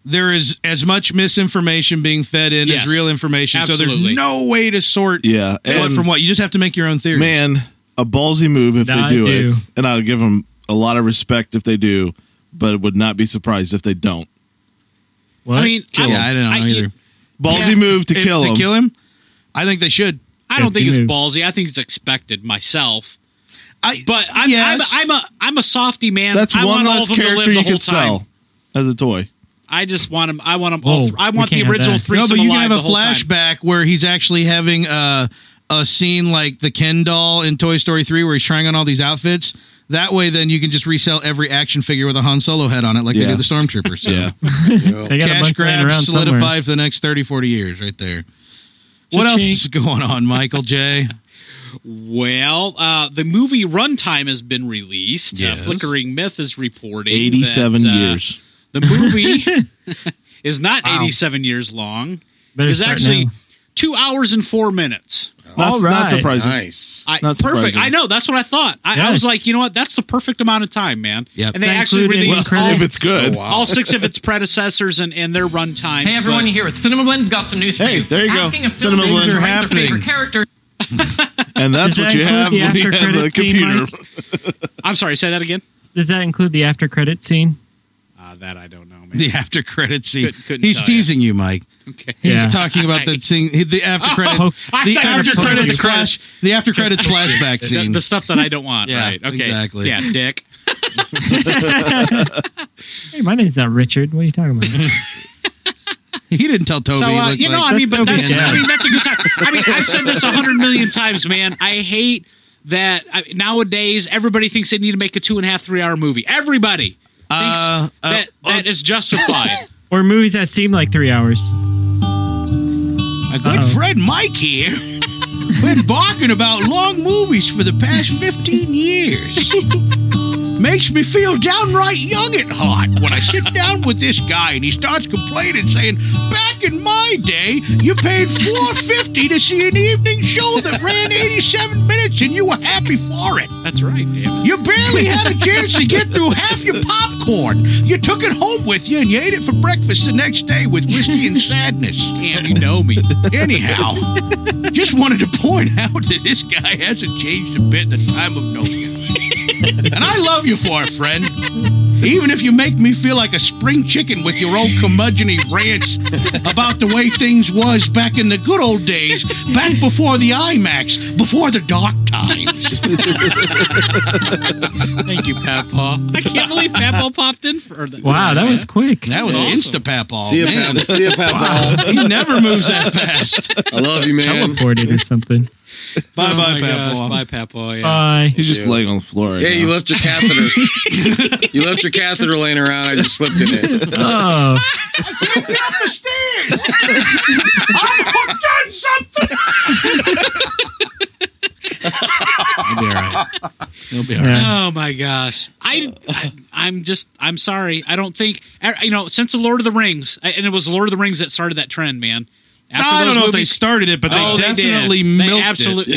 Speaker 2: there is as much misinformation being fed in
Speaker 3: Yes.
Speaker 2: as real information. So
Speaker 3: Absolutely.
Speaker 2: there's no way to sort
Speaker 4: Yeah,
Speaker 2: what
Speaker 4: and-
Speaker 2: from what. You just have to make your own theory.
Speaker 4: man, a ballsy move if
Speaker 5: I
Speaker 4: they do,
Speaker 5: do.
Speaker 4: it, and I'll give them a lot of respect if they do, but would not be surprised if they don't.
Speaker 5: What?
Speaker 3: I mean,
Speaker 4: Kill
Speaker 3: I,
Speaker 4: him.
Speaker 3: I
Speaker 6: don't know either.
Speaker 4: Ballsy
Speaker 3: Yeah.
Speaker 4: move to
Speaker 2: If-
Speaker 4: kill
Speaker 2: To
Speaker 4: him.
Speaker 2: kill him, I think they should.
Speaker 3: I don't think
Speaker 5: Fancy
Speaker 3: it's
Speaker 5: move.
Speaker 3: ballsy. I think it's expected myself.
Speaker 2: I,
Speaker 3: But I'm,
Speaker 2: Yes.
Speaker 3: I'm, I'm a I'm a softy man.
Speaker 4: That's
Speaker 3: I
Speaker 4: one
Speaker 3: want all
Speaker 4: less
Speaker 3: of them to live
Speaker 4: character
Speaker 3: the
Speaker 4: you can
Speaker 3: whole time.
Speaker 4: sell as a toy.
Speaker 3: I just want them. I want them
Speaker 5: Whoa,
Speaker 3: all. Th- I
Speaker 5: we
Speaker 3: want the
Speaker 5: can't have
Speaker 3: original
Speaker 5: that.
Speaker 3: three.
Speaker 2: no, but you can have a flashback
Speaker 3: flashback.
Speaker 2: where he's actually having a a scene like the Ken doll in Toy Story three, where he's trying on all these outfits. That way, then you can just resell every action figure with a Han Solo head on it, like they
Speaker 4: Yeah.
Speaker 2: do the stormtroopers. So.
Speaker 4: Yeah,
Speaker 5: they got a
Speaker 2: cash
Speaker 5: bunch laying
Speaker 2: grab
Speaker 5: around
Speaker 2: solidified
Speaker 5: somewhere.
Speaker 2: for the next 30 40 years right there what else is going on michael j
Speaker 3: Well, uh, the movie Runtime has been released. Uh, Flickering Myth is reporting that,
Speaker 4: eighty-seven
Speaker 3: uh,
Speaker 4: years.
Speaker 3: The movie is not
Speaker 5: Wow.
Speaker 3: 87 years long.
Speaker 5: Better
Speaker 3: it's
Speaker 5: start
Speaker 3: actually
Speaker 5: now.
Speaker 3: two hours and four minutes.
Speaker 4: Not,
Speaker 5: All
Speaker 4: not
Speaker 5: right.
Speaker 4: surprising.
Speaker 7: Nice.
Speaker 3: I,
Speaker 4: Not
Speaker 3: perfect.
Speaker 4: surprising.
Speaker 3: I know. That's what I thought. I, I
Speaker 5: Yes.
Speaker 3: was like, you know what? That's the perfect amount of time, man. Yeah. And they
Speaker 5: That
Speaker 3: actually
Speaker 5: included
Speaker 3: released
Speaker 5: incredible-
Speaker 3: all,
Speaker 4: If it's good,
Speaker 3: all six of its predecessors and, and their runtime.
Speaker 14: Hey everyone,
Speaker 3: but-
Speaker 14: you here with Cinema Blend. We've got some news for
Speaker 4: Hey,
Speaker 14: you.
Speaker 4: there you go.
Speaker 14: Asking if
Speaker 4: Cinema
Speaker 14: film
Speaker 4: Blend. They're
Speaker 14: majors rank their
Speaker 2: happening.
Speaker 14: favorite character.
Speaker 4: and that's
Speaker 5: Does that
Speaker 4: what you
Speaker 5: include
Speaker 4: have
Speaker 5: the
Speaker 4: when you
Speaker 5: after
Speaker 4: have the
Speaker 5: credits scene,
Speaker 4: computer.
Speaker 5: Mike?
Speaker 3: I'm sorry. Say that again.
Speaker 5: Does that include the after credit scene?
Speaker 3: Uh, that I don't know, man.
Speaker 2: the after credit scene
Speaker 3: Couldn't- couldn't
Speaker 2: he's
Speaker 3: tell ya.
Speaker 2: teasing you mike
Speaker 3: Okay.
Speaker 2: he's
Speaker 5: Yeah.
Speaker 2: talking about the scene the after credit
Speaker 5: Oh,
Speaker 3: I
Speaker 2: the
Speaker 3: thought you were
Speaker 2: after
Speaker 3: just talking
Speaker 2: credit
Speaker 3: about the
Speaker 2: flash the after credit flashback
Speaker 3: The-
Speaker 2: scene
Speaker 3: The, stuff that I don't want.
Speaker 2: Yeah,
Speaker 3: right. Okay.
Speaker 2: exactly.
Speaker 3: Yeah, dick.
Speaker 5: Hey, my name's not Richard. What are you talking about?
Speaker 2: he didn't tell toby
Speaker 3: so
Speaker 2: he
Speaker 3: uh,
Speaker 2: looked
Speaker 3: you know,
Speaker 2: like-
Speaker 3: I mean,
Speaker 5: That's
Speaker 3: but
Speaker 5: Sophie's
Speaker 3: that's I
Speaker 5: dad.
Speaker 3: mean, that's a good time. I mean, I've said this a hundred million times, man. I hate that I, nowadays everybody thinks they need to make a two and a half, three hour movie. Everybody thinks
Speaker 2: Uh, uh,
Speaker 3: that that is justified.
Speaker 5: or movies that seem like three hours.
Speaker 2: My good
Speaker 5: Uh-oh.
Speaker 2: friend Mike here. Been barking about long movies for the past 15 years. Makes me feel downright young at heart when I sit down with this guy and he starts complaining, saying, "Back in my day, you paid 4.50 to see an evening show that ran 87 minutes, and you were happy for it."
Speaker 3: that's right, damn.
Speaker 2: You barely had a chance to get through half your popcorn. You took it home with you and you ate it for breakfast the next day with whiskey and sadness.
Speaker 3: Damn, you know me.
Speaker 2: Anyhow, just wanted to point out that this guy hasn't changed a bit in the time of knowing him. and I love you for it, friend. Even if you make me feel like a spring chicken with your old curmudgeony rants about the way things was back in the good old days, back before the IMAX, before the dark times. Thank you, Papa.
Speaker 3: I can't believe Papa popped in for the,
Speaker 5: Wow, that was quick.
Speaker 2: That was
Speaker 3: Awesome.
Speaker 2: Insta Papa.
Speaker 7: See ya,
Speaker 2: man.
Speaker 7: Papa. See ya, Papa.
Speaker 2: He never moves that fast.
Speaker 7: I love you, man.
Speaker 5: teleported or something.
Speaker 2: Bye,
Speaker 3: Oh
Speaker 2: bye,
Speaker 3: my gosh,
Speaker 2: Papa.
Speaker 3: Bye, Papa. Yeah.
Speaker 5: Bye.
Speaker 4: He's just laying on the floor. Right
Speaker 7: Yeah,
Speaker 4: now.
Speaker 7: you left your catheter. you left your catheter laying around. I just slipped in it.
Speaker 5: Oh,
Speaker 2: He'll be all right. He'll be all right.
Speaker 5: yeah.
Speaker 3: Oh my gosh! I, I I'm just I'm sorry. I don't think I- you know since the Lord of the Rings, I- and it was Lord of the Rings that started that trend, man. After
Speaker 2: I don't
Speaker 3: those
Speaker 2: know if they
Speaker 3: movies-
Speaker 2: started it, but they
Speaker 3: Oh, did.
Speaker 2: definitely
Speaker 3: They
Speaker 2: milked
Speaker 3: absolute-
Speaker 2: it.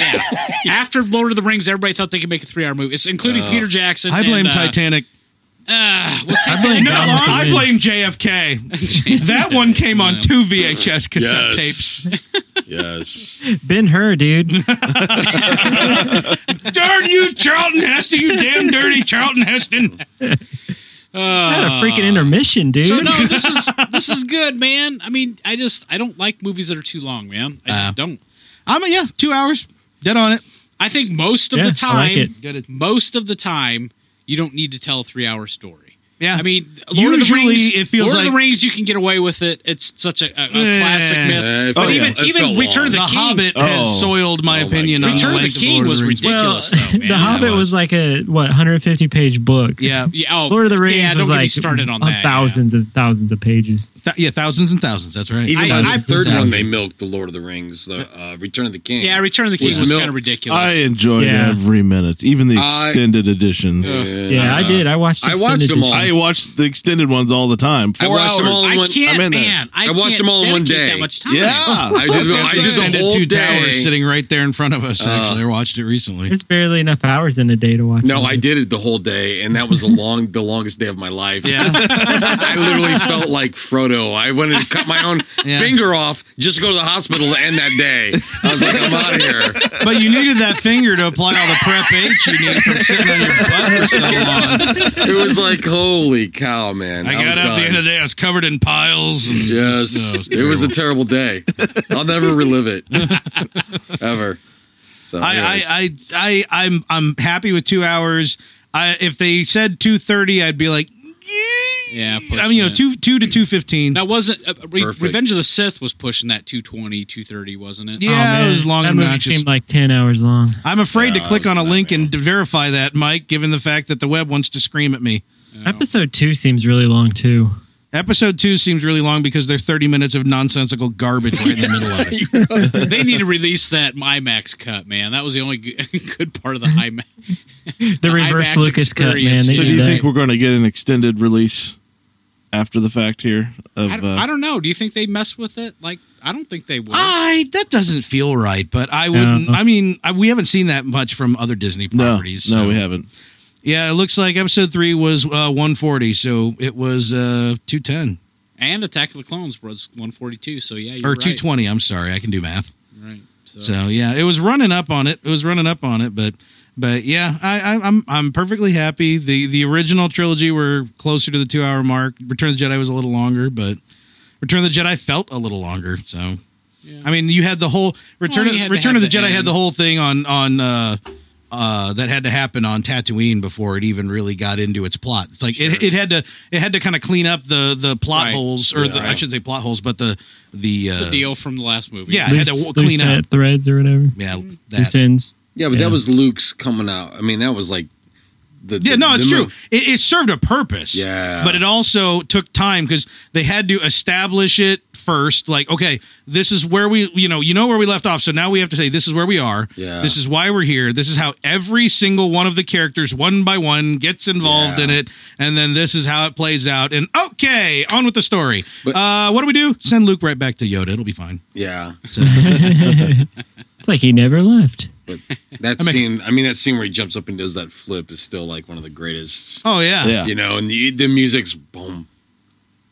Speaker 3: yeah. After Lord of the Rings, everybody thought they could make a three-hour movie, it's including Peter Jackson.
Speaker 2: I blame
Speaker 3: and, uh,
Speaker 2: Titanic.
Speaker 3: Uh, what's
Speaker 5: I
Speaker 3: Titanic?
Speaker 5: blame
Speaker 2: No,
Speaker 5: Donald
Speaker 2: I
Speaker 5: Trump.
Speaker 2: blame JFK. that one came on two VHS cassette tapes.
Speaker 8: Yes.
Speaker 5: Been her, dude.
Speaker 2: Darn you, Charlton Heston! You damn dirty Charlton Heston!
Speaker 5: Had a freaking intermission, dude.
Speaker 3: So no, this is this is good, man. I mean, I just I don't like movies that are too long, man. I
Speaker 2: Uh,
Speaker 3: just don't.
Speaker 2: I'm yeah, two hours dead on it.
Speaker 3: I think most of
Speaker 5: Yeah,
Speaker 3: the
Speaker 5: I like
Speaker 3: time,
Speaker 5: it.
Speaker 2: Get it.
Speaker 3: most of the time, you don't need to tell a three-hour story.
Speaker 2: Yeah.
Speaker 3: I mean,
Speaker 2: Usually,
Speaker 3: Lord of the Rings.
Speaker 2: it feels
Speaker 3: Lord
Speaker 2: like-
Speaker 3: of the Rings. You can get away with it. It's such a, a, a classic
Speaker 2: Yeah.
Speaker 3: myth.
Speaker 8: Uh, it
Speaker 4: But
Speaker 8: felt-
Speaker 4: even-
Speaker 8: it
Speaker 3: even
Speaker 8: felt
Speaker 3: Return of
Speaker 2: The
Speaker 8: long.
Speaker 2: Hobbit
Speaker 4: Oh.
Speaker 2: has soiled my
Speaker 8: Oh my
Speaker 2: opinion on the
Speaker 3: Return of the
Speaker 2: length
Speaker 3: King
Speaker 2: Lord of
Speaker 3: was
Speaker 2: the Rings.
Speaker 3: ridiculous, though. Man.
Speaker 5: the Hobbit was. like a what 150 page book.
Speaker 2: Yeah,
Speaker 3: Yeah, oh,
Speaker 5: Lord of the Rings
Speaker 3: Yeah, don't
Speaker 5: was
Speaker 3: get me
Speaker 5: like
Speaker 3: started on
Speaker 5: a
Speaker 3: that. yeah.
Speaker 5: thousands of thousands of pages.
Speaker 2: Th- yeah, thousands and thousands. That's right.
Speaker 8: Even
Speaker 3: I-
Speaker 8: by
Speaker 3: I-
Speaker 8: the third one,
Speaker 2: Thousand.
Speaker 8: they milked the Lord of the Rings, the uh, Return of the King.
Speaker 3: Yeah, Return of the King
Speaker 8: Was
Speaker 3: was,
Speaker 8: milked.
Speaker 3: kind of ridiculous.
Speaker 4: I enjoyed
Speaker 5: Yeah.
Speaker 4: every minute, even the
Speaker 8: I-
Speaker 4: extended editions.
Speaker 5: Yeah, I did. I watched.
Speaker 8: I watched
Speaker 5: extended
Speaker 8: them all.
Speaker 4: I watched the extended ones all the time.
Speaker 8: I
Speaker 4: Four
Speaker 8: watched them
Speaker 4: hours.
Speaker 8: all in
Speaker 3: I
Speaker 8: one.
Speaker 3: can't,
Speaker 4: I'm in there.
Speaker 3: man. I,
Speaker 8: I watched
Speaker 3: can't
Speaker 8: them all in one
Speaker 3: dedicate
Speaker 8: day.
Speaker 3: That much time.
Speaker 4: Yeah,
Speaker 8: I did. I
Speaker 2: I
Speaker 8: did
Speaker 2: just
Speaker 8: the
Speaker 2: ended
Speaker 8: whole
Speaker 2: two towers
Speaker 8: day. Oh.
Speaker 2: sitting right there in front of us. Actually, I watched it recently.
Speaker 5: There's barely enough hours in a day to watch.
Speaker 8: No,
Speaker 5: it.
Speaker 8: I did it the whole day, and that was the long, the longest day of my life.
Speaker 2: Yeah,
Speaker 8: I literally felt like Frodo. I wanted to cut my own
Speaker 2: Yeah.
Speaker 8: finger off just to go to the hospital to end that day. I was like, I'm out of here.
Speaker 2: but you needed that finger to apply all the prep H you need from sitting on your butt for so long.
Speaker 8: It was like, holy cow, man!
Speaker 2: I,
Speaker 8: was
Speaker 2: got up at
Speaker 8: done.
Speaker 2: the end of the day. I was covered in piles. And
Speaker 8: Yes, it was a terrible day. I'll never relive it, ever. So,
Speaker 2: I,
Speaker 8: anyways.
Speaker 2: I, I, I, I'm, I'm happy with two hours. I, if they said two thirty, I'd be like,
Speaker 3: Yeah,
Speaker 2: I mean, you know,
Speaker 3: pushing it.
Speaker 2: two, two to two fifteen.
Speaker 3: That wasn't uh, Re-
Speaker 8: Perfect.
Speaker 3: Revenge of the Sith was pushing that 220, 230, wasn't it?
Speaker 5: Oh,
Speaker 2: Yeah, it
Speaker 5: man.
Speaker 2: was long
Speaker 5: That
Speaker 2: and
Speaker 5: movie
Speaker 2: obnoxious.
Speaker 5: seemed like ten hours long.
Speaker 2: I'm afraid
Speaker 8: Yeah,
Speaker 2: to click
Speaker 8: it was
Speaker 2: on a
Speaker 8: not
Speaker 2: link
Speaker 8: real.
Speaker 2: and to verify that, Mike, given the fact that the web wants to scream at me.
Speaker 5: Episode two seems really long too.
Speaker 2: Episode two seems really long because they're 30 minutes of nonsensical garbage right in the middle of it.
Speaker 3: they need to release that IMAX cut, man. That was the only good, good part of the IMAX.
Speaker 5: The reverse
Speaker 3: IMAX
Speaker 5: Lucas cut, man. They
Speaker 3: experience.
Speaker 4: So do
Speaker 5: did
Speaker 4: you
Speaker 5: that.
Speaker 4: think we're going to get an extended release after the fact here? Of
Speaker 3: I don't,
Speaker 4: uh,
Speaker 3: I don't know. Do you think they mess with it? Like, I don't think they would.
Speaker 2: I that doesn't feel right, but I wouldn't. I mean, I, we haven't seen that much from other Disney
Speaker 4: no,
Speaker 2: properties.
Speaker 4: no,
Speaker 2: so-
Speaker 4: we haven't.
Speaker 2: Yeah, it looks like episode three was uh, 140, so it was uh, 210
Speaker 3: and Attack of the Clones was 142, so yeah, you're
Speaker 2: or
Speaker 3: right.
Speaker 2: 220. I'm sorry, I can do math.
Speaker 3: Right. So,
Speaker 2: So yeah, it was running up on it. It was running up on it, but but yeah, I, I I'm I'm perfectly happy. The the original trilogy were closer to the two hour mark. Return of the Jedi was a little longer, but Return of the Jedi felt a little longer. So I mean, you had the whole Return
Speaker 3: Well, you had
Speaker 2: of,
Speaker 3: to
Speaker 2: Return
Speaker 3: have
Speaker 2: of the,
Speaker 3: the
Speaker 2: Jedi had
Speaker 3: end.
Speaker 2: the whole thing on on uh, uh, that had to happen on Tatooine before it even really got into its plot. It's like it, it had to it had to kind of clean up the the plot
Speaker 3: Right.
Speaker 2: holes or the, I
Speaker 3: right.
Speaker 2: shouldn't say plot holes, but the the, uh,
Speaker 3: the deal from the last movie.
Speaker 2: Yeah. I had to
Speaker 5: Loose-
Speaker 2: w- clean
Speaker 5: loose
Speaker 2: up.
Speaker 5: end threads or whatever.
Speaker 2: yeah that
Speaker 5: Loose ends.
Speaker 8: yeah, but
Speaker 5: Yeah.
Speaker 8: that was Luke's coming out. I mean, that was like the
Speaker 2: Yeah,
Speaker 8: the-
Speaker 2: no, it's
Speaker 8: the
Speaker 2: true.
Speaker 8: mo-
Speaker 2: It, it served a purpose.
Speaker 8: Yeah.
Speaker 2: But it also took time because they had to establish it first. Like, okay, this is where we, you know, you know where we left off. So now we have to say this is where we are.
Speaker 8: Yeah.
Speaker 2: This is why we're here. This is how every single one of the characters, one by one, gets involved
Speaker 8: Yeah.
Speaker 2: in it, and then this is how it plays out. And okay, on with the story.
Speaker 8: But-
Speaker 2: uh, what do we do? Send Luke right back to Yoda. It'll be fine.
Speaker 8: Yeah,
Speaker 2: So,
Speaker 5: It's like he never left.
Speaker 8: but that scene. I mean, that scene where he jumps up and does that flip is still like one of the greatest.
Speaker 2: oh yeah.
Speaker 4: Yeah.
Speaker 8: You know, and the, the music's boom,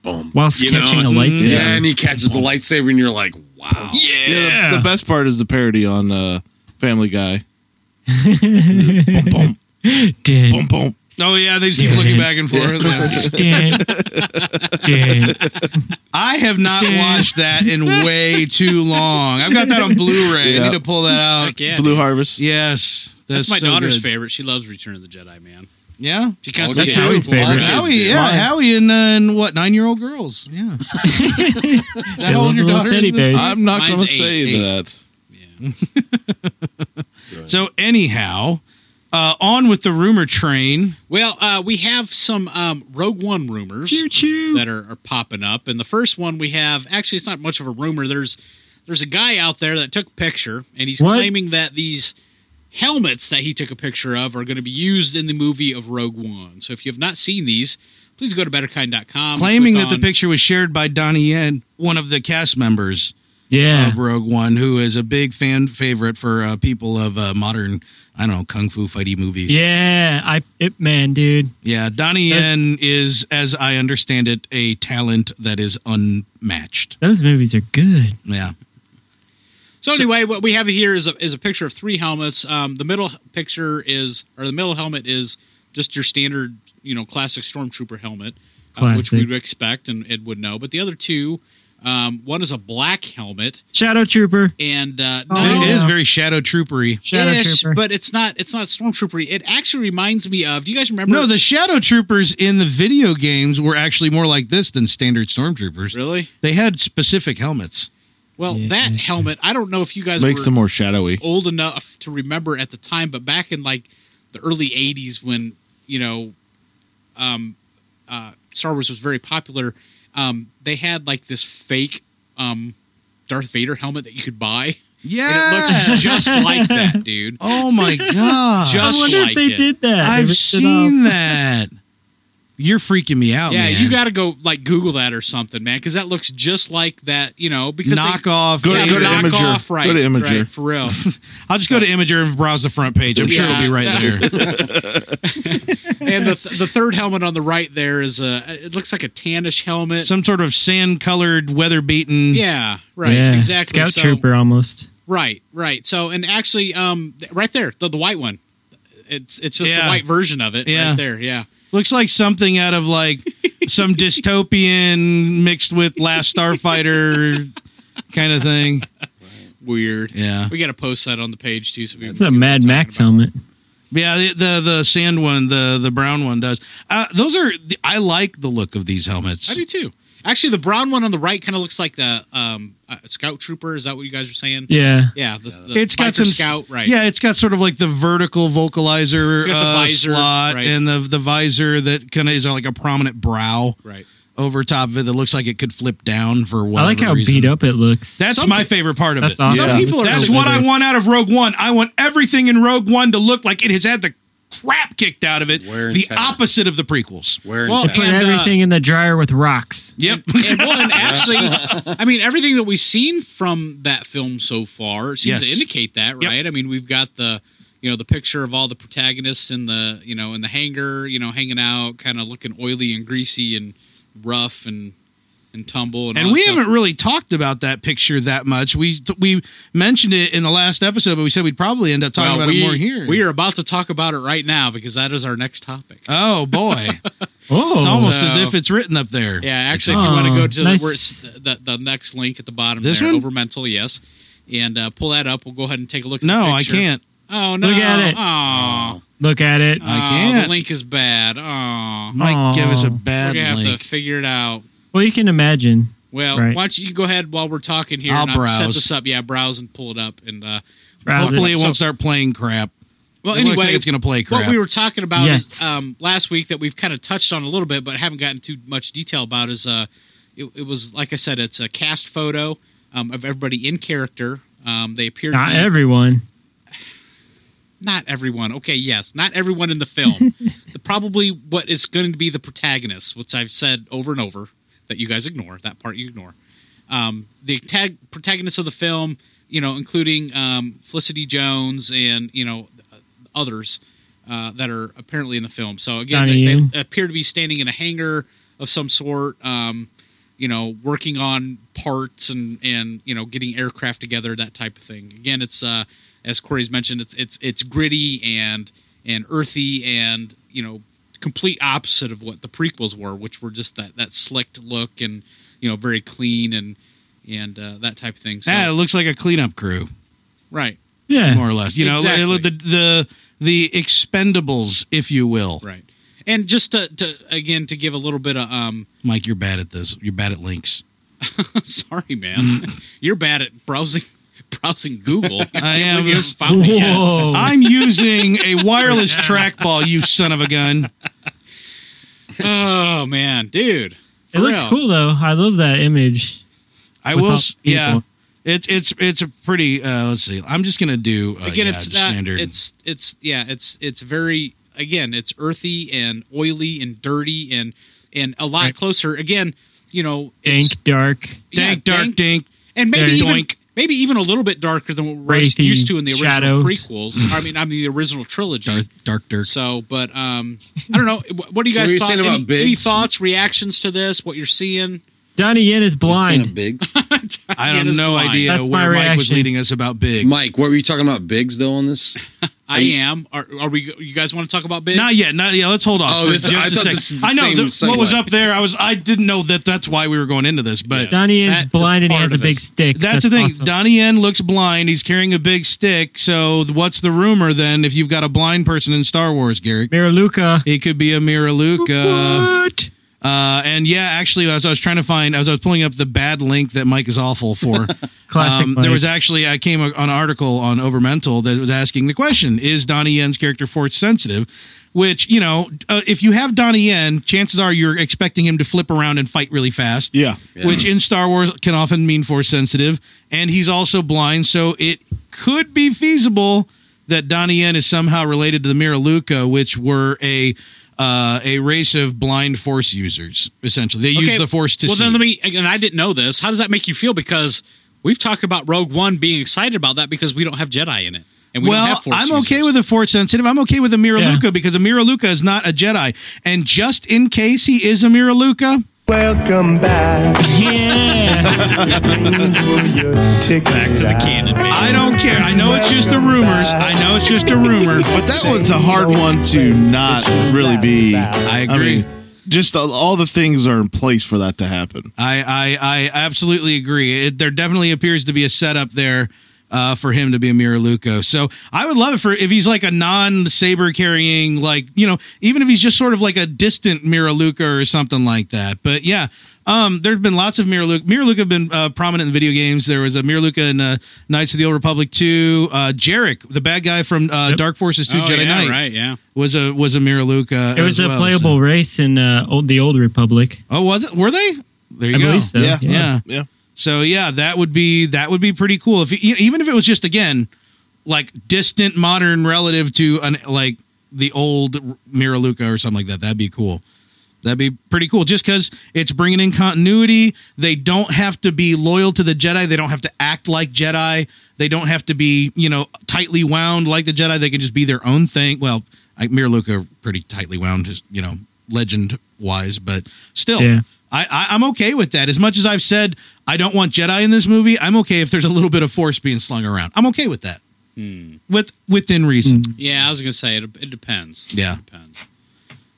Speaker 8: boom.
Speaker 5: While
Speaker 8: you
Speaker 5: catching
Speaker 8: know?
Speaker 5: a lightsaber.
Speaker 8: Yeah, and he catches the lightsaber, and you're like, wow.
Speaker 4: Yeah. the, the best part is the parody on uh, Family Guy. boom, boom,
Speaker 5: Did.
Speaker 4: boom, boom.
Speaker 2: Oh yeah. They just keep looking back and forth. Yeah.
Speaker 5: Did. Did.
Speaker 2: I have not watched that in way too long. I've got that on Blu-ray. I
Speaker 4: Yeah.
Speaker 2: need to pull that out.
Speaker 3: Heck yeah,
Speaker 4: Blue
Speaker 3: dude.
Speaker 4: Harvest.
Speaker 2: Yes, that's,
Speaker 3: That's my
Speaker 2: so
Speaker 3: daughter's
Speaker 2: good.
Speaker 3: favorite. She loves Return of the Jedi, man.
Speaker 2: Yeah,
Speaker 3: She counts
Speaker 8: Oh,
Speaker 3: it
Speaker 8: that's
Speaker 3: down.
Speaker 5: Howie's
Speaker 3: All
Speaker 5: favorite.
Speaker 3: kids
Speaker 2: Howie,
Speaker 3: do.
Speaker 2: yeah, Howie, and then what? Nine-year-old girls. Yeah. How
Speaker 5: love
Speaker 2: old your
Speaker 5: the little
Speaker 2: daughter
Speaker 5: teddy
Speaker 2: is? this- Uh,
Speaker 5: bears.
Speaker 4: I'm not
Speaker 3: Mine's
Speaker 4: going to say
Speaker 2: eight.
Speaker 4: that.
Speaker 2: So anyhow, uh, on with the rumor train.
Speaker 3: Well, uh, we have some um, Rogue One rumors
Speaker 5: Choo-choo.
Speaker 3: that are, are popping up, and the first one we have actually it's not much of a rumor. There's there's a guy out there that took a picture, and he's
Speaker 5: What?
Speaker 3: claiming that these helmets that he took a picture of are going to be used in the movie of Rogue One. So if you have not seen these, please go to betterkind.com.
Speaker 2: Claiming
Speaker 3: click
Speaker 2: that the
Speaker 3: on-
Speaker 2: picture was shared by Donnie Yen, one of the cast members
Speaker 5: Yeah.
Speaker 2: of Rogue One, who is a big fan favorite for uh, people of uh, modern, I don't know, kung fu fighty movies.
Speaker 5: Yeah. I Ip Man, dude.
Speaker 2: Yeah, Donnie
Speaker 5: That's-
Speaker 2: Yen is, as I understand it, a talent that is unmatched.
Speaker 5: Those movies are good.
Speaker 2: Yeah.
Speaker 3: So anyway, what we have here is a, is a picture of three helmets. Um, the middle picture is, or the middle helmet is just your standard, you know, classic stormtrooper helmet, uh, which
Speaker 5: Classic.
Speaker 3: we'd expect and Ed would know. But the other two Um, one is a black helmet,
Speaker 5: Shadow Trooper.
Speaker 3: and uh,
Speaker 5: Oh.
Speaker 2: It is very shadow troopery.
Speaker 5: Shadow
Speaker 3: ish,
Speaker 5: Trooper.
Speaker 3: but it's not. It's not stormtroopery. It actually reminds me of. Do you guys remember?
Speaker 2: No, the shadow troopers in the video games were actually more like this than standard stormtroopers.
Speaker 3: really.
Speaker 2: They had specific helmets.
Speaker 3: Well, that helmet. I don't know if you guys
Speaker 4: Makes
Speaker 3: were
Speaker 4: them more shadowy.
Speaker 3: old enough to remember at the time, but back in like the early '80s, when you know, um, uh, Star Wars was very popular, um, they had like this fake um, Darth Vader helmet that you could buy. And it looks just like that, dude.
Speaker 2: oh my god!
Speaker 5: Ah. I
Speaker 3: Just
Speaker 5: wonder
Speaker 3: like
Speaker 5: if they
Speaker 3: it.
Speaker 5: did that. They
Speaker 2: I've
Speaker 5: ripped it
Speaker 2: seen
Speaker 5: off.
Speaker 2: that. You're freaking me out,
Speaker 3: yeah,
Speaker 2: Oh, man.
Speaker 3: you got to go like Google that or something, man, because that looks just like that. You know, because
Speaker 2: knock
Speaker 3: they,
Speaker 2: off.
Speaker 4: Go to-
Speaker 3: yeah,
Speaker 4: go to
Speaker 3: knock
Speaker 4: Imager.
Speaker 3: off, right?
Speaker 4: Go to Imager.
Speaker 3: right, for real.
Speaker 2: I'll just go to Imager and browse the front page. I'm sure it'll be right
Speaker 3: Yeah.
Speaker 2: there.
Speaker 3: and the th- the third helmet on the right there is a. It looks like a tannish helmet.
Speaker 2: Some sort of sand-colored, weather-beaten.
Speaker 3: yeah, right,
Speaker 5: Yeah,
Speaker 3: exactly.
Speaker 5: Scout
Speaker 3: so,
Speaker 5: Trooper almost.
Speaker 3: Right, right. So, and actually, um, th- right there, the, the white one. It's it's just
Speaker 2: Yeah.
Speaker 3: the white version of it.
Speaker 2: Yeah.
Speaker 3: Right there. Yeah.
Speaker 2: Looks like something out of like some dystopian mixed with Last Starfighter kind of thing.
Speaker 3: Weird.
Speaker 2: Yeah.
Speaker 3: We got to post that on the page too. So we
Speaker 5: It's a Mad Max helmet.
Speaker 2: Yeah, the, the the sand one, the the brown one does. Uh, those are I like the look of these helmets.
Speaker 3: I do too. Actually, the brown one on the right kind of looks like the um uh, scout trooper. Is that what you guys are saying?
Speaker 5: Yeah.
Speaker 3: Yeah. The, the
Speaker 2: It's got
Speaker 3: biker
Speaker 2: some
Speaker 3: scout. Right.
Speaker 2: Yeah, it's got sort of like the vertical vocalizer
Speaker 3: It's got the
Speaker 2: uh,
Speaker 3: visor,
Speaker 2: slot
Speaker 3: right.
Speaker 2: and the the visor that kind of is like a prominent brow
Speaker 3: Right.
Speaker 2: over top of it that looks like it could flip down for
Speaker 5: I
Speaker 2: whatever
Speaker 5: like how
Speaker 2: reason.
Speaker 5: beat up it looks.
Speaker 2: That's
Speaker 3: Some
Speaker 2: my
Speaker 3: peo-
Speaker 2: favorite part of
Speaker 5: That's
Speaker 2: it.
Speaker 5: awesome.
Speaker 4: Yeah.
Speaker 3: people are
Speaker 2: That's
Speaker 3: really
Speaker 2: what I want out of Rogue One. I want everything in Rogue One to look like it has had the crap kicked out of it.
Speaker 7: Wear and
Speaker 2: the
Speaker 7: tear.
Speaker 2: opposite of the prequels.
Speaker 7: Wearing
Speaker 3: Well,
Speaker 5: Put
Speaker 3: And, uh,
Speaker 5: everything in the dryer with rocks.
Speaker 2: Yep.
Speaker 3: and well, and actually, I mean, everything that we've seen from that film so far seems to
Speaker 2: Yes.
Speaker 3: indicate that,
Speaker 2: Yep.
Speaker 3: right? I mean, we've got the, you know, the picture of all the protagonists in the, you know, in the hangar, you know, hanging out, kind of looking oily and greasy and rough and and tumble, and, all
Speaker 2: And
Speaker 3: that
Speaker 2: we
Speaker 3: stuff.
Speaker 2: haven't really talked about that picture that much. We we mentioned it in the last episode, but we said we'd probably end up talking
Speaker 3: Well,
Speaker 2: about
Speaker 3: we,
Speaker 2: it more here.
Speaker 3: we are about to talk about it right now because that is our next topic.
Speaker 2: Oh boy!
Speaker 5: Oh,
Speaker 2: It's almost
Speaker 3: So-
Speaker 2: as if it's written up there.
Speaker 3: Yeah, actually, if you want to
Speaker 5: Oh,
Speaker 3: go to
Speaker 5: nice.
Speaker 3: the, where it's the, the next link at the
Speaker 2: uh,
Speaker 3: bottom
Speaker 2: This
Speaker 3: there,
Speaker 2: one?
Speaker 3: over mental, yes, and uh, pull that up. We'll go ahead and take a look. at
Speaker 2: No,
Speaker 3: the
Speaker 2: I
Speaker 3: picture.
Speaker 2: can't.
Speaker 3: Oh no!
Speaker 5: Look at it.
Speaker 3: Aw.
Speaker 5: look at it.
Speaker 2: I
Speaker 3: Aw,
Speaker 2: can't.
Speaker 3: The link is bad. Oh,
Speaker 2: Might give us a
Speaker 5: Aw.
Speaker 3: we're
Speaker 2: bad
Speaker 3: gonna have
Speaker 2: link.
Speaker 3: to figure it out.
Speaker 5: Well, you can imagine.
Speaker 3: Well,
Speaker 5: Right.
Speaker 3: why don't you go ahead while we're talking here?
Speaker 2: I'll
Speaker 3: and set
Speaker 2: browse.
Speaker 3: this up. Yeah, browse and pull it up. And uh,
Speaker 5: Rather,
Speaker 2: Hopefully, it
Speaker 3: So-
Speaker 2: won't start playing crap.
Speaker 3: well,
Speaker 2: It looks like it's gonna play
Speaker 3: What
Speaker 2: crap.
Speaker 3: we were talking about
Speaker 5: Yes.
Speaker 3: is, um, last week that we've kind of touched on a little bit, but haven't gotten too much detail about is uh, it, it was like I said, it's a cast photo um, of everybody in character. Um, they appear to
Speaker 5: not
Speaker 3: be-
Speaker 5: everyone.
Speaker 3: not everyone. Okay, yes, not everyone in the film. the, probably what is going to be the protagonist, which I've said over and over that you guys ignore. That part you ignore. Um, the tag protagonists of the film, you know, including um, Felicity Jones and you know others uh, that are apparently in the film. So again,
Speaker 5: Donnie
Speaker 3: they,
Speaker 5: Yen.
Speaker 3: they appear to be standing in a hangar of some sort. Um, you know, working on parts and and you know getting aircraft together, that type of thing. Again, it's uh, as Corey's mentioned, it's it's it's gritty and and earthy and you know complete opposite of what the prequels were, which were just that that slicked look and you know very clean and and uh, that type of thing. So,
Speaker 2: Yeah, it looks like a cleanup crew,
Speaker 3: right,
Speaker 5: Yeah.
Speaker 2: more or less. You know,
Speaker 3: Exactly.
Speaker 2: the, the the Expendables, if you will.
Speaker 3: right. And just to, to again to give a little bit of um,
Speaker 2: Mike, you're bad at this. You're bad at links.
Speaker 3: sorry, man, you're bad at browsing browsing Google.
Speaker 2: I
Speaker 3: You
Speaker 2: am.
Speaker 3: haven't found me yet.
Speaker 2: I'm using a wireless trackball, you son of a gun.
Speaker 3: Oh man, dude.
Speaker 5: it looks
Speaker 3: real.
Speaker 5: cool though. I love that image.
Speaker 2: I
Speaker 5: With
Speaker 2: will.
Speaker 5: all
Speaker 2: s-
Speaker 5: the
Speaker 2: Yeah,
Speaker 5: people.
Speaker 2: it's it's it's a pretty. Uh, let's see. I'm just gonna do uh,
Speaker 3: again
Speaker 2: yeah,
Speaker 3: it's
Speaker 2: just
Speaker 3: not,
Speaker 2: standard.
Speaker 3: it's it's yeah it's it's very again it's earthy and oily and dirty and and a lot closer again you know it's-
Speaker 5: Dank, dark,
Speaker 3: yeah,
Speaker 2: dank, dark,
Speaker 3: dank,
Speaker 2: dink.
Speaker 3: and maybe
Speaker 5: Dank.
Speaker 3: even
Speaker 2: Doink.
Speaker 3: maybe even a little bit darker than what we're
Speaker 5: Wraithy
Speaker 3: used to in the original
Speaker 5: shadows.
Speaker 3: prequels i mean i mean the original trilogy
Speaker 2: Darth, dark, dark.
Speaker 3: so but um i don't know Wh- what do you
Speaker 7: So
Speaker 3: guys
Speaker 7: what were you
Speaker 3: thought?
Speaker 7: saying about
Speaker 3: any, any
Speaker 7: Biggs?
Speaker 3: thoughts reactions to this what you're seeing
Speaker 5: Donnie Yen is
Speaker 7: Seen a
Speaker 5: blind.
Speaker 7: big.
Speaker 2: I have
Speaker 3: it's
Speaker 2: no
Speaker 3: blind.
Speaker 2: idea
Speaker 5: That's my
Speaker 2: where Mike was
Speaker 5: reaction.
Speaker 2: leading us about Biggs.
Speaker 8: Mike, what were you talking about? Bigs though on this?
Speaker 3: I am. Are, are we? You guys want to talk about Biggs?
Speaker 2: Not yet, not yet. Let's hold off.
Speaker 8: Oh,
Speaker 2: for
Speaker 8: this-
Speaker 2: just
Speaker 8: I
Speaker 2: a
Speaker 8: thought
Speaker 2: second.
Speaker 8: this is the
Speaker 2: I know
Speaker 8: same
Speaker 2: the- what was
Speaker 8: segue.
Speaker 2: up there. I was I didn't know that that's why we were going into this, but
Speaker 5: Donnie
Speaker 3: That
Speaker 5: is
Speaker 3: is
Speaker 5: blind and he
Speaker 3: part
Speaker 5: has a
Speaker 3: of
Speaker 5: big
Speaker 3: it.
Speaker 5: stick.
Speaker 2: That's, the thing.
Speaker 5: awesome.
Speaker 2: Donnie Yen looks blind. He's carrying a big stick. So what's the rumor then? If you've got a blind person in Star Wars, Garrick,
Speaker 5: Miraluka.
Speaker 2: it could be a Miraluka.
Speaker 5: What?
Speaker 2: Uh, and yeah, actually, as I was trying to find, as I was pulling up the bad link that Mike is awful for, um,
Speaker 5: Classic
Speaker 2: there
Speaker 5: Mike.
Speaker 2: was actually I came on an article on Overmental that was asking the question: Is Donnie Yen's character force sensitive? Which you know, uh, if you have Donnie Yen, chances are you're expecting him to flip around and fight really fast
Speaker 4: Yeah.
Speaker 2: which in Star Wars can often mean force sensitive, and he's also blind, so it could be feasible that Donnie Yen is somehow related to the Miraluka, which were a uh, a race of blind force users. Essentially, they use the force to
Speaker 3: Well,
Speaker 2: see.
Speaker 3: then let me. And I didn't know this. How does that make you feel? Because we've talked about Rogue One being excited about that because we don't have Jedi in it, and we don't
Speaker 2: well,
Speaker 3: have Force
Speaker 2: I'm okay
Speaker 3: users.
Speaker 2: with a force sensitive. I'm okay with a Miraluka
Speaker 5: Yeah.
Speaker 2: because a Miraluka is not a Jedi, and just in case he is a Miraluka,
Speaker 15: Welcome back.
Speaker 5: Yeah.
Speaker 15: Back
Speaker 3: to the canon. Man.
Speaker 2: I don't care. I know it's just the rumors. I know it's just a rumor.
Speaker 4: But that one's a hard one to not really be.
Speaker 2: I
Speaker 4: I
Speaker 2: agree.
Speaker 4: mean, just all- all the things are in place for that to happen.
Speaker 2: I I, I absolutely agree. It, there definitely appears to be a setup there uh, for him to be a Miraluko. So I would love it for if he's like a non saber carrying, like you know, even if he's just sort of like a distant Miraluka or something like that. But yeah. Um, there've been lots of Miraluka. Miraluka have been uh, prominent in video games. There was a Miraluka in uh, Knights of the Old Republic 2. Uh, Jarek, the bad guy from uh, Dark Forces 2
Speaker 3: Oh,
Speaker 2: Jedi
Speaker 3: yeah,
Speaker 2: Knight,
Speaker 3: right? Yeah.
Speaker 2: was a was a Miraluka.
Speaker 5: There was
Speaker 2: as
Speaker 5: a
Speaker 2: well,
Speaker 5: playable
Speaker 2: so-
Speaker 5: race in uh, old the old republic.
Speaker 2: Oh, was it? Were they? There you
Speaker 5: I
Speaker 2: go.
Speaker 5: believe so.
Speaker 4: Yeah.
Speaker 2: Yeah.
Speaker 4: Yeah.
Speaker 2: So yeah, that would be that would be pretty cool if e- even if it was just again like distant modern relative to an like the old Miraluka or something like that. That'd be cool. That'd be pretty cool just cuz it's bringing in continuity. They don't have to be loyal to the Jedi. They don't have to act like Jedi. They don't have to be, you know, tightly wound like the Jedi. They can just be their own thing. Well, I, Miraluka are pretty tightly wound, just, you know, legend wise, but still.
Speaker 5: Yeah.
Speaker 2: I, I, I'm okay with that. As much as I've said I don't want Jedi in this movie, I'm okay if there's a little bit of force being slung around. I'm okay with that. With within reason.
Speaker 3: Yeah, I was gonna say it. It depends.
Speaker 2: Yeah.
Speaker 3: It depends.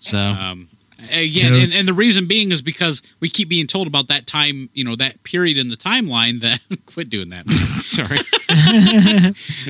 Speaker 2: So
Speaker 3: Um, again, and,
Speaker 5: Notes.
Speaker 3: and the reason being is because we keep being told about that time, you know, that period in the timeline that quit doing that. Sorry,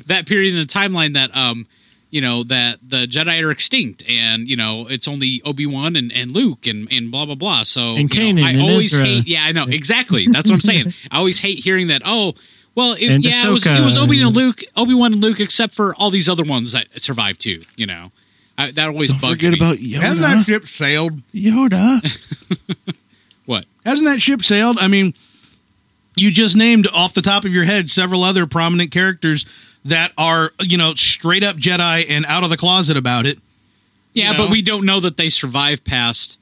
Speaker 3: that period in the timeline that, um, you know, that the Jedi are extinct, and you know, it's only Obi Wan and, and Luke and and blah blah blah. So
Speaker 5: And
Speaker 3: you know,
Speaker 5: Kanan
Speaker 3: I
Speaker 5: and
Speaker 3: always
Speaker 5: Ezra.
Speaker 3: hate. Yeah, I know exactly. That's what I'm saying. I always hate hearing that. Oh. Well, it,
Speaker 5: And
Speaker 3: yeah, it was it
Speaker 5: Ahsoka
Speaker 3: was Obi and
Speaker 5: and-
Speaker 3: Luke, Obi Wan and Luke, except for all these other ones that survived too. You know, I, that always
Speaker 4: Don't
Speaker 3: bugs
Speaker 4: forget
Speaker 3: me.
Speaker 4: about
Speaker 2: hasn't that
Speaker 4: Yoda.
Speaker 2: ship sailed?
Speaker 4: Yoda.
Speaker 3: what
Speaker 2: Hasn't that ship sailed? I mean, you just named off the top of your head several other prominent characters that are, you know, straight up Jedi and out of the closet about it.
Speaker 3: Yeah,
Speaker 2: you know?
Speaker 3: but we don't know that they survive past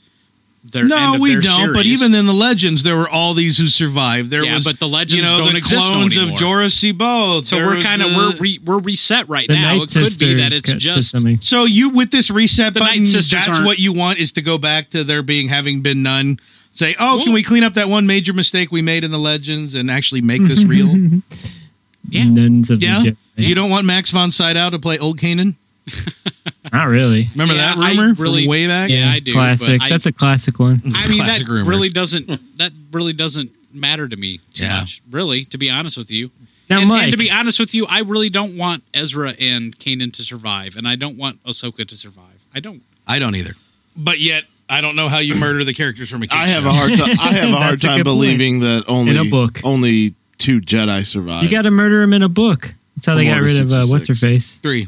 Speaker 3: their. end
Speaker 2: No,
Speaker 3: of
Speaker 2: we
Speaker 3: their
Speaker 2: don't. But
Speaker 3: series.
Speaker 2: even in the legends, there were all these who survived. There
Speaker 3: Yeah,
Speaker 2: was,
Speaker 3: but the legends
Speaker 2: you know,
Speaker 3: don't
Speaker 2: the
Speaker 3: exist no
Speaker 2: clones of
Speaker 3: anymore.
Speaker 2: Jorah Sibo.
Speaker 3: so we're kind of we're re, we're reset right
Speaker 5: The
Speaker 3: now.
Speaker 5: Night
Speaker 3: It
Speaker 5: Sisters
Speaker 3: could be that it's
Speaker 5: got-
Speaker 3: just
Speaker 5: something.
Speaker 2: So you with this reset
Speaker 3: The Night
Speaker 2: button,
Speaker 3: Sisters
Speaker 2: that's
Speaker 3: aren't-
Speaker 2: what you want is to go back to there being having been none. Say, oh, can
Speaker 3: Well-
Speaker 2: we clean up that one major mistake we made in the legends and actually make this real?
Speaker 3: Yeah.
Speaker 5: Nuns of
Speaker 2: yeah?
Speaker 5: the Jedi.
Speaker 2: you don't want Max von Sydow to play old Kanan.
Speaker 5: Not really.
Speaker 2: Remember
Speaker 3: Yeah,
Speaker 2: that
Speaker 3: I
Speaker 2: rumor from
Speaker 3: really-
Speaker 2: way back?
Speaker 3: Yeah, I do. but
Speaker 5: classic.
Speaker 3: I,
Speaker 5: That's a classic one.
Speaker 3: I mean, that
Speaker 2: classic rumors.
Speaker 3: really doesn't. That really doesn't matter to me too
Speaker 2: Yeah.
Speaker 3: much. Really, to be honest with you.
Speaker 5: Now,
Speaker 3: and,
Speaker 5: Mike,
Speaker 3: and to be honest with you, I really don't want Ezra and Kanan to survive, and I don't want Ahsoka to survive. I don't.
Speaker 2: I don't either. But yet, I don't know how you murder the characters from a kid.
Speaker 4: I have a hard time. I have a hard
Speaker 5: That's a
Speaker 4: time
Speaker 5: good
Speaker 4: believing that only
Speaker 5: In a book.
Speaker 4: only two Jedi survived.
Speaker 5: you got to murder him in a book. That's how they
Speaker 4: From
Speaker 5: got
Speaker 4: Order
Speaker 5: rid of uh,
Speaker 4: 66.
Speaker 5: what's her face,
Speaker 2: three.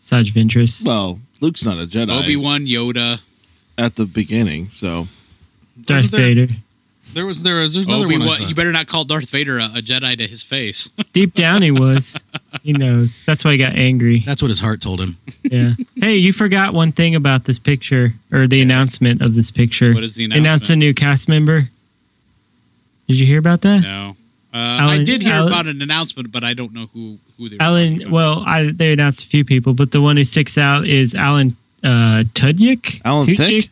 Speaker 5: Saj Ventress.
Speaker 4: well. Luke's not a Jedi
Speaker 3: Obi Wan, Yoda,
Speaker 4: at the beginning, so
Speaker 5: Darth
Speaker 2: there-
Speaker 5: Vader.
Speaker 2: There was there was there's another
Speaker 3: Obi
Speaker 2: one. I
Speaker 3: Wan.
Speaker 2: thought.
Speaker 3: You better not call Darth Vader a, a Jedi to his face.
Speaker 5: Deep down, he was. He knows. That's why he got angry.
Speaker 2: That's what his heart told him.
Speaker 5: Yeah. Hey, you forgot one thing about this picture or the announcement of this picture.
Speaker 3: What is the
Speaker 5: They announced a
Speaker 3: announcement?
Speaker 5: new cast member. Did you hear about that?
Speaker 3: No. Uh, I did hear
Speaker 5: Alan-
Speaker 3: about an announcement, but I don't know who who they were. talking
Speaker 5: Alan.
Speaker 3: about.
Speaker 5: Well, I, they announced a few people, but the one who sticks out is Alan uh, Tudyk.
Speaker 4: Alan
Speaker 5: Tudyk?
Speaker 4: Thick?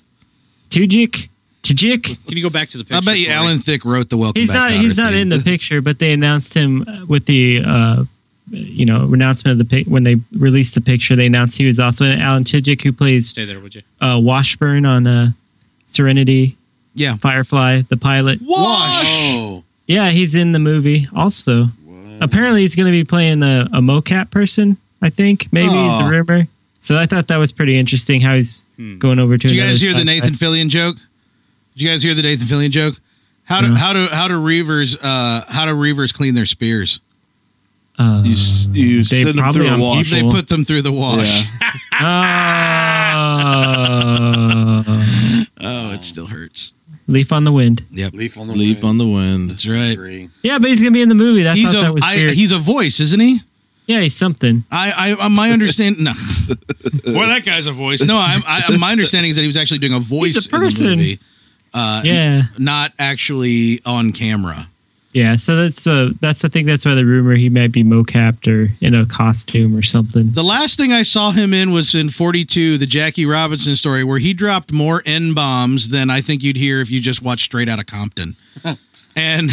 Speaker 5: Tudyk. Kajik.
Speaker 3: Can you go back to the picture?
Speaker 2: I bet you
Speaker 3: for me?
Speaker 2: Alan Thick wrote the welcome.
Speaker 5: He's
Speaker 2: back
Speaker 5: not.
Speaker 2: daughter
Speaker 5: He's not
Speaker 2: theme.
Speaker 5: in the picture, but they announced him with the, uh, you know, announcement of the pic. When they released the picture, they announced he was also in it. Alan Chijik, who plays
Speaker 3: Stay there, would you?
Speaker 5: uh, Washburn on uh, Serenity,
Speaker 2: Yeah.
Speaker 5: Firefly, the pilot.
Speaker 2: Wash.
Speaker 8: Oh,
Speaker 5: Yeah, he's in the movie also. Apparently, he's going to be playing a, a mocap person. I think maybe it's
Speaker 2: Aw.
Speaker 5: a rumor. So I thought that was pretty interesting how he's going over to.
Speaker 2: Did you guys
Speaker 5: another
Speaker 2: hear the
Speaker 5: sci-fi.
Speaker 2: Nathan Fillion joke? Did you guys hear the Nathan Fillion joke? How do
Speaker 5: No.
Speaker 2: how do how do Reavers uh how do Reavers clean their spears?
Speaker 5: Uh,
Speaker 4: You, s- you
Speaker 5: They
Speaker 4: send them through
Speaker 5: probably
Speaker 4: a
Speaker 5: on
Speaker 4: wash.
Speaker 2: They
Speaker 5: Cool.
Speaker 2: put them through the wash.
Speaker 5: oh,
Speaker 2: Oh, it still hurts.
Speaker 5: leaf on the wind.
Speaker 8: leaf on the
Speaker 4: Leaf
Speaker 8: wind.
Speaker 4: on the wind.
Speaker 2: That's right.
Speaker 8: Agree.
Speaker 5: Yeah, but he's gonna be in the movie. That,
Speaker 2: He's
Speaker 5: thought
Speaker 2: a
Speaker 5: that was
Speaker 2: I,
Speaker 5: weird.
Speaker 2: he's a voice, isn't he?
Speaker 5: yeah, he's something.
Speaker 2: I, I, uh, my understanding. No, boy, that guy's a voice. No, I, I, my understanding is that he was actually doing a voice
Speaker 5: He's a person.
Speaker 2: in the movie, uh,
Speaker 5: Yeah,
Speaker 2: not actually on camera.
Speaker 5: yeah. So that's uh, that's I think that's why the rumor he might be mocapped or in a costume or something.
Speaker 2: The last thing I saw him in was in 42, the Jackie Robinson story, where he dropped more N bombs than I think you'd hear if you just watched straight out of Compton. and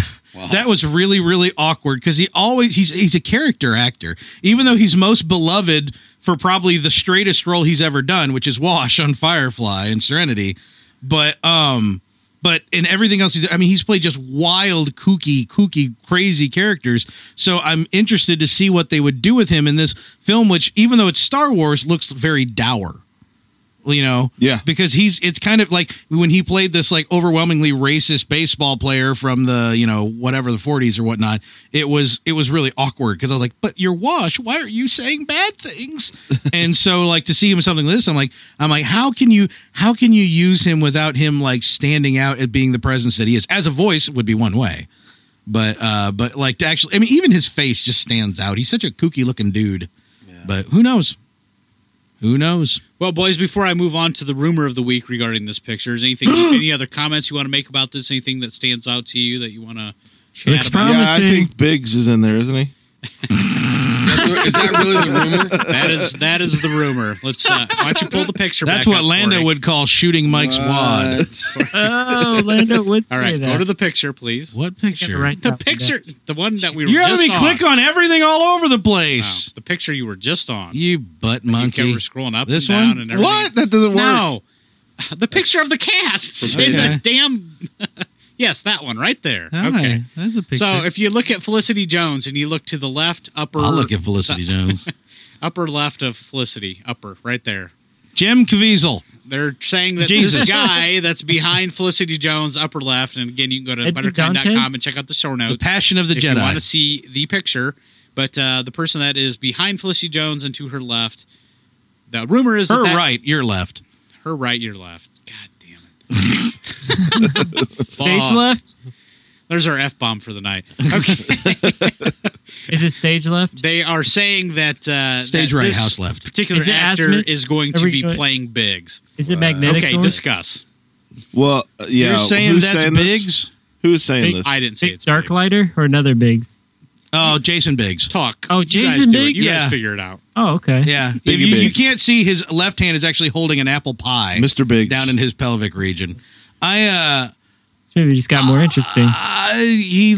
Speaker 2: that was really, really awkward because he always, he's, he's a character actor, even though he's most beloved for probably the straightest role he's ever done, which is Wash on Firefly and Serenity. But, um, but in everything else, he's, I mean, he's played just wild, kooky, kooky, crazy characters. So I'm interested to see what they would do with him in this film, which, even though it's Star Wars, looks very dour. You know,
Speaker 4: Yeah.
Speaker 2: because he's it's kind of like when he played this like overwhelmingly racist baseball player from the you know whatever the 40s or whatnot. It was it was really awkward because I was like, but you're Wash. Why are you saying bad things? and so like to see him in something like this, I'm like, I'm like, how can you how can you use him without him like standing out at being the presence that he is? As a voice would be one way. But uh but like to actually I mean even his face just stands out. He's such a kooky looking dude. But who knows? Who knows?
Speaker 3: Well, boys, before I move on to the rumor of the week regarding this picture, is anything, any other comments you want to make about this? Anything that stands out to you that you want to chat
Speaker 5: It's
Speaker 3: about?
Speaker 5: prob-
Speaker 4: Yeah, I
Speaker 5: Promising.
Speaker 4: think Biggs is in there, isn't he?
Speaker 8: Is that really the rumor?
Speaker 3: that is that is the rumor. Let's uh, why don't you pull the picture?
Speaker 2: That's
Speaker 3: back
Speaker 2: what
Speaker 3: up,
Speaker 2: Lando
Speaker 3: Corey?
Speaker 2: would call shooting Mike's wad.
Speaker 5: Oh, Lando would say
Speaker 3: All right,
Speaker 5: that.
Speaker 3: go to the picture, please.
Speaker 2: What
Speaker 5: Get
Speaker 2: picture?
Speaker 5: right
Speaker 3: The
Speaker 5: top of
Speaker 3: picture, the one that we were
Speaker 2: You're having
Speaker 3: just
Speaker 2: me
Speaker 3: on.
Speaker 2: click on everything all over the
Speaker 3: Wow,
Speaker 2: place.
Speaker 3: the picture you were just on.
Speaker 2: You butt
Speaker 3: You
Speaker 2: monkey.
Speaker 3: kept scrolling up
Speaker 2: This
Speaker 3: and down
Speaker 2: one?
Speaker 3: and everything.
Speaker 4: What? That doesn't work.
Speaker 3: No, the picture of the casts in
Speaker 2: Okay.
Speaker 3: the damn. yes, that one right there.
Speaker 2: Hi,
Speaker 3: okay.
Speaker 2: that's a picture.
Speaker 3: So if you look at Felicity Jones and you look to the left upper
Speaker 2: I'll look at Felicity Jones.
Speaker 3: upper left of Felicity, upper right there.
Speaker 2: Jim Caviezel.
Speaker 3: They're saying that
Speaker 2: Jesus.
Speaker 3: this guy that's behind Felicity Jones, upper left, and again, you can go to
Speaker 5: Ed
Speaker 3: butterkind.com
Speaker 5: Dantes?
Speaker 3: and check out the show
Speaker 2: The
Speaker 3: notes
Speaker 2: Passion of the
Speaker 3: if you want to
Speaker 2: Jedi.
Speaker 3: see the picture. But uh, the person that is behind Felicity Jones and to her left, the rumor is that
Speaker 2: Her
Speaker 3: that,
Speaker 2: right, your left.
Speaker 3: her right, your left. God damn it.
Speaker 5: Stage
Speaker 3: Fuck.
Speaker 5: left?
Speaker 3: There's our f bomb for the night. Okay,
Speaker 5: Is it stage left?
Speaker 3: they are saying that uh,
Speaker 2: Stage
Speaker 3: that
Speaker 2: right,
Speaker 3: this
Speaker 2: house left.
Speaker 3: Particular
Speaker 5: Is it
Speaker 3: actor
Speaker 5: Asmus?
Speaker 3: is going
Speaker 5: Are
Speaker 3: to
Speaker 5: we
Speaker 3: be
Speaker 5: going-
Speaker 3: playing Biggs.
Speaker 5: Is
Speaker 2: Uh,
Speaker 5: it magnetic?
Speaker 3: okay,
Speaker 5: door?
Speaker 3: discuss.
Speaker 4: Well, uh, yeah.
Speaker 2: You're saying
Speaker 4: who's
Speaker 2: that's
Speaker 4: saying this?
Speaker 2: Biggs?
Speaker 4: Who's saying this?
Speaker 3: I didn't say
Speaker 5: Big
Speaker 3: it's
Speaker 5: Dark
Speaker 3: Biggs.
Speaker 5: lighter or another Biggs?
Speaker 2: Oh, Jason Biggs.
Speaker 3: talk.
Speaker 5: Oh,
Speaker 3: You guys
Speaker 5: Jason
Speaker 3: do it.
Speaker 5: Biggs?
Speaker 3: You
Speaker 2: Yeah.
Speaker 3: guys figure it out.
Speaker 5: Oh, okay.
Speaker 2: Yeah. If
Speaker 4: Biggie
Speaker 2: you, you
Speaker 4: Biggs.
Speaker 2: can't see his left hand is actually holding an apple pie
Speaker 4: Mr. Biggs.
Speaker 2: down in his pelvic region. I uh
Speaker 5: This movie just got more interesting.
Speaker 2: I he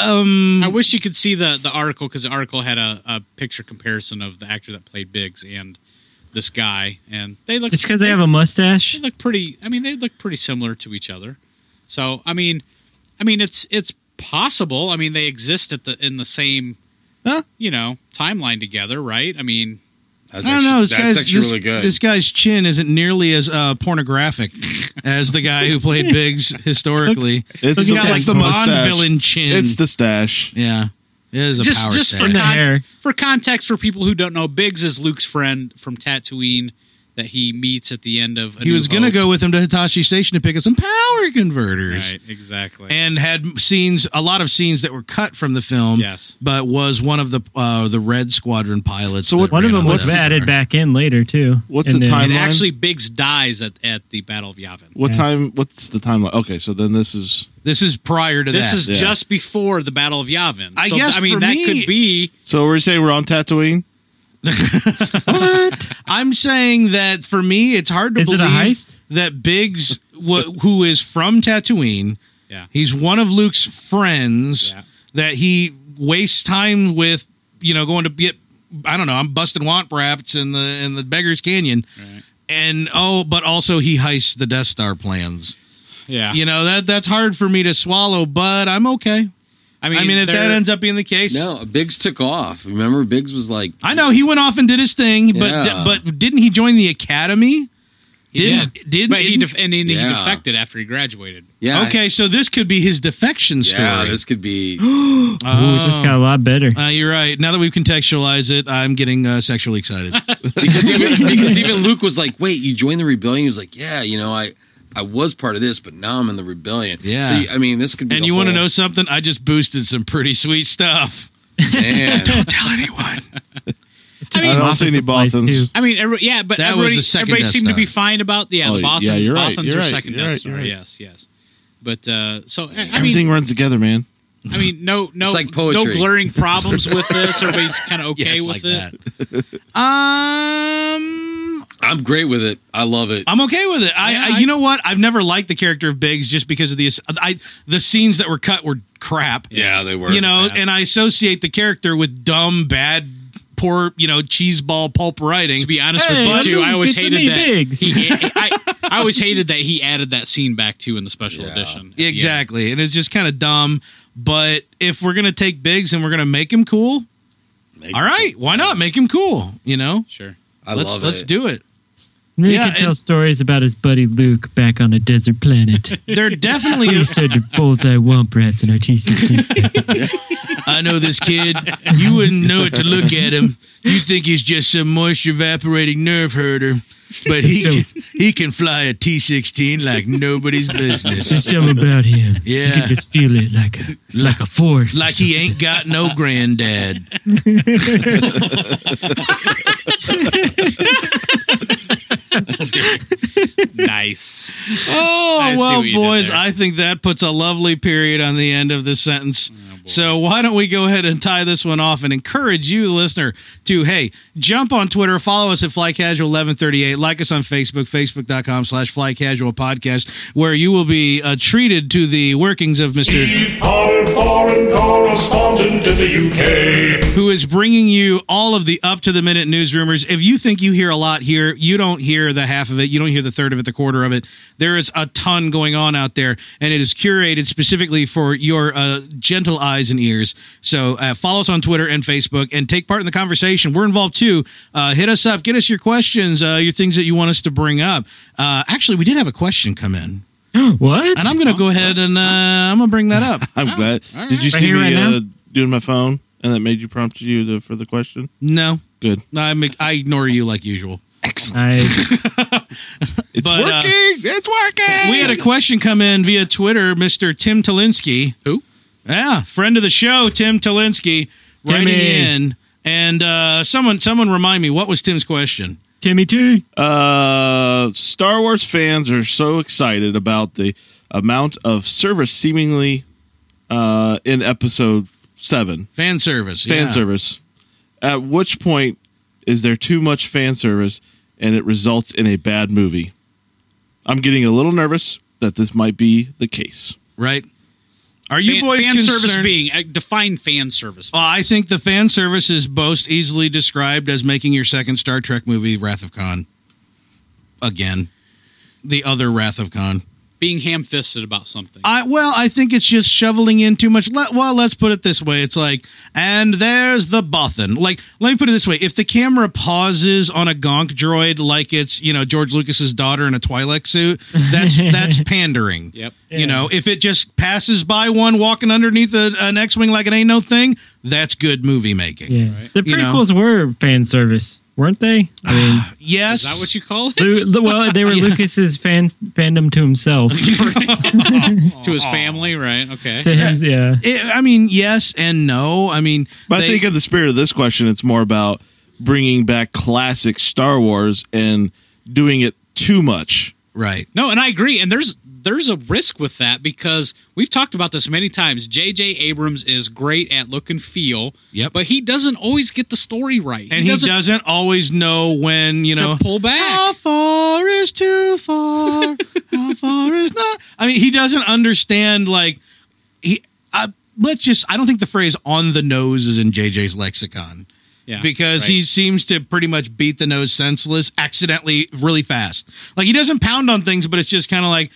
Speaker 2: um
Speaker 5: Hmm.
Speaker 3: I wish you could see the the article because the article had a, a picture comparison of the actor that played Biggs and this guy, and they look.
Speaker 5: It's because they have a mustache.
Speaker 3: They look pretty. I mean, they look pretty similar to each other. So I mean, I mean, it's it's possible. I mean, they exist at the in the same,
Speaker 4: Huh?
Speaker 3: you know, timeline together, right? I mean,
Speaker 8: That's
Speaker 2: I don't know. This
Speaker 8: that's
Speaker 2: guy's
Speaker 8: actually
Speaker 2: this,
Speaker 8: really good.
Speaker 2: this guy's chin isn't nearly as uh, pornographic as the guy who played Biggs historically.
Speaker 4: It's
Speaker 2: He's
Speaker 4: the-
Speaker 2: got
Speaker 4: it's
Speaker 2: like
Speaker 4: the
Speaker 2: Bond
Speaker 4: mustache.
Speaker 2: villain chin.
Speaker 4: It's the stash.
Speaker 2: yeah, it is a
Speaker 3: just
Speaker 2: power
Speaker 3: just for
Speaker 2: stat.
Speaker 5: the
Speaker 3: con-
Speaker 5: hair.
Speaker 3: for context for people who don't know, Biggs is Luke's friend from Tatooine that he meets at the end of. A
Speaker 2: he
Speaker 3: New
Speaker 2: was gonna
Speaker 3: Hope.
Speaker 2: go with him to Hitachi Station to pick up some power converters.
Speaker 3: right exactly.
Speaker 2: and had scenes a lot of scenes that were cut from the film.
Speaker 3: Yes.
Speaker 2: but was one of the uh, the Red Squadron pilots.
Speaker 4: So what-
Speaker 2: that
Speaker 5: One of
Speaker 2: ran
Speaker 5: them
Speaker 2: on
Speaker 5: was
Speaker 2: that
Speaker 5: added
Speaker 2: star.
Speaker 5: back in later too.
Speaker 4: What's
Speaker 5: in
Speaker 4: the
Speaker 3: And
Speaker 4: timeline?
Speaker 3: actually, Biggs dies at, at the Battle of Yavin.
Speaker 4: What
Speaker 5: Yeah.
Speaker 4: time? What's the timeline? Okay, so then this is
Speaker 2: This is prior to
Speaker 3: This
Speaker 2: that.
Speaker 3: is
Speaker 4: yeah.
Speaker 3: just before the Battle of Yavin.
Speaker 2: I
Speaker 3: So,
Speaker 2: guess
Speaker 3: I mean,
Speaker 2: for
Speaker 3: that
Speaker 2: me-
Speaker 3: could be.
Speaker 4: So we're saying we're on Tatooine.
Speaker 2: I'm saying that for me, it's hard to
Speaker 5: Is it a
Speaker 2: believe
Speaker 5: heist?
Speaker 2: that Biggs wh- who is from Tatooine.
Speaker 3: Yeah.
Speaker 2: He's one of Luke's friends
Speaker 3: Yeah.
Speaker 2: that he wastes time with, you know, going to get I don't know, I'm busting want raps in the in the Beggar's Canyon. And oh, but also he heists the Death Star plans.
Speaker 3: Yeah.
Speaker 2: You know, that that's hard for me to swallow, but I'm okay. I mean, if
Speaker 3: they're-
Speaker 2: that ends up being the case,
Speaker 8: No, Biggs took off. Remember, Biggs was like,
Speaker 2: I know he went off and did his thing, but
Speaker 8: Yeah.
Speaker 2: but didn't he join the academy?
Speaker 3: he
Speaker 2: didn't-
Speaker 3: did.
Speaker 2: didn't-
Speaker 3: but he def- and then he
Speaker 8: Yeah.
Speaker 3: defected after he graduated.
Speaker 8: "Yeah,
Speaker 2: okay, so this could be his defection story.
Speaker 8: yeah, this could be."
Speaker 5: Ooh, it just got a lot better.
Speaker 2: Uh, you're right. Now that we've contextualized it, I'm getting uh, sexually excited.
Speaker 8: because even, because even Luke was like, "Wait, you joined the rebellion?" He was like, "Yeah, you know, I I was part of this, but now I'm in the rebellion."
Speaker 2: Yeah.
Speaker 8: See, I mean, this could be.
Speaker 2: and
Speaker 8: the
Speaker 2: you want to
Speaker 8: whole-
Speaker 2: know something? I just boosted some pretty sweet stuff.
Speaker 8: Man.
Speaker 2: Tell anyone.
Speaker 3: I
Speaker 4: I
Speaker 3: mean,
Speaker 4: don't see any
Speaker 5: Supplies,
Speaker 4: Bothans.
Speaker 5: too.
Speaker 3: I mean, every, yeah, but
Speaker 2: That was
Speaker 3: everybody,
Speaker 2: the second
Speaker 3: everybody
Speaker 2: Death
Speaker 3: seemed to be
Speaker 2: Star.
Speaker 3: fine about yeah,
Speaker 4: Oh,
Speaker 3: the Bothans,
Speaker 4: yeah, you're right,
Speaker 3: Bothans
Speaker 4: you're
Speaker 3: are
Speaker 4: right,
Speaker 3: second
Speaker 4: you're
Speaker 3: Death
Speaker 4: right,
Speaker 3: Star.
Speaker 4: you're right.
Speaker 3: Yes, yes. But uh, so I- I mean,
Speaker 4: Everything runs together, man.
Speaker 3: I mean, no, no,
Speaker 8: It's like poetry.
Speaker 3: no glaring problems with this. Everybody's kind of okay
Speaker 2: Yes,
Speaker 3: with
Speaker 2: like
Speaker 3: it.
Speaker 2: that. um,
Speaker 8: I'm great with it. I love it.
Speaker 2: I'm okay with it. I,
Speaker 3: Yeah,
Speaker 2: I,
Speaker 3: I-
Speaker 2: you know what? I've never liked the character of Biggs just because of the I the scenes that were cut were crap.
Speaker 8: yeah, they were.
Speaker 2: you know,
Speaker 3: crap.
Speaker 2: and I associate the character with dumb, bad, poor, you know, cheeseball pulp writing.
Speaker 3: To be honest
Speaker 5: Hey,
Speaker 3: with you, too, I always
Speaker 5: it's a
Speaker 3: hated
Speaker 5: me
Speaker 3: that.
Speaker 5: Biggs.
Speaker 3: He, I, I always hated that he added that scene back to in the special
Speaker 8: Yeah.
Speaker 3: edition.
Speaker 2: Exactly. And it's just kind of dumb. But if we're going to take Biggs and we're going to make him cool,
Speaker 8: Make
Speaker 2: all right, why not make him cool? You know,
Speaker 3: Sure.
Speaker 8: I
Speaker 2: let's
Speaker 8: love
Speaker 2: let's
Speaker 8: it.
Speaker 2: do it.
Speaker 5: Then
Speaker 2: Yeah,
Speaker 5: he could tell
Speaker 2: and-
Speaker 5: stories about his buddy Luke back on a desert planet.
Speaker 2: There definitely
Speaker 5: he
Speaker 2: is.
Speaker 5: said to bullseye womp rats in our T-shirt.
Speaker 2: I know this kid. You wouldn't know it to look at him. You think he's just some moisture evaporating nerve herder, but he
Speaker 5: So-
Speaker 2: can, he can fly a T sixteen like nobody's business.
Speaker 5: There's something about him. You
Speaker 2: Yeah.
Speaker 5: can just feel it like a like a force.
Speaker 2: Like he ain't got no granddad.
Speaker 3: Nice.
Speaker 2: Oh,
Speaker 3: I see
Speaker 2: well,
Speaker 3: what you did
Speaker 2: boys,
Speaker 3: there.
Speaker 2: I think that puts a lovely period on the end of this sentence.
Speaker 3: Oh,
Speaker 2: so, why don't we go ahead and tie this one off and encourage you, the listener, to hey, jump on Twitter, follow us at Fly Casual 1138, like us on Facebook, facebook.com slash Fly Casual Podcast, where you will be uh, treated to the workings of Mr.
Speaker 1: Our foreign correspondent in the UK.
Speaker 2: who is bringing you all of the up to the minute news rumors. If you think you hear a lot here, you don't hear the half of it, you don't hear the third of it, the quarter of it. There is a ton going on out there, and it is curated specifically for your uh, gentle eyes and ears. So uh, follow us on Twitter and Facebook and take part in the conversation. We're involved too. Uh, hit us up, get us your questions, uh, your things that you want us to bring up. Uh, actually, we did have a question come in,
Speaker 5: what?
Speaker 2: and I'm going to go ahead and uh, I'm going to bring that up.
Speaker 4: I'm glad. Did you
Speaker 5: Right
Speaker 4: see
Speaker 5: here, right
Speaker 4: me
Speaker 5: now?
Speaker 4: uh, doing my phone, and that made you prompt you to, for the question?
Speaker 2: No,
Speaker 4: Good.
Speaker 2: I'm, I ignore you like usual.
Speaker 5: I,
Speaker 4: It's
Speaker 2: But, uh,
Speaker 4: working. it's working.
Speaker 2: We had a question come in via Twitter, Mr. Tim Talinsky.
Speaker 3: Who?
Speaker 2: Yeah, friend of the show, Tim Talinsky, writing
Speaker 5: Timmy.
Speaker 2: in. And uh, someone, someone remind me, what was Tim's question?
Speaker 5: Timmy T.
Speaker 4: Uh, Star Wars fans are so excited about the amount of service seemingly uh, in episode seven
Speaker 2: Fan service.
Speaker 4: fan
Speaker 2: yeah.
Speaker 4: service. At which point is there too much fan service and it results in a bad movie? I'm getting a little nervous that this might be the case.
Speaker 2: right? Are you
Speaker 3: fan,
Speaker 2: boys
Speaker 3: fan service
Speaker 2: concerned-
Speaker 3: being uh, define fan service.
Speaker 2: Well, I think the fan service is most easily described as making your second Star Trek movie, Wrath of Khan. Again, the other Wrath of Khan.
Speaker 3: being ham fisted about something.
Speaker 2: I well, I think it's just shoveling in too much. Let, well, let's put it this way: it's like, and there's the Bothan. Like, let me put it this way: if the camera pauses on a Gonk droid, like it's you know George Lucas's daughter in a Twi'lek suit, that's that's pandering.
Speaker 3: Yep.
Speaker 2: You know, if it just passes by one walking underneath a, an X-wing like it ain't no thing, that's good movie making.
Speaker 5: Yeah. The
Speaker 2: You know.
Speaker 5: prequels were fan service, weren't they? I mean,
Speaker 2: Yes,
Speaker 3: Is that what you call it?
Speaker 5: Lu- Lu- well, they were Lucas's fans fandom to himself.
Speaker 3: to his family, right? Okay.
Speaker 5: to him, yeah.
Speaker 2: It- I mean, yes and no. I mean,
Speaker 4: But
Speaker 2: they-
Speaker 4: I think in the spirit of this question, it's more about bringing back classic Star Wars and doing it too much.
Speaker 2: right.
Speaker 3: No, and I agree. And there's there's a risk with that because we've talked about this many times. J.J. Abrams is great at look and feel,
Speaker 2: Yep.
Speaker 3: but he doesn't always get the story right.
Speaker 2: and he doesn't, always know when you know
Speaker 3: pull back.
Speaker 2: How far is too far? How far is not? I mean, he doesn't understand. Like he, uh, let's just. I don't think the phrase "on the nose" is in JJ's lexicon.
Speaker 3: Yeah,
Speaker 2: because
Speaker 3: right.
Speaker 2: he seems to pretty much beat the nose senseless accidentally really fast. Like he doesn't pound on things, but it's just kind of like,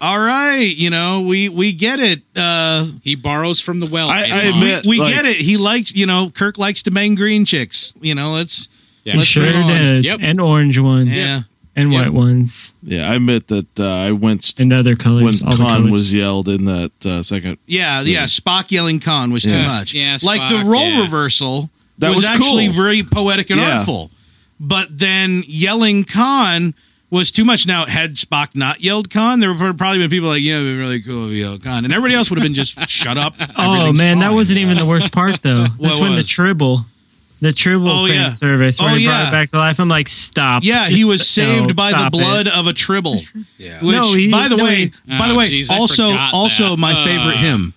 Speaker 2: all right, you know, we we get it. Uh,
Speaker 3: he borrows from the well.
Speaker 4: I-
Speaker 3: Hey,
Speaker 4: I
Speaker 3: Mom.
Speaker 4: admit-
Speaker 2: we
Speaker 4: Like-
Speaker 2: get it. He likes, you know, Kirk likes to bang green chicks. You know, let's
Speaker 3: Yeah.
Speaker 5: He
Speaker 2: let's
Speaker 5: sure
Speaker 2: move on.
Speaker 5: does.
Speaker 3: Yep.
Speaker 5: And orange ones.
Speaker 2: Yeah.
Speaker 5: And
Speaker 3: Yep.
Speaker 5: white ones.
Speaker 4: Yeah, I admit that uh, I winced
Speaker 5: And other
Speaker 4: when
Speaker 5: colors. all the
Speaker 4: Khan
Speaker 5: colors.
Speaker 4: was yelled in that uh, second.
Speaker 2: Yeah, yeah. Spock yelling Khan was too
Speaker 4: Yeah.
Speaker 2: much.
Speaker 3: Yeah,
Speaker 2: like the
Speaker 3: Spock,
Speaker 2: role
Speaker 3: yeah.
Speaker 2: reversal
Speaker 4: That
Speaker 2: was,
Speaker 4: was cool.
Speaker 2: actually very poetic and
Speaker 4: Yeah.
Speaker 2: artful. But then yelling Khan was too much. Now, had Spock not yelled Khan, there would have probably been people like, yeah, it'd be really cool if you yelled Khan. And everybody else would have been just shut up.
Speaker 5: Oh
Speaker 2: everything's
Speaker 5: man, that
Speaker 2: fine."
Speaker 5: wasn't even the worst part though. That's
Speaker 2: What
Speaker 5: when the
Speaker 2: was?
Speaker 5: tribble, the tribble
Speaker 2: Oh,
Speaker 5: fan
Speaker 2: yeah.
Speaker 5: service, where
Speaker 2: Oh,
Speaker 5: he brought
Speaker 2: yeah.
Speaker 5: it back to life. I'm like, stop.
Speaker 2: Yeah, he
Speaker 5: Just-
Speaker 2: was saved
Speaker 5: no,
Speaker 2: by the
Speaker 5: stop it.
Speaker 2: blood of a tribble.
Speaker 7: Yeah.
Speaker 2: Which,
Speaker 5: No, he-
Speaker 2: by the
Speaker 5: no,
Speaker 2: way,
Speaker 5: he-
Speaker 2: by the
Speaker 3: Oh,
Speaker 2: way,
Speaker 3: jeez, I
Speaker 2: also
Speaker 3: forgot
Speaker 2: also
Speaker 3: that.
Speaker 2: my
Speaker 3: Uh.
Speaker 2: favorite hymn,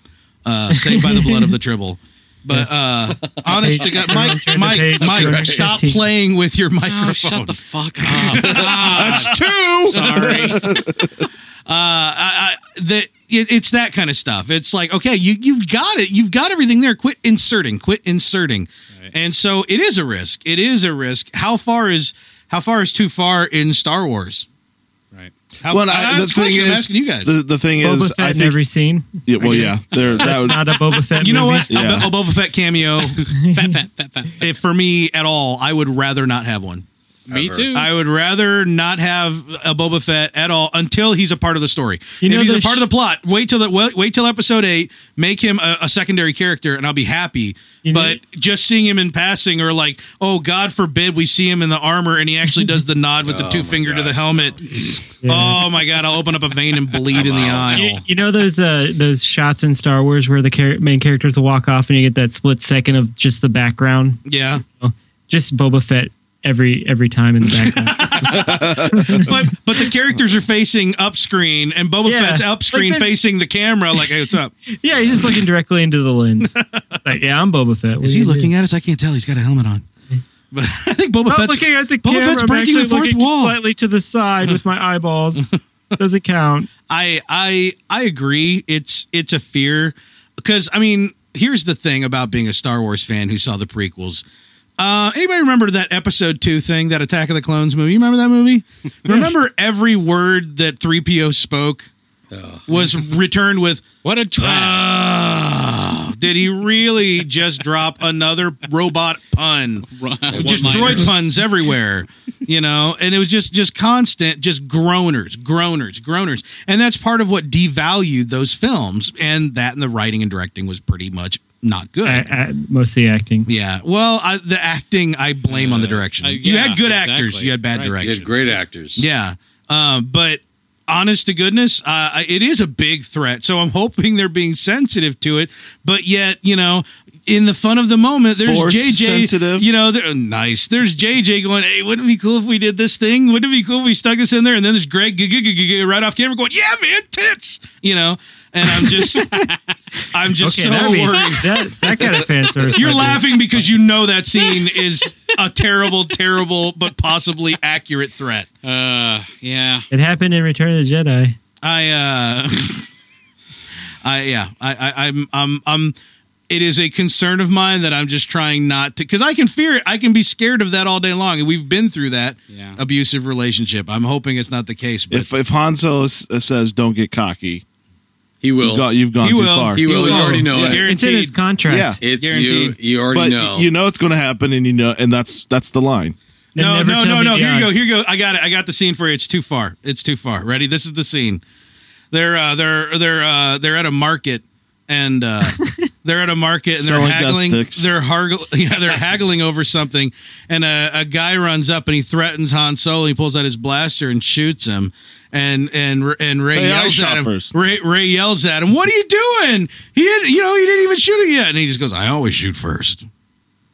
Speaker 2: uh, "Saved by the Blood of the Tribble." But uh, honest to
Speaker 5: Page
Speaker 2: God,
Speaker 5: turn,
Speaker 2: Mike,
Speaker 5: turn the
Speaker 2: Mike,
Speaker 5: page,
Speaker 2: Mike,
Speaker 5: 215.
Speaker 2: stop playing with your microphone.
Speaker 3: Oh, shut the fuck up. Ah,
Speaker 4: That's two.
Speaker 3: sorry.
Speaker 2: I, I, the it, it's that kind of stuff. It's like okay, you you've got it, you've got everything there. Quit inserting, quit inserting, and so it is a risk. It is a risk. How far is how far is too far in Star Wars?
Speaker 3: Right.
Speaker 2: How,
Speaker 4: Well,
Speaker 2: I-
Speaker 4: I, the
Speaker 2: that's a
Speaker 4: thing
Speaker 2: question I'm
Speaker 4: is,
Speaker 2: asking you guys.
Speaker 4: the, the thing
Speaker 5: Boba
Speaker 4: is,
Speaker 5: Fett
Speaker 4: I
Speaker 5: in
Speaker 4: think.
Speaker 5: every scene.
Speaker 4: yeah, well, yeah, there that was
Speaker 5: Not a Boba Fett.
Speaker 2: you know
Speaker 5: movie.
Speaker 2: what?
Speaker 4: Yeah.
Speaker 2: A, Bo- a Boba Fett cameo.
Speaker 3: Fat, fat, fat, fat.
Speaker 2: if for me at all, I would rather not have one.
Speaker 3: Me
Speaker 7: Ever.
Speaker 3: too.
Speaker 2: I would rather not have a Boba Fett at all until he's a part of the story.
Speaker 5: You know,
Speaker 2: if he's a
Speaker 5: there's-
Speaker 2: part of the plot. Wait till the wait, wait till episode eight. Make him a, a secondary character, and I'll be happy.
Speaker 5: You know-
Speaker 2: but just seeing him in passing, or like, oh God forbid, we see him in the armor, and he actually does the nod with the
Speaker 7: Oh
Speaker 2: two
Speaker 7: my
Speaker 2: finger to the
Speaker 7: gosh,
Speaker 2: helmet.
Speaker 5: Yeah.
Speaker 2: Oh my God! I'll open up a vein and bleed in the
Speaker 7: out.
Speaker 2: aisle.
Speaker 5: You, you know those uh, those shots in Star Wars where the char- main characters will walk off and you get that split second of just the background,
Speaker 2: Yeah.
Speaker 5: just Boba Fett every every time in the background.
Speaker 2: but but the characters are facing up screen, and Boba
Speaker 5: Yeah.
Speaker 2: Fett's up screen
Speaker 5: Like they-
Speaker 2: facing the camera. Like, hey, what's up?
Speaker 5: yeah, he's just looking directly into the lens. Like, yeah, I'm Boba Fett. What
Speaker 2: Is
Speaker 5: are
Speaker 2: he
Speaker 5: you
Speaker 2: looking
Speaker 5: doing?
Speaker 2: at us? I can't tell. He's got a helmet on. But I think Boba
Speaker 5: Not
Speaker 2: Fett's
Speaker 5: looking at the
Speaker 2: Boba
Speaker 5: camera.
Speaker 2: Fett's
Speaker 5: I'm
Speaker 2: breaking the
Speaker 5: actually
Speaker 2: fourth
Speaker 5: looking
Speaker 2: wall.
Speaker 5: slightly to the side with my eyeballs. Doesn't count.
Speaker 2: I I I agree. It's it's a fear because I mean, here's the thing about being a Star Wars fan who saw the prequels. Uh, anybody remember that episode two thing, that Attack of the Clones movie? You remember that movie? remember every word that three PO spoke was returned with
Speaker 3: what a twat.
Speaker 2: Oh, did he really just drop another robot pun? Just droid puns everywhere, you know, and it was just just constant, just groaners, groaners, groaners, and that's part of what devalued those films, and that and the writing and directing was pretty much not good.
Speaker 5: I, I, mostly acting.
Speaker 2: yeah, well, I, the acting I blame on the direction.
Speaker 3: Uh,
Speaker 2: you had
Speaker 3: yeah,
Speaker 2: good actors,
Speaker 3: exactly.
Speaker 2: you had bad
Speaker 3: Right.
Speaker 2: direction.
Speaker 8: You had great actors.
Speaker 2: Yeah. Um, but honest to goodness, uh, I- it is a big threat. So I'm hoping they're being sensitive to it. But yet, you know, in the fun of the moment, there's
Speaker 4: Force
Speaker 2: JJ.
Speaker 4: sensitive.
Speaker 2: You know, there- uh, nice. There's JJ going, hey, wouldn't it be cool if we did this thing? Wouldn't it be cool if we stuck this in there? And then there's Greg g- g- g- g- g- right off camera going, yeah, man, tits. You know, and I'm just, I'm just
Speaker 5: Okay,
Speaker 2: so
Speaker 5: that'd be-
Speaker 2: worried.
Speaker 5: that, that kind of fan service.
Speaker 2: You're
Speaker 5: might be-
Speaker 2: laughing because you know that scene is a terrible, terrible, but possibly accurate threat.
Speaker 3: Uh, yeah.
Speaker 5: It happened in Return of the Jedi.
Speaker 2: I uh I yeah, I, I I'm I'm I'm it is a concern of mine that I'm just trying not to because I can fear it. I can be scared of that all day long. And we've been through that
Speaker 3: Yeah.
Speaker 2: abusive relationship. I'm hoping it's not the case, but
Speaker 4: if if Han Solo s- uh, says don't get cocky,
Speaker 8: He will.
Speaker 4: you've, got, you've gone
Speaker 2: He
Speaker 4: too
Speaker 2: will.
Speaker 4: far.
Speaker 8: He will.
Speaker 2: He
Speaker 8: You
Speaker 2: will.
Speaker 8: already know
Speaker 4: Yeah.
Speaker 8: it.
Speaker 5: It's in his
Speaker 2: Guaranteed.
Speaker 5: contract.
Speaker 4: yeah,
Speaker 8: It's you.
Speaker 2: Guaranteed.
Speaker 8: You already
Speaker 4: but
Speaker 8: know.
Speaker 4: you know it's going to happen, and you know, and that's that's the line.
Speaker 5: They
Speaker 2: no,
Speaker 5: never
Speaker 2: no,
Speaker 5: tell
Speaker 2: no,
Speaker 5: me
Speaker 2: no.
Speaker 5: the
Speaker 2: Here you go.
Speaker 5: odds.
Speaker 2: Here you go. I got it. I got the scene for you. It's too far. It's too far. Ready? This is the scene. They're uh, they're they're uh, they're at a market and uh, they're at a market and
Speaker 4: Selling
Speaker 2: they're
Speaker 4: dust
Speaker 2: haggling.
Speaker 4: sticks.
Speaker 2: They're hargle, yeah, they're haggling over something. And a, a guy runs up and he threatens Han Solo. He pulls out his blaster and shoots him. And and and Ray
Speaker 4: Hey, I
Speaker 2: yells
Speaker 4: shot
Speaker 2: at him.
Speaker 4: first.
Speaker 2: Ray, Ray yells at him. What are you doing? He didn't. You know he didn't even shoot it yet. And he just goes, "I always shoot first.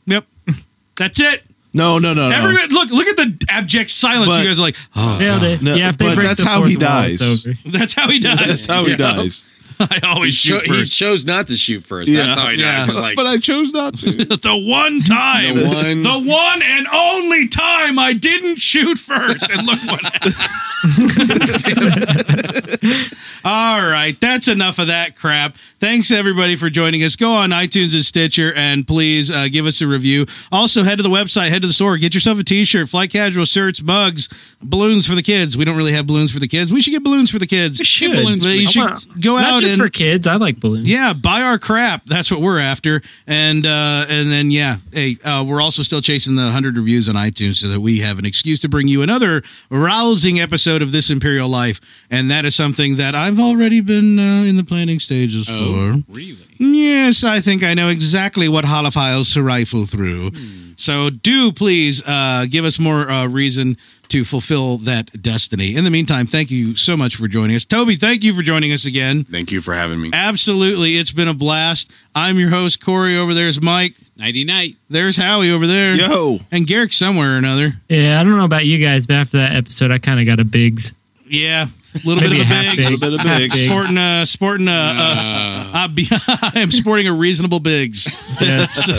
Speaker 2: Yep. That's it.
Speaker 4: No, no, no, no.
Speaker 2: Everybody, look, look at the abject silence.
Speaker 4: But-
Speaker 2: you guys are like, oh,
Speaker 5: Nailed it.
Speaker 4: No,
Speaker 5: yeah, if they
Speaker 4: but
Speaker 5: break
Speaker 4: that's
Speaker 5: the
Speaker 4: how he
Speaker 5: fourth wall,
Speaker 4: dies.
Speaker 5: it's over.
Speaker 2: that's how he
Speaker 4: that's
Speaker 2: does.
Speaker 4: how he dies.
Speaker 2: I always
Speaker 8: Cho-
Speaker 2: shoot
Speaker 8: he
Speaker 2: first.
Speaker 8: chose not to shoot first.
Speaker 4: Yeah.
Speaker 8: That's how he
Speaker 2: Yeah.
Speaker 8: dies. It was like,
Speaker 4: but I chose not to.
Speaker 2: the one time,
Speaker 8: The one-
Speaker 2: the one and only time I didn't shoot first, and look what happened. All right, that's enough of that crap. Thanks everybody for joining us. Go on iTunes and Stitcher, and please uh, give us a review. Also, head to the website, head to the store, get yourself a T-shirt, fly casual shirts, mugs, balloons for the kids. We don't really have balloons for the kids. We should get balloons for the kids.
Speaker 5: should.
Speaker 3: Balloons
Speaker 2: Well,
Speaker 3: for
Speaker 2: you
Speaker 3: the-
Speaker 2: should go out
Speaker 5: Not just
Speaker 2: and
Speaker 5: for kids. I like balloons.
Speaker 2: yeah, buy our crap. That's what we're after. And uh, and then yeah, hey, uh, we're also still chasing the hundred reviews on iTunes so that we have an excuse to bring you another rousing episode of this Imperial Life. And that is something that I've already been uh, in the planning stages for.
Speaker 3: really?
Speaker 2: Yes, I think I know exactly what holophiles to rifle through. So do please uh, give us more uh, reason to fulfill that destiny. In the meantime, thank you so much for joining us. Toby, thank you for joining us again.
Speaker 8: Thank you for having me.
Speaker 2: Absolutely. It's been a blast. I'm your host, Corey. Over there's Mike.
Speaker 3: Nighty night.
Speaker 2: There's Howie over there.
Speaker 4: Yo.
Speaker 2: And Garrick somewhere or another.
Speaker 5: Yeah, I don't know about you guys, but after that episode, I kind of got a bigs.
Speaker 2: Yeah. Little bit of
Speaker 5: Maybe
Speaker 2: a
Speaker 5: half
Speaker 2: big.
Speaker 5: big.
Speaker 4: Little bit of
Speaker 5: Half
Speaker 4: bigs.
Speaker 2: Sporting a sporting a, uh,
Speaker 3: Uh,
Speaker 2: I am sporting a reasonable bigs.
Speaker 5: Yeah,
Speaker 2: So,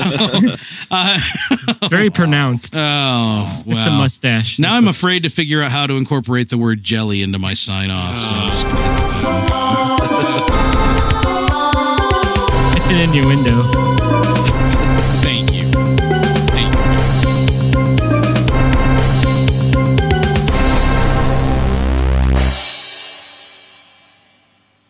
Speaker 5: very pronounced.
Speaker 2: oh
Speaker 5: It's a
Speaker 2: wow!
Speaker 5: mustache.
Speaker 2: Now I'm afraid to figure out how to incorporate the word jelly into my sign off. So.
Speaker 5: It's an innuendo.
Speaker 3: thank you.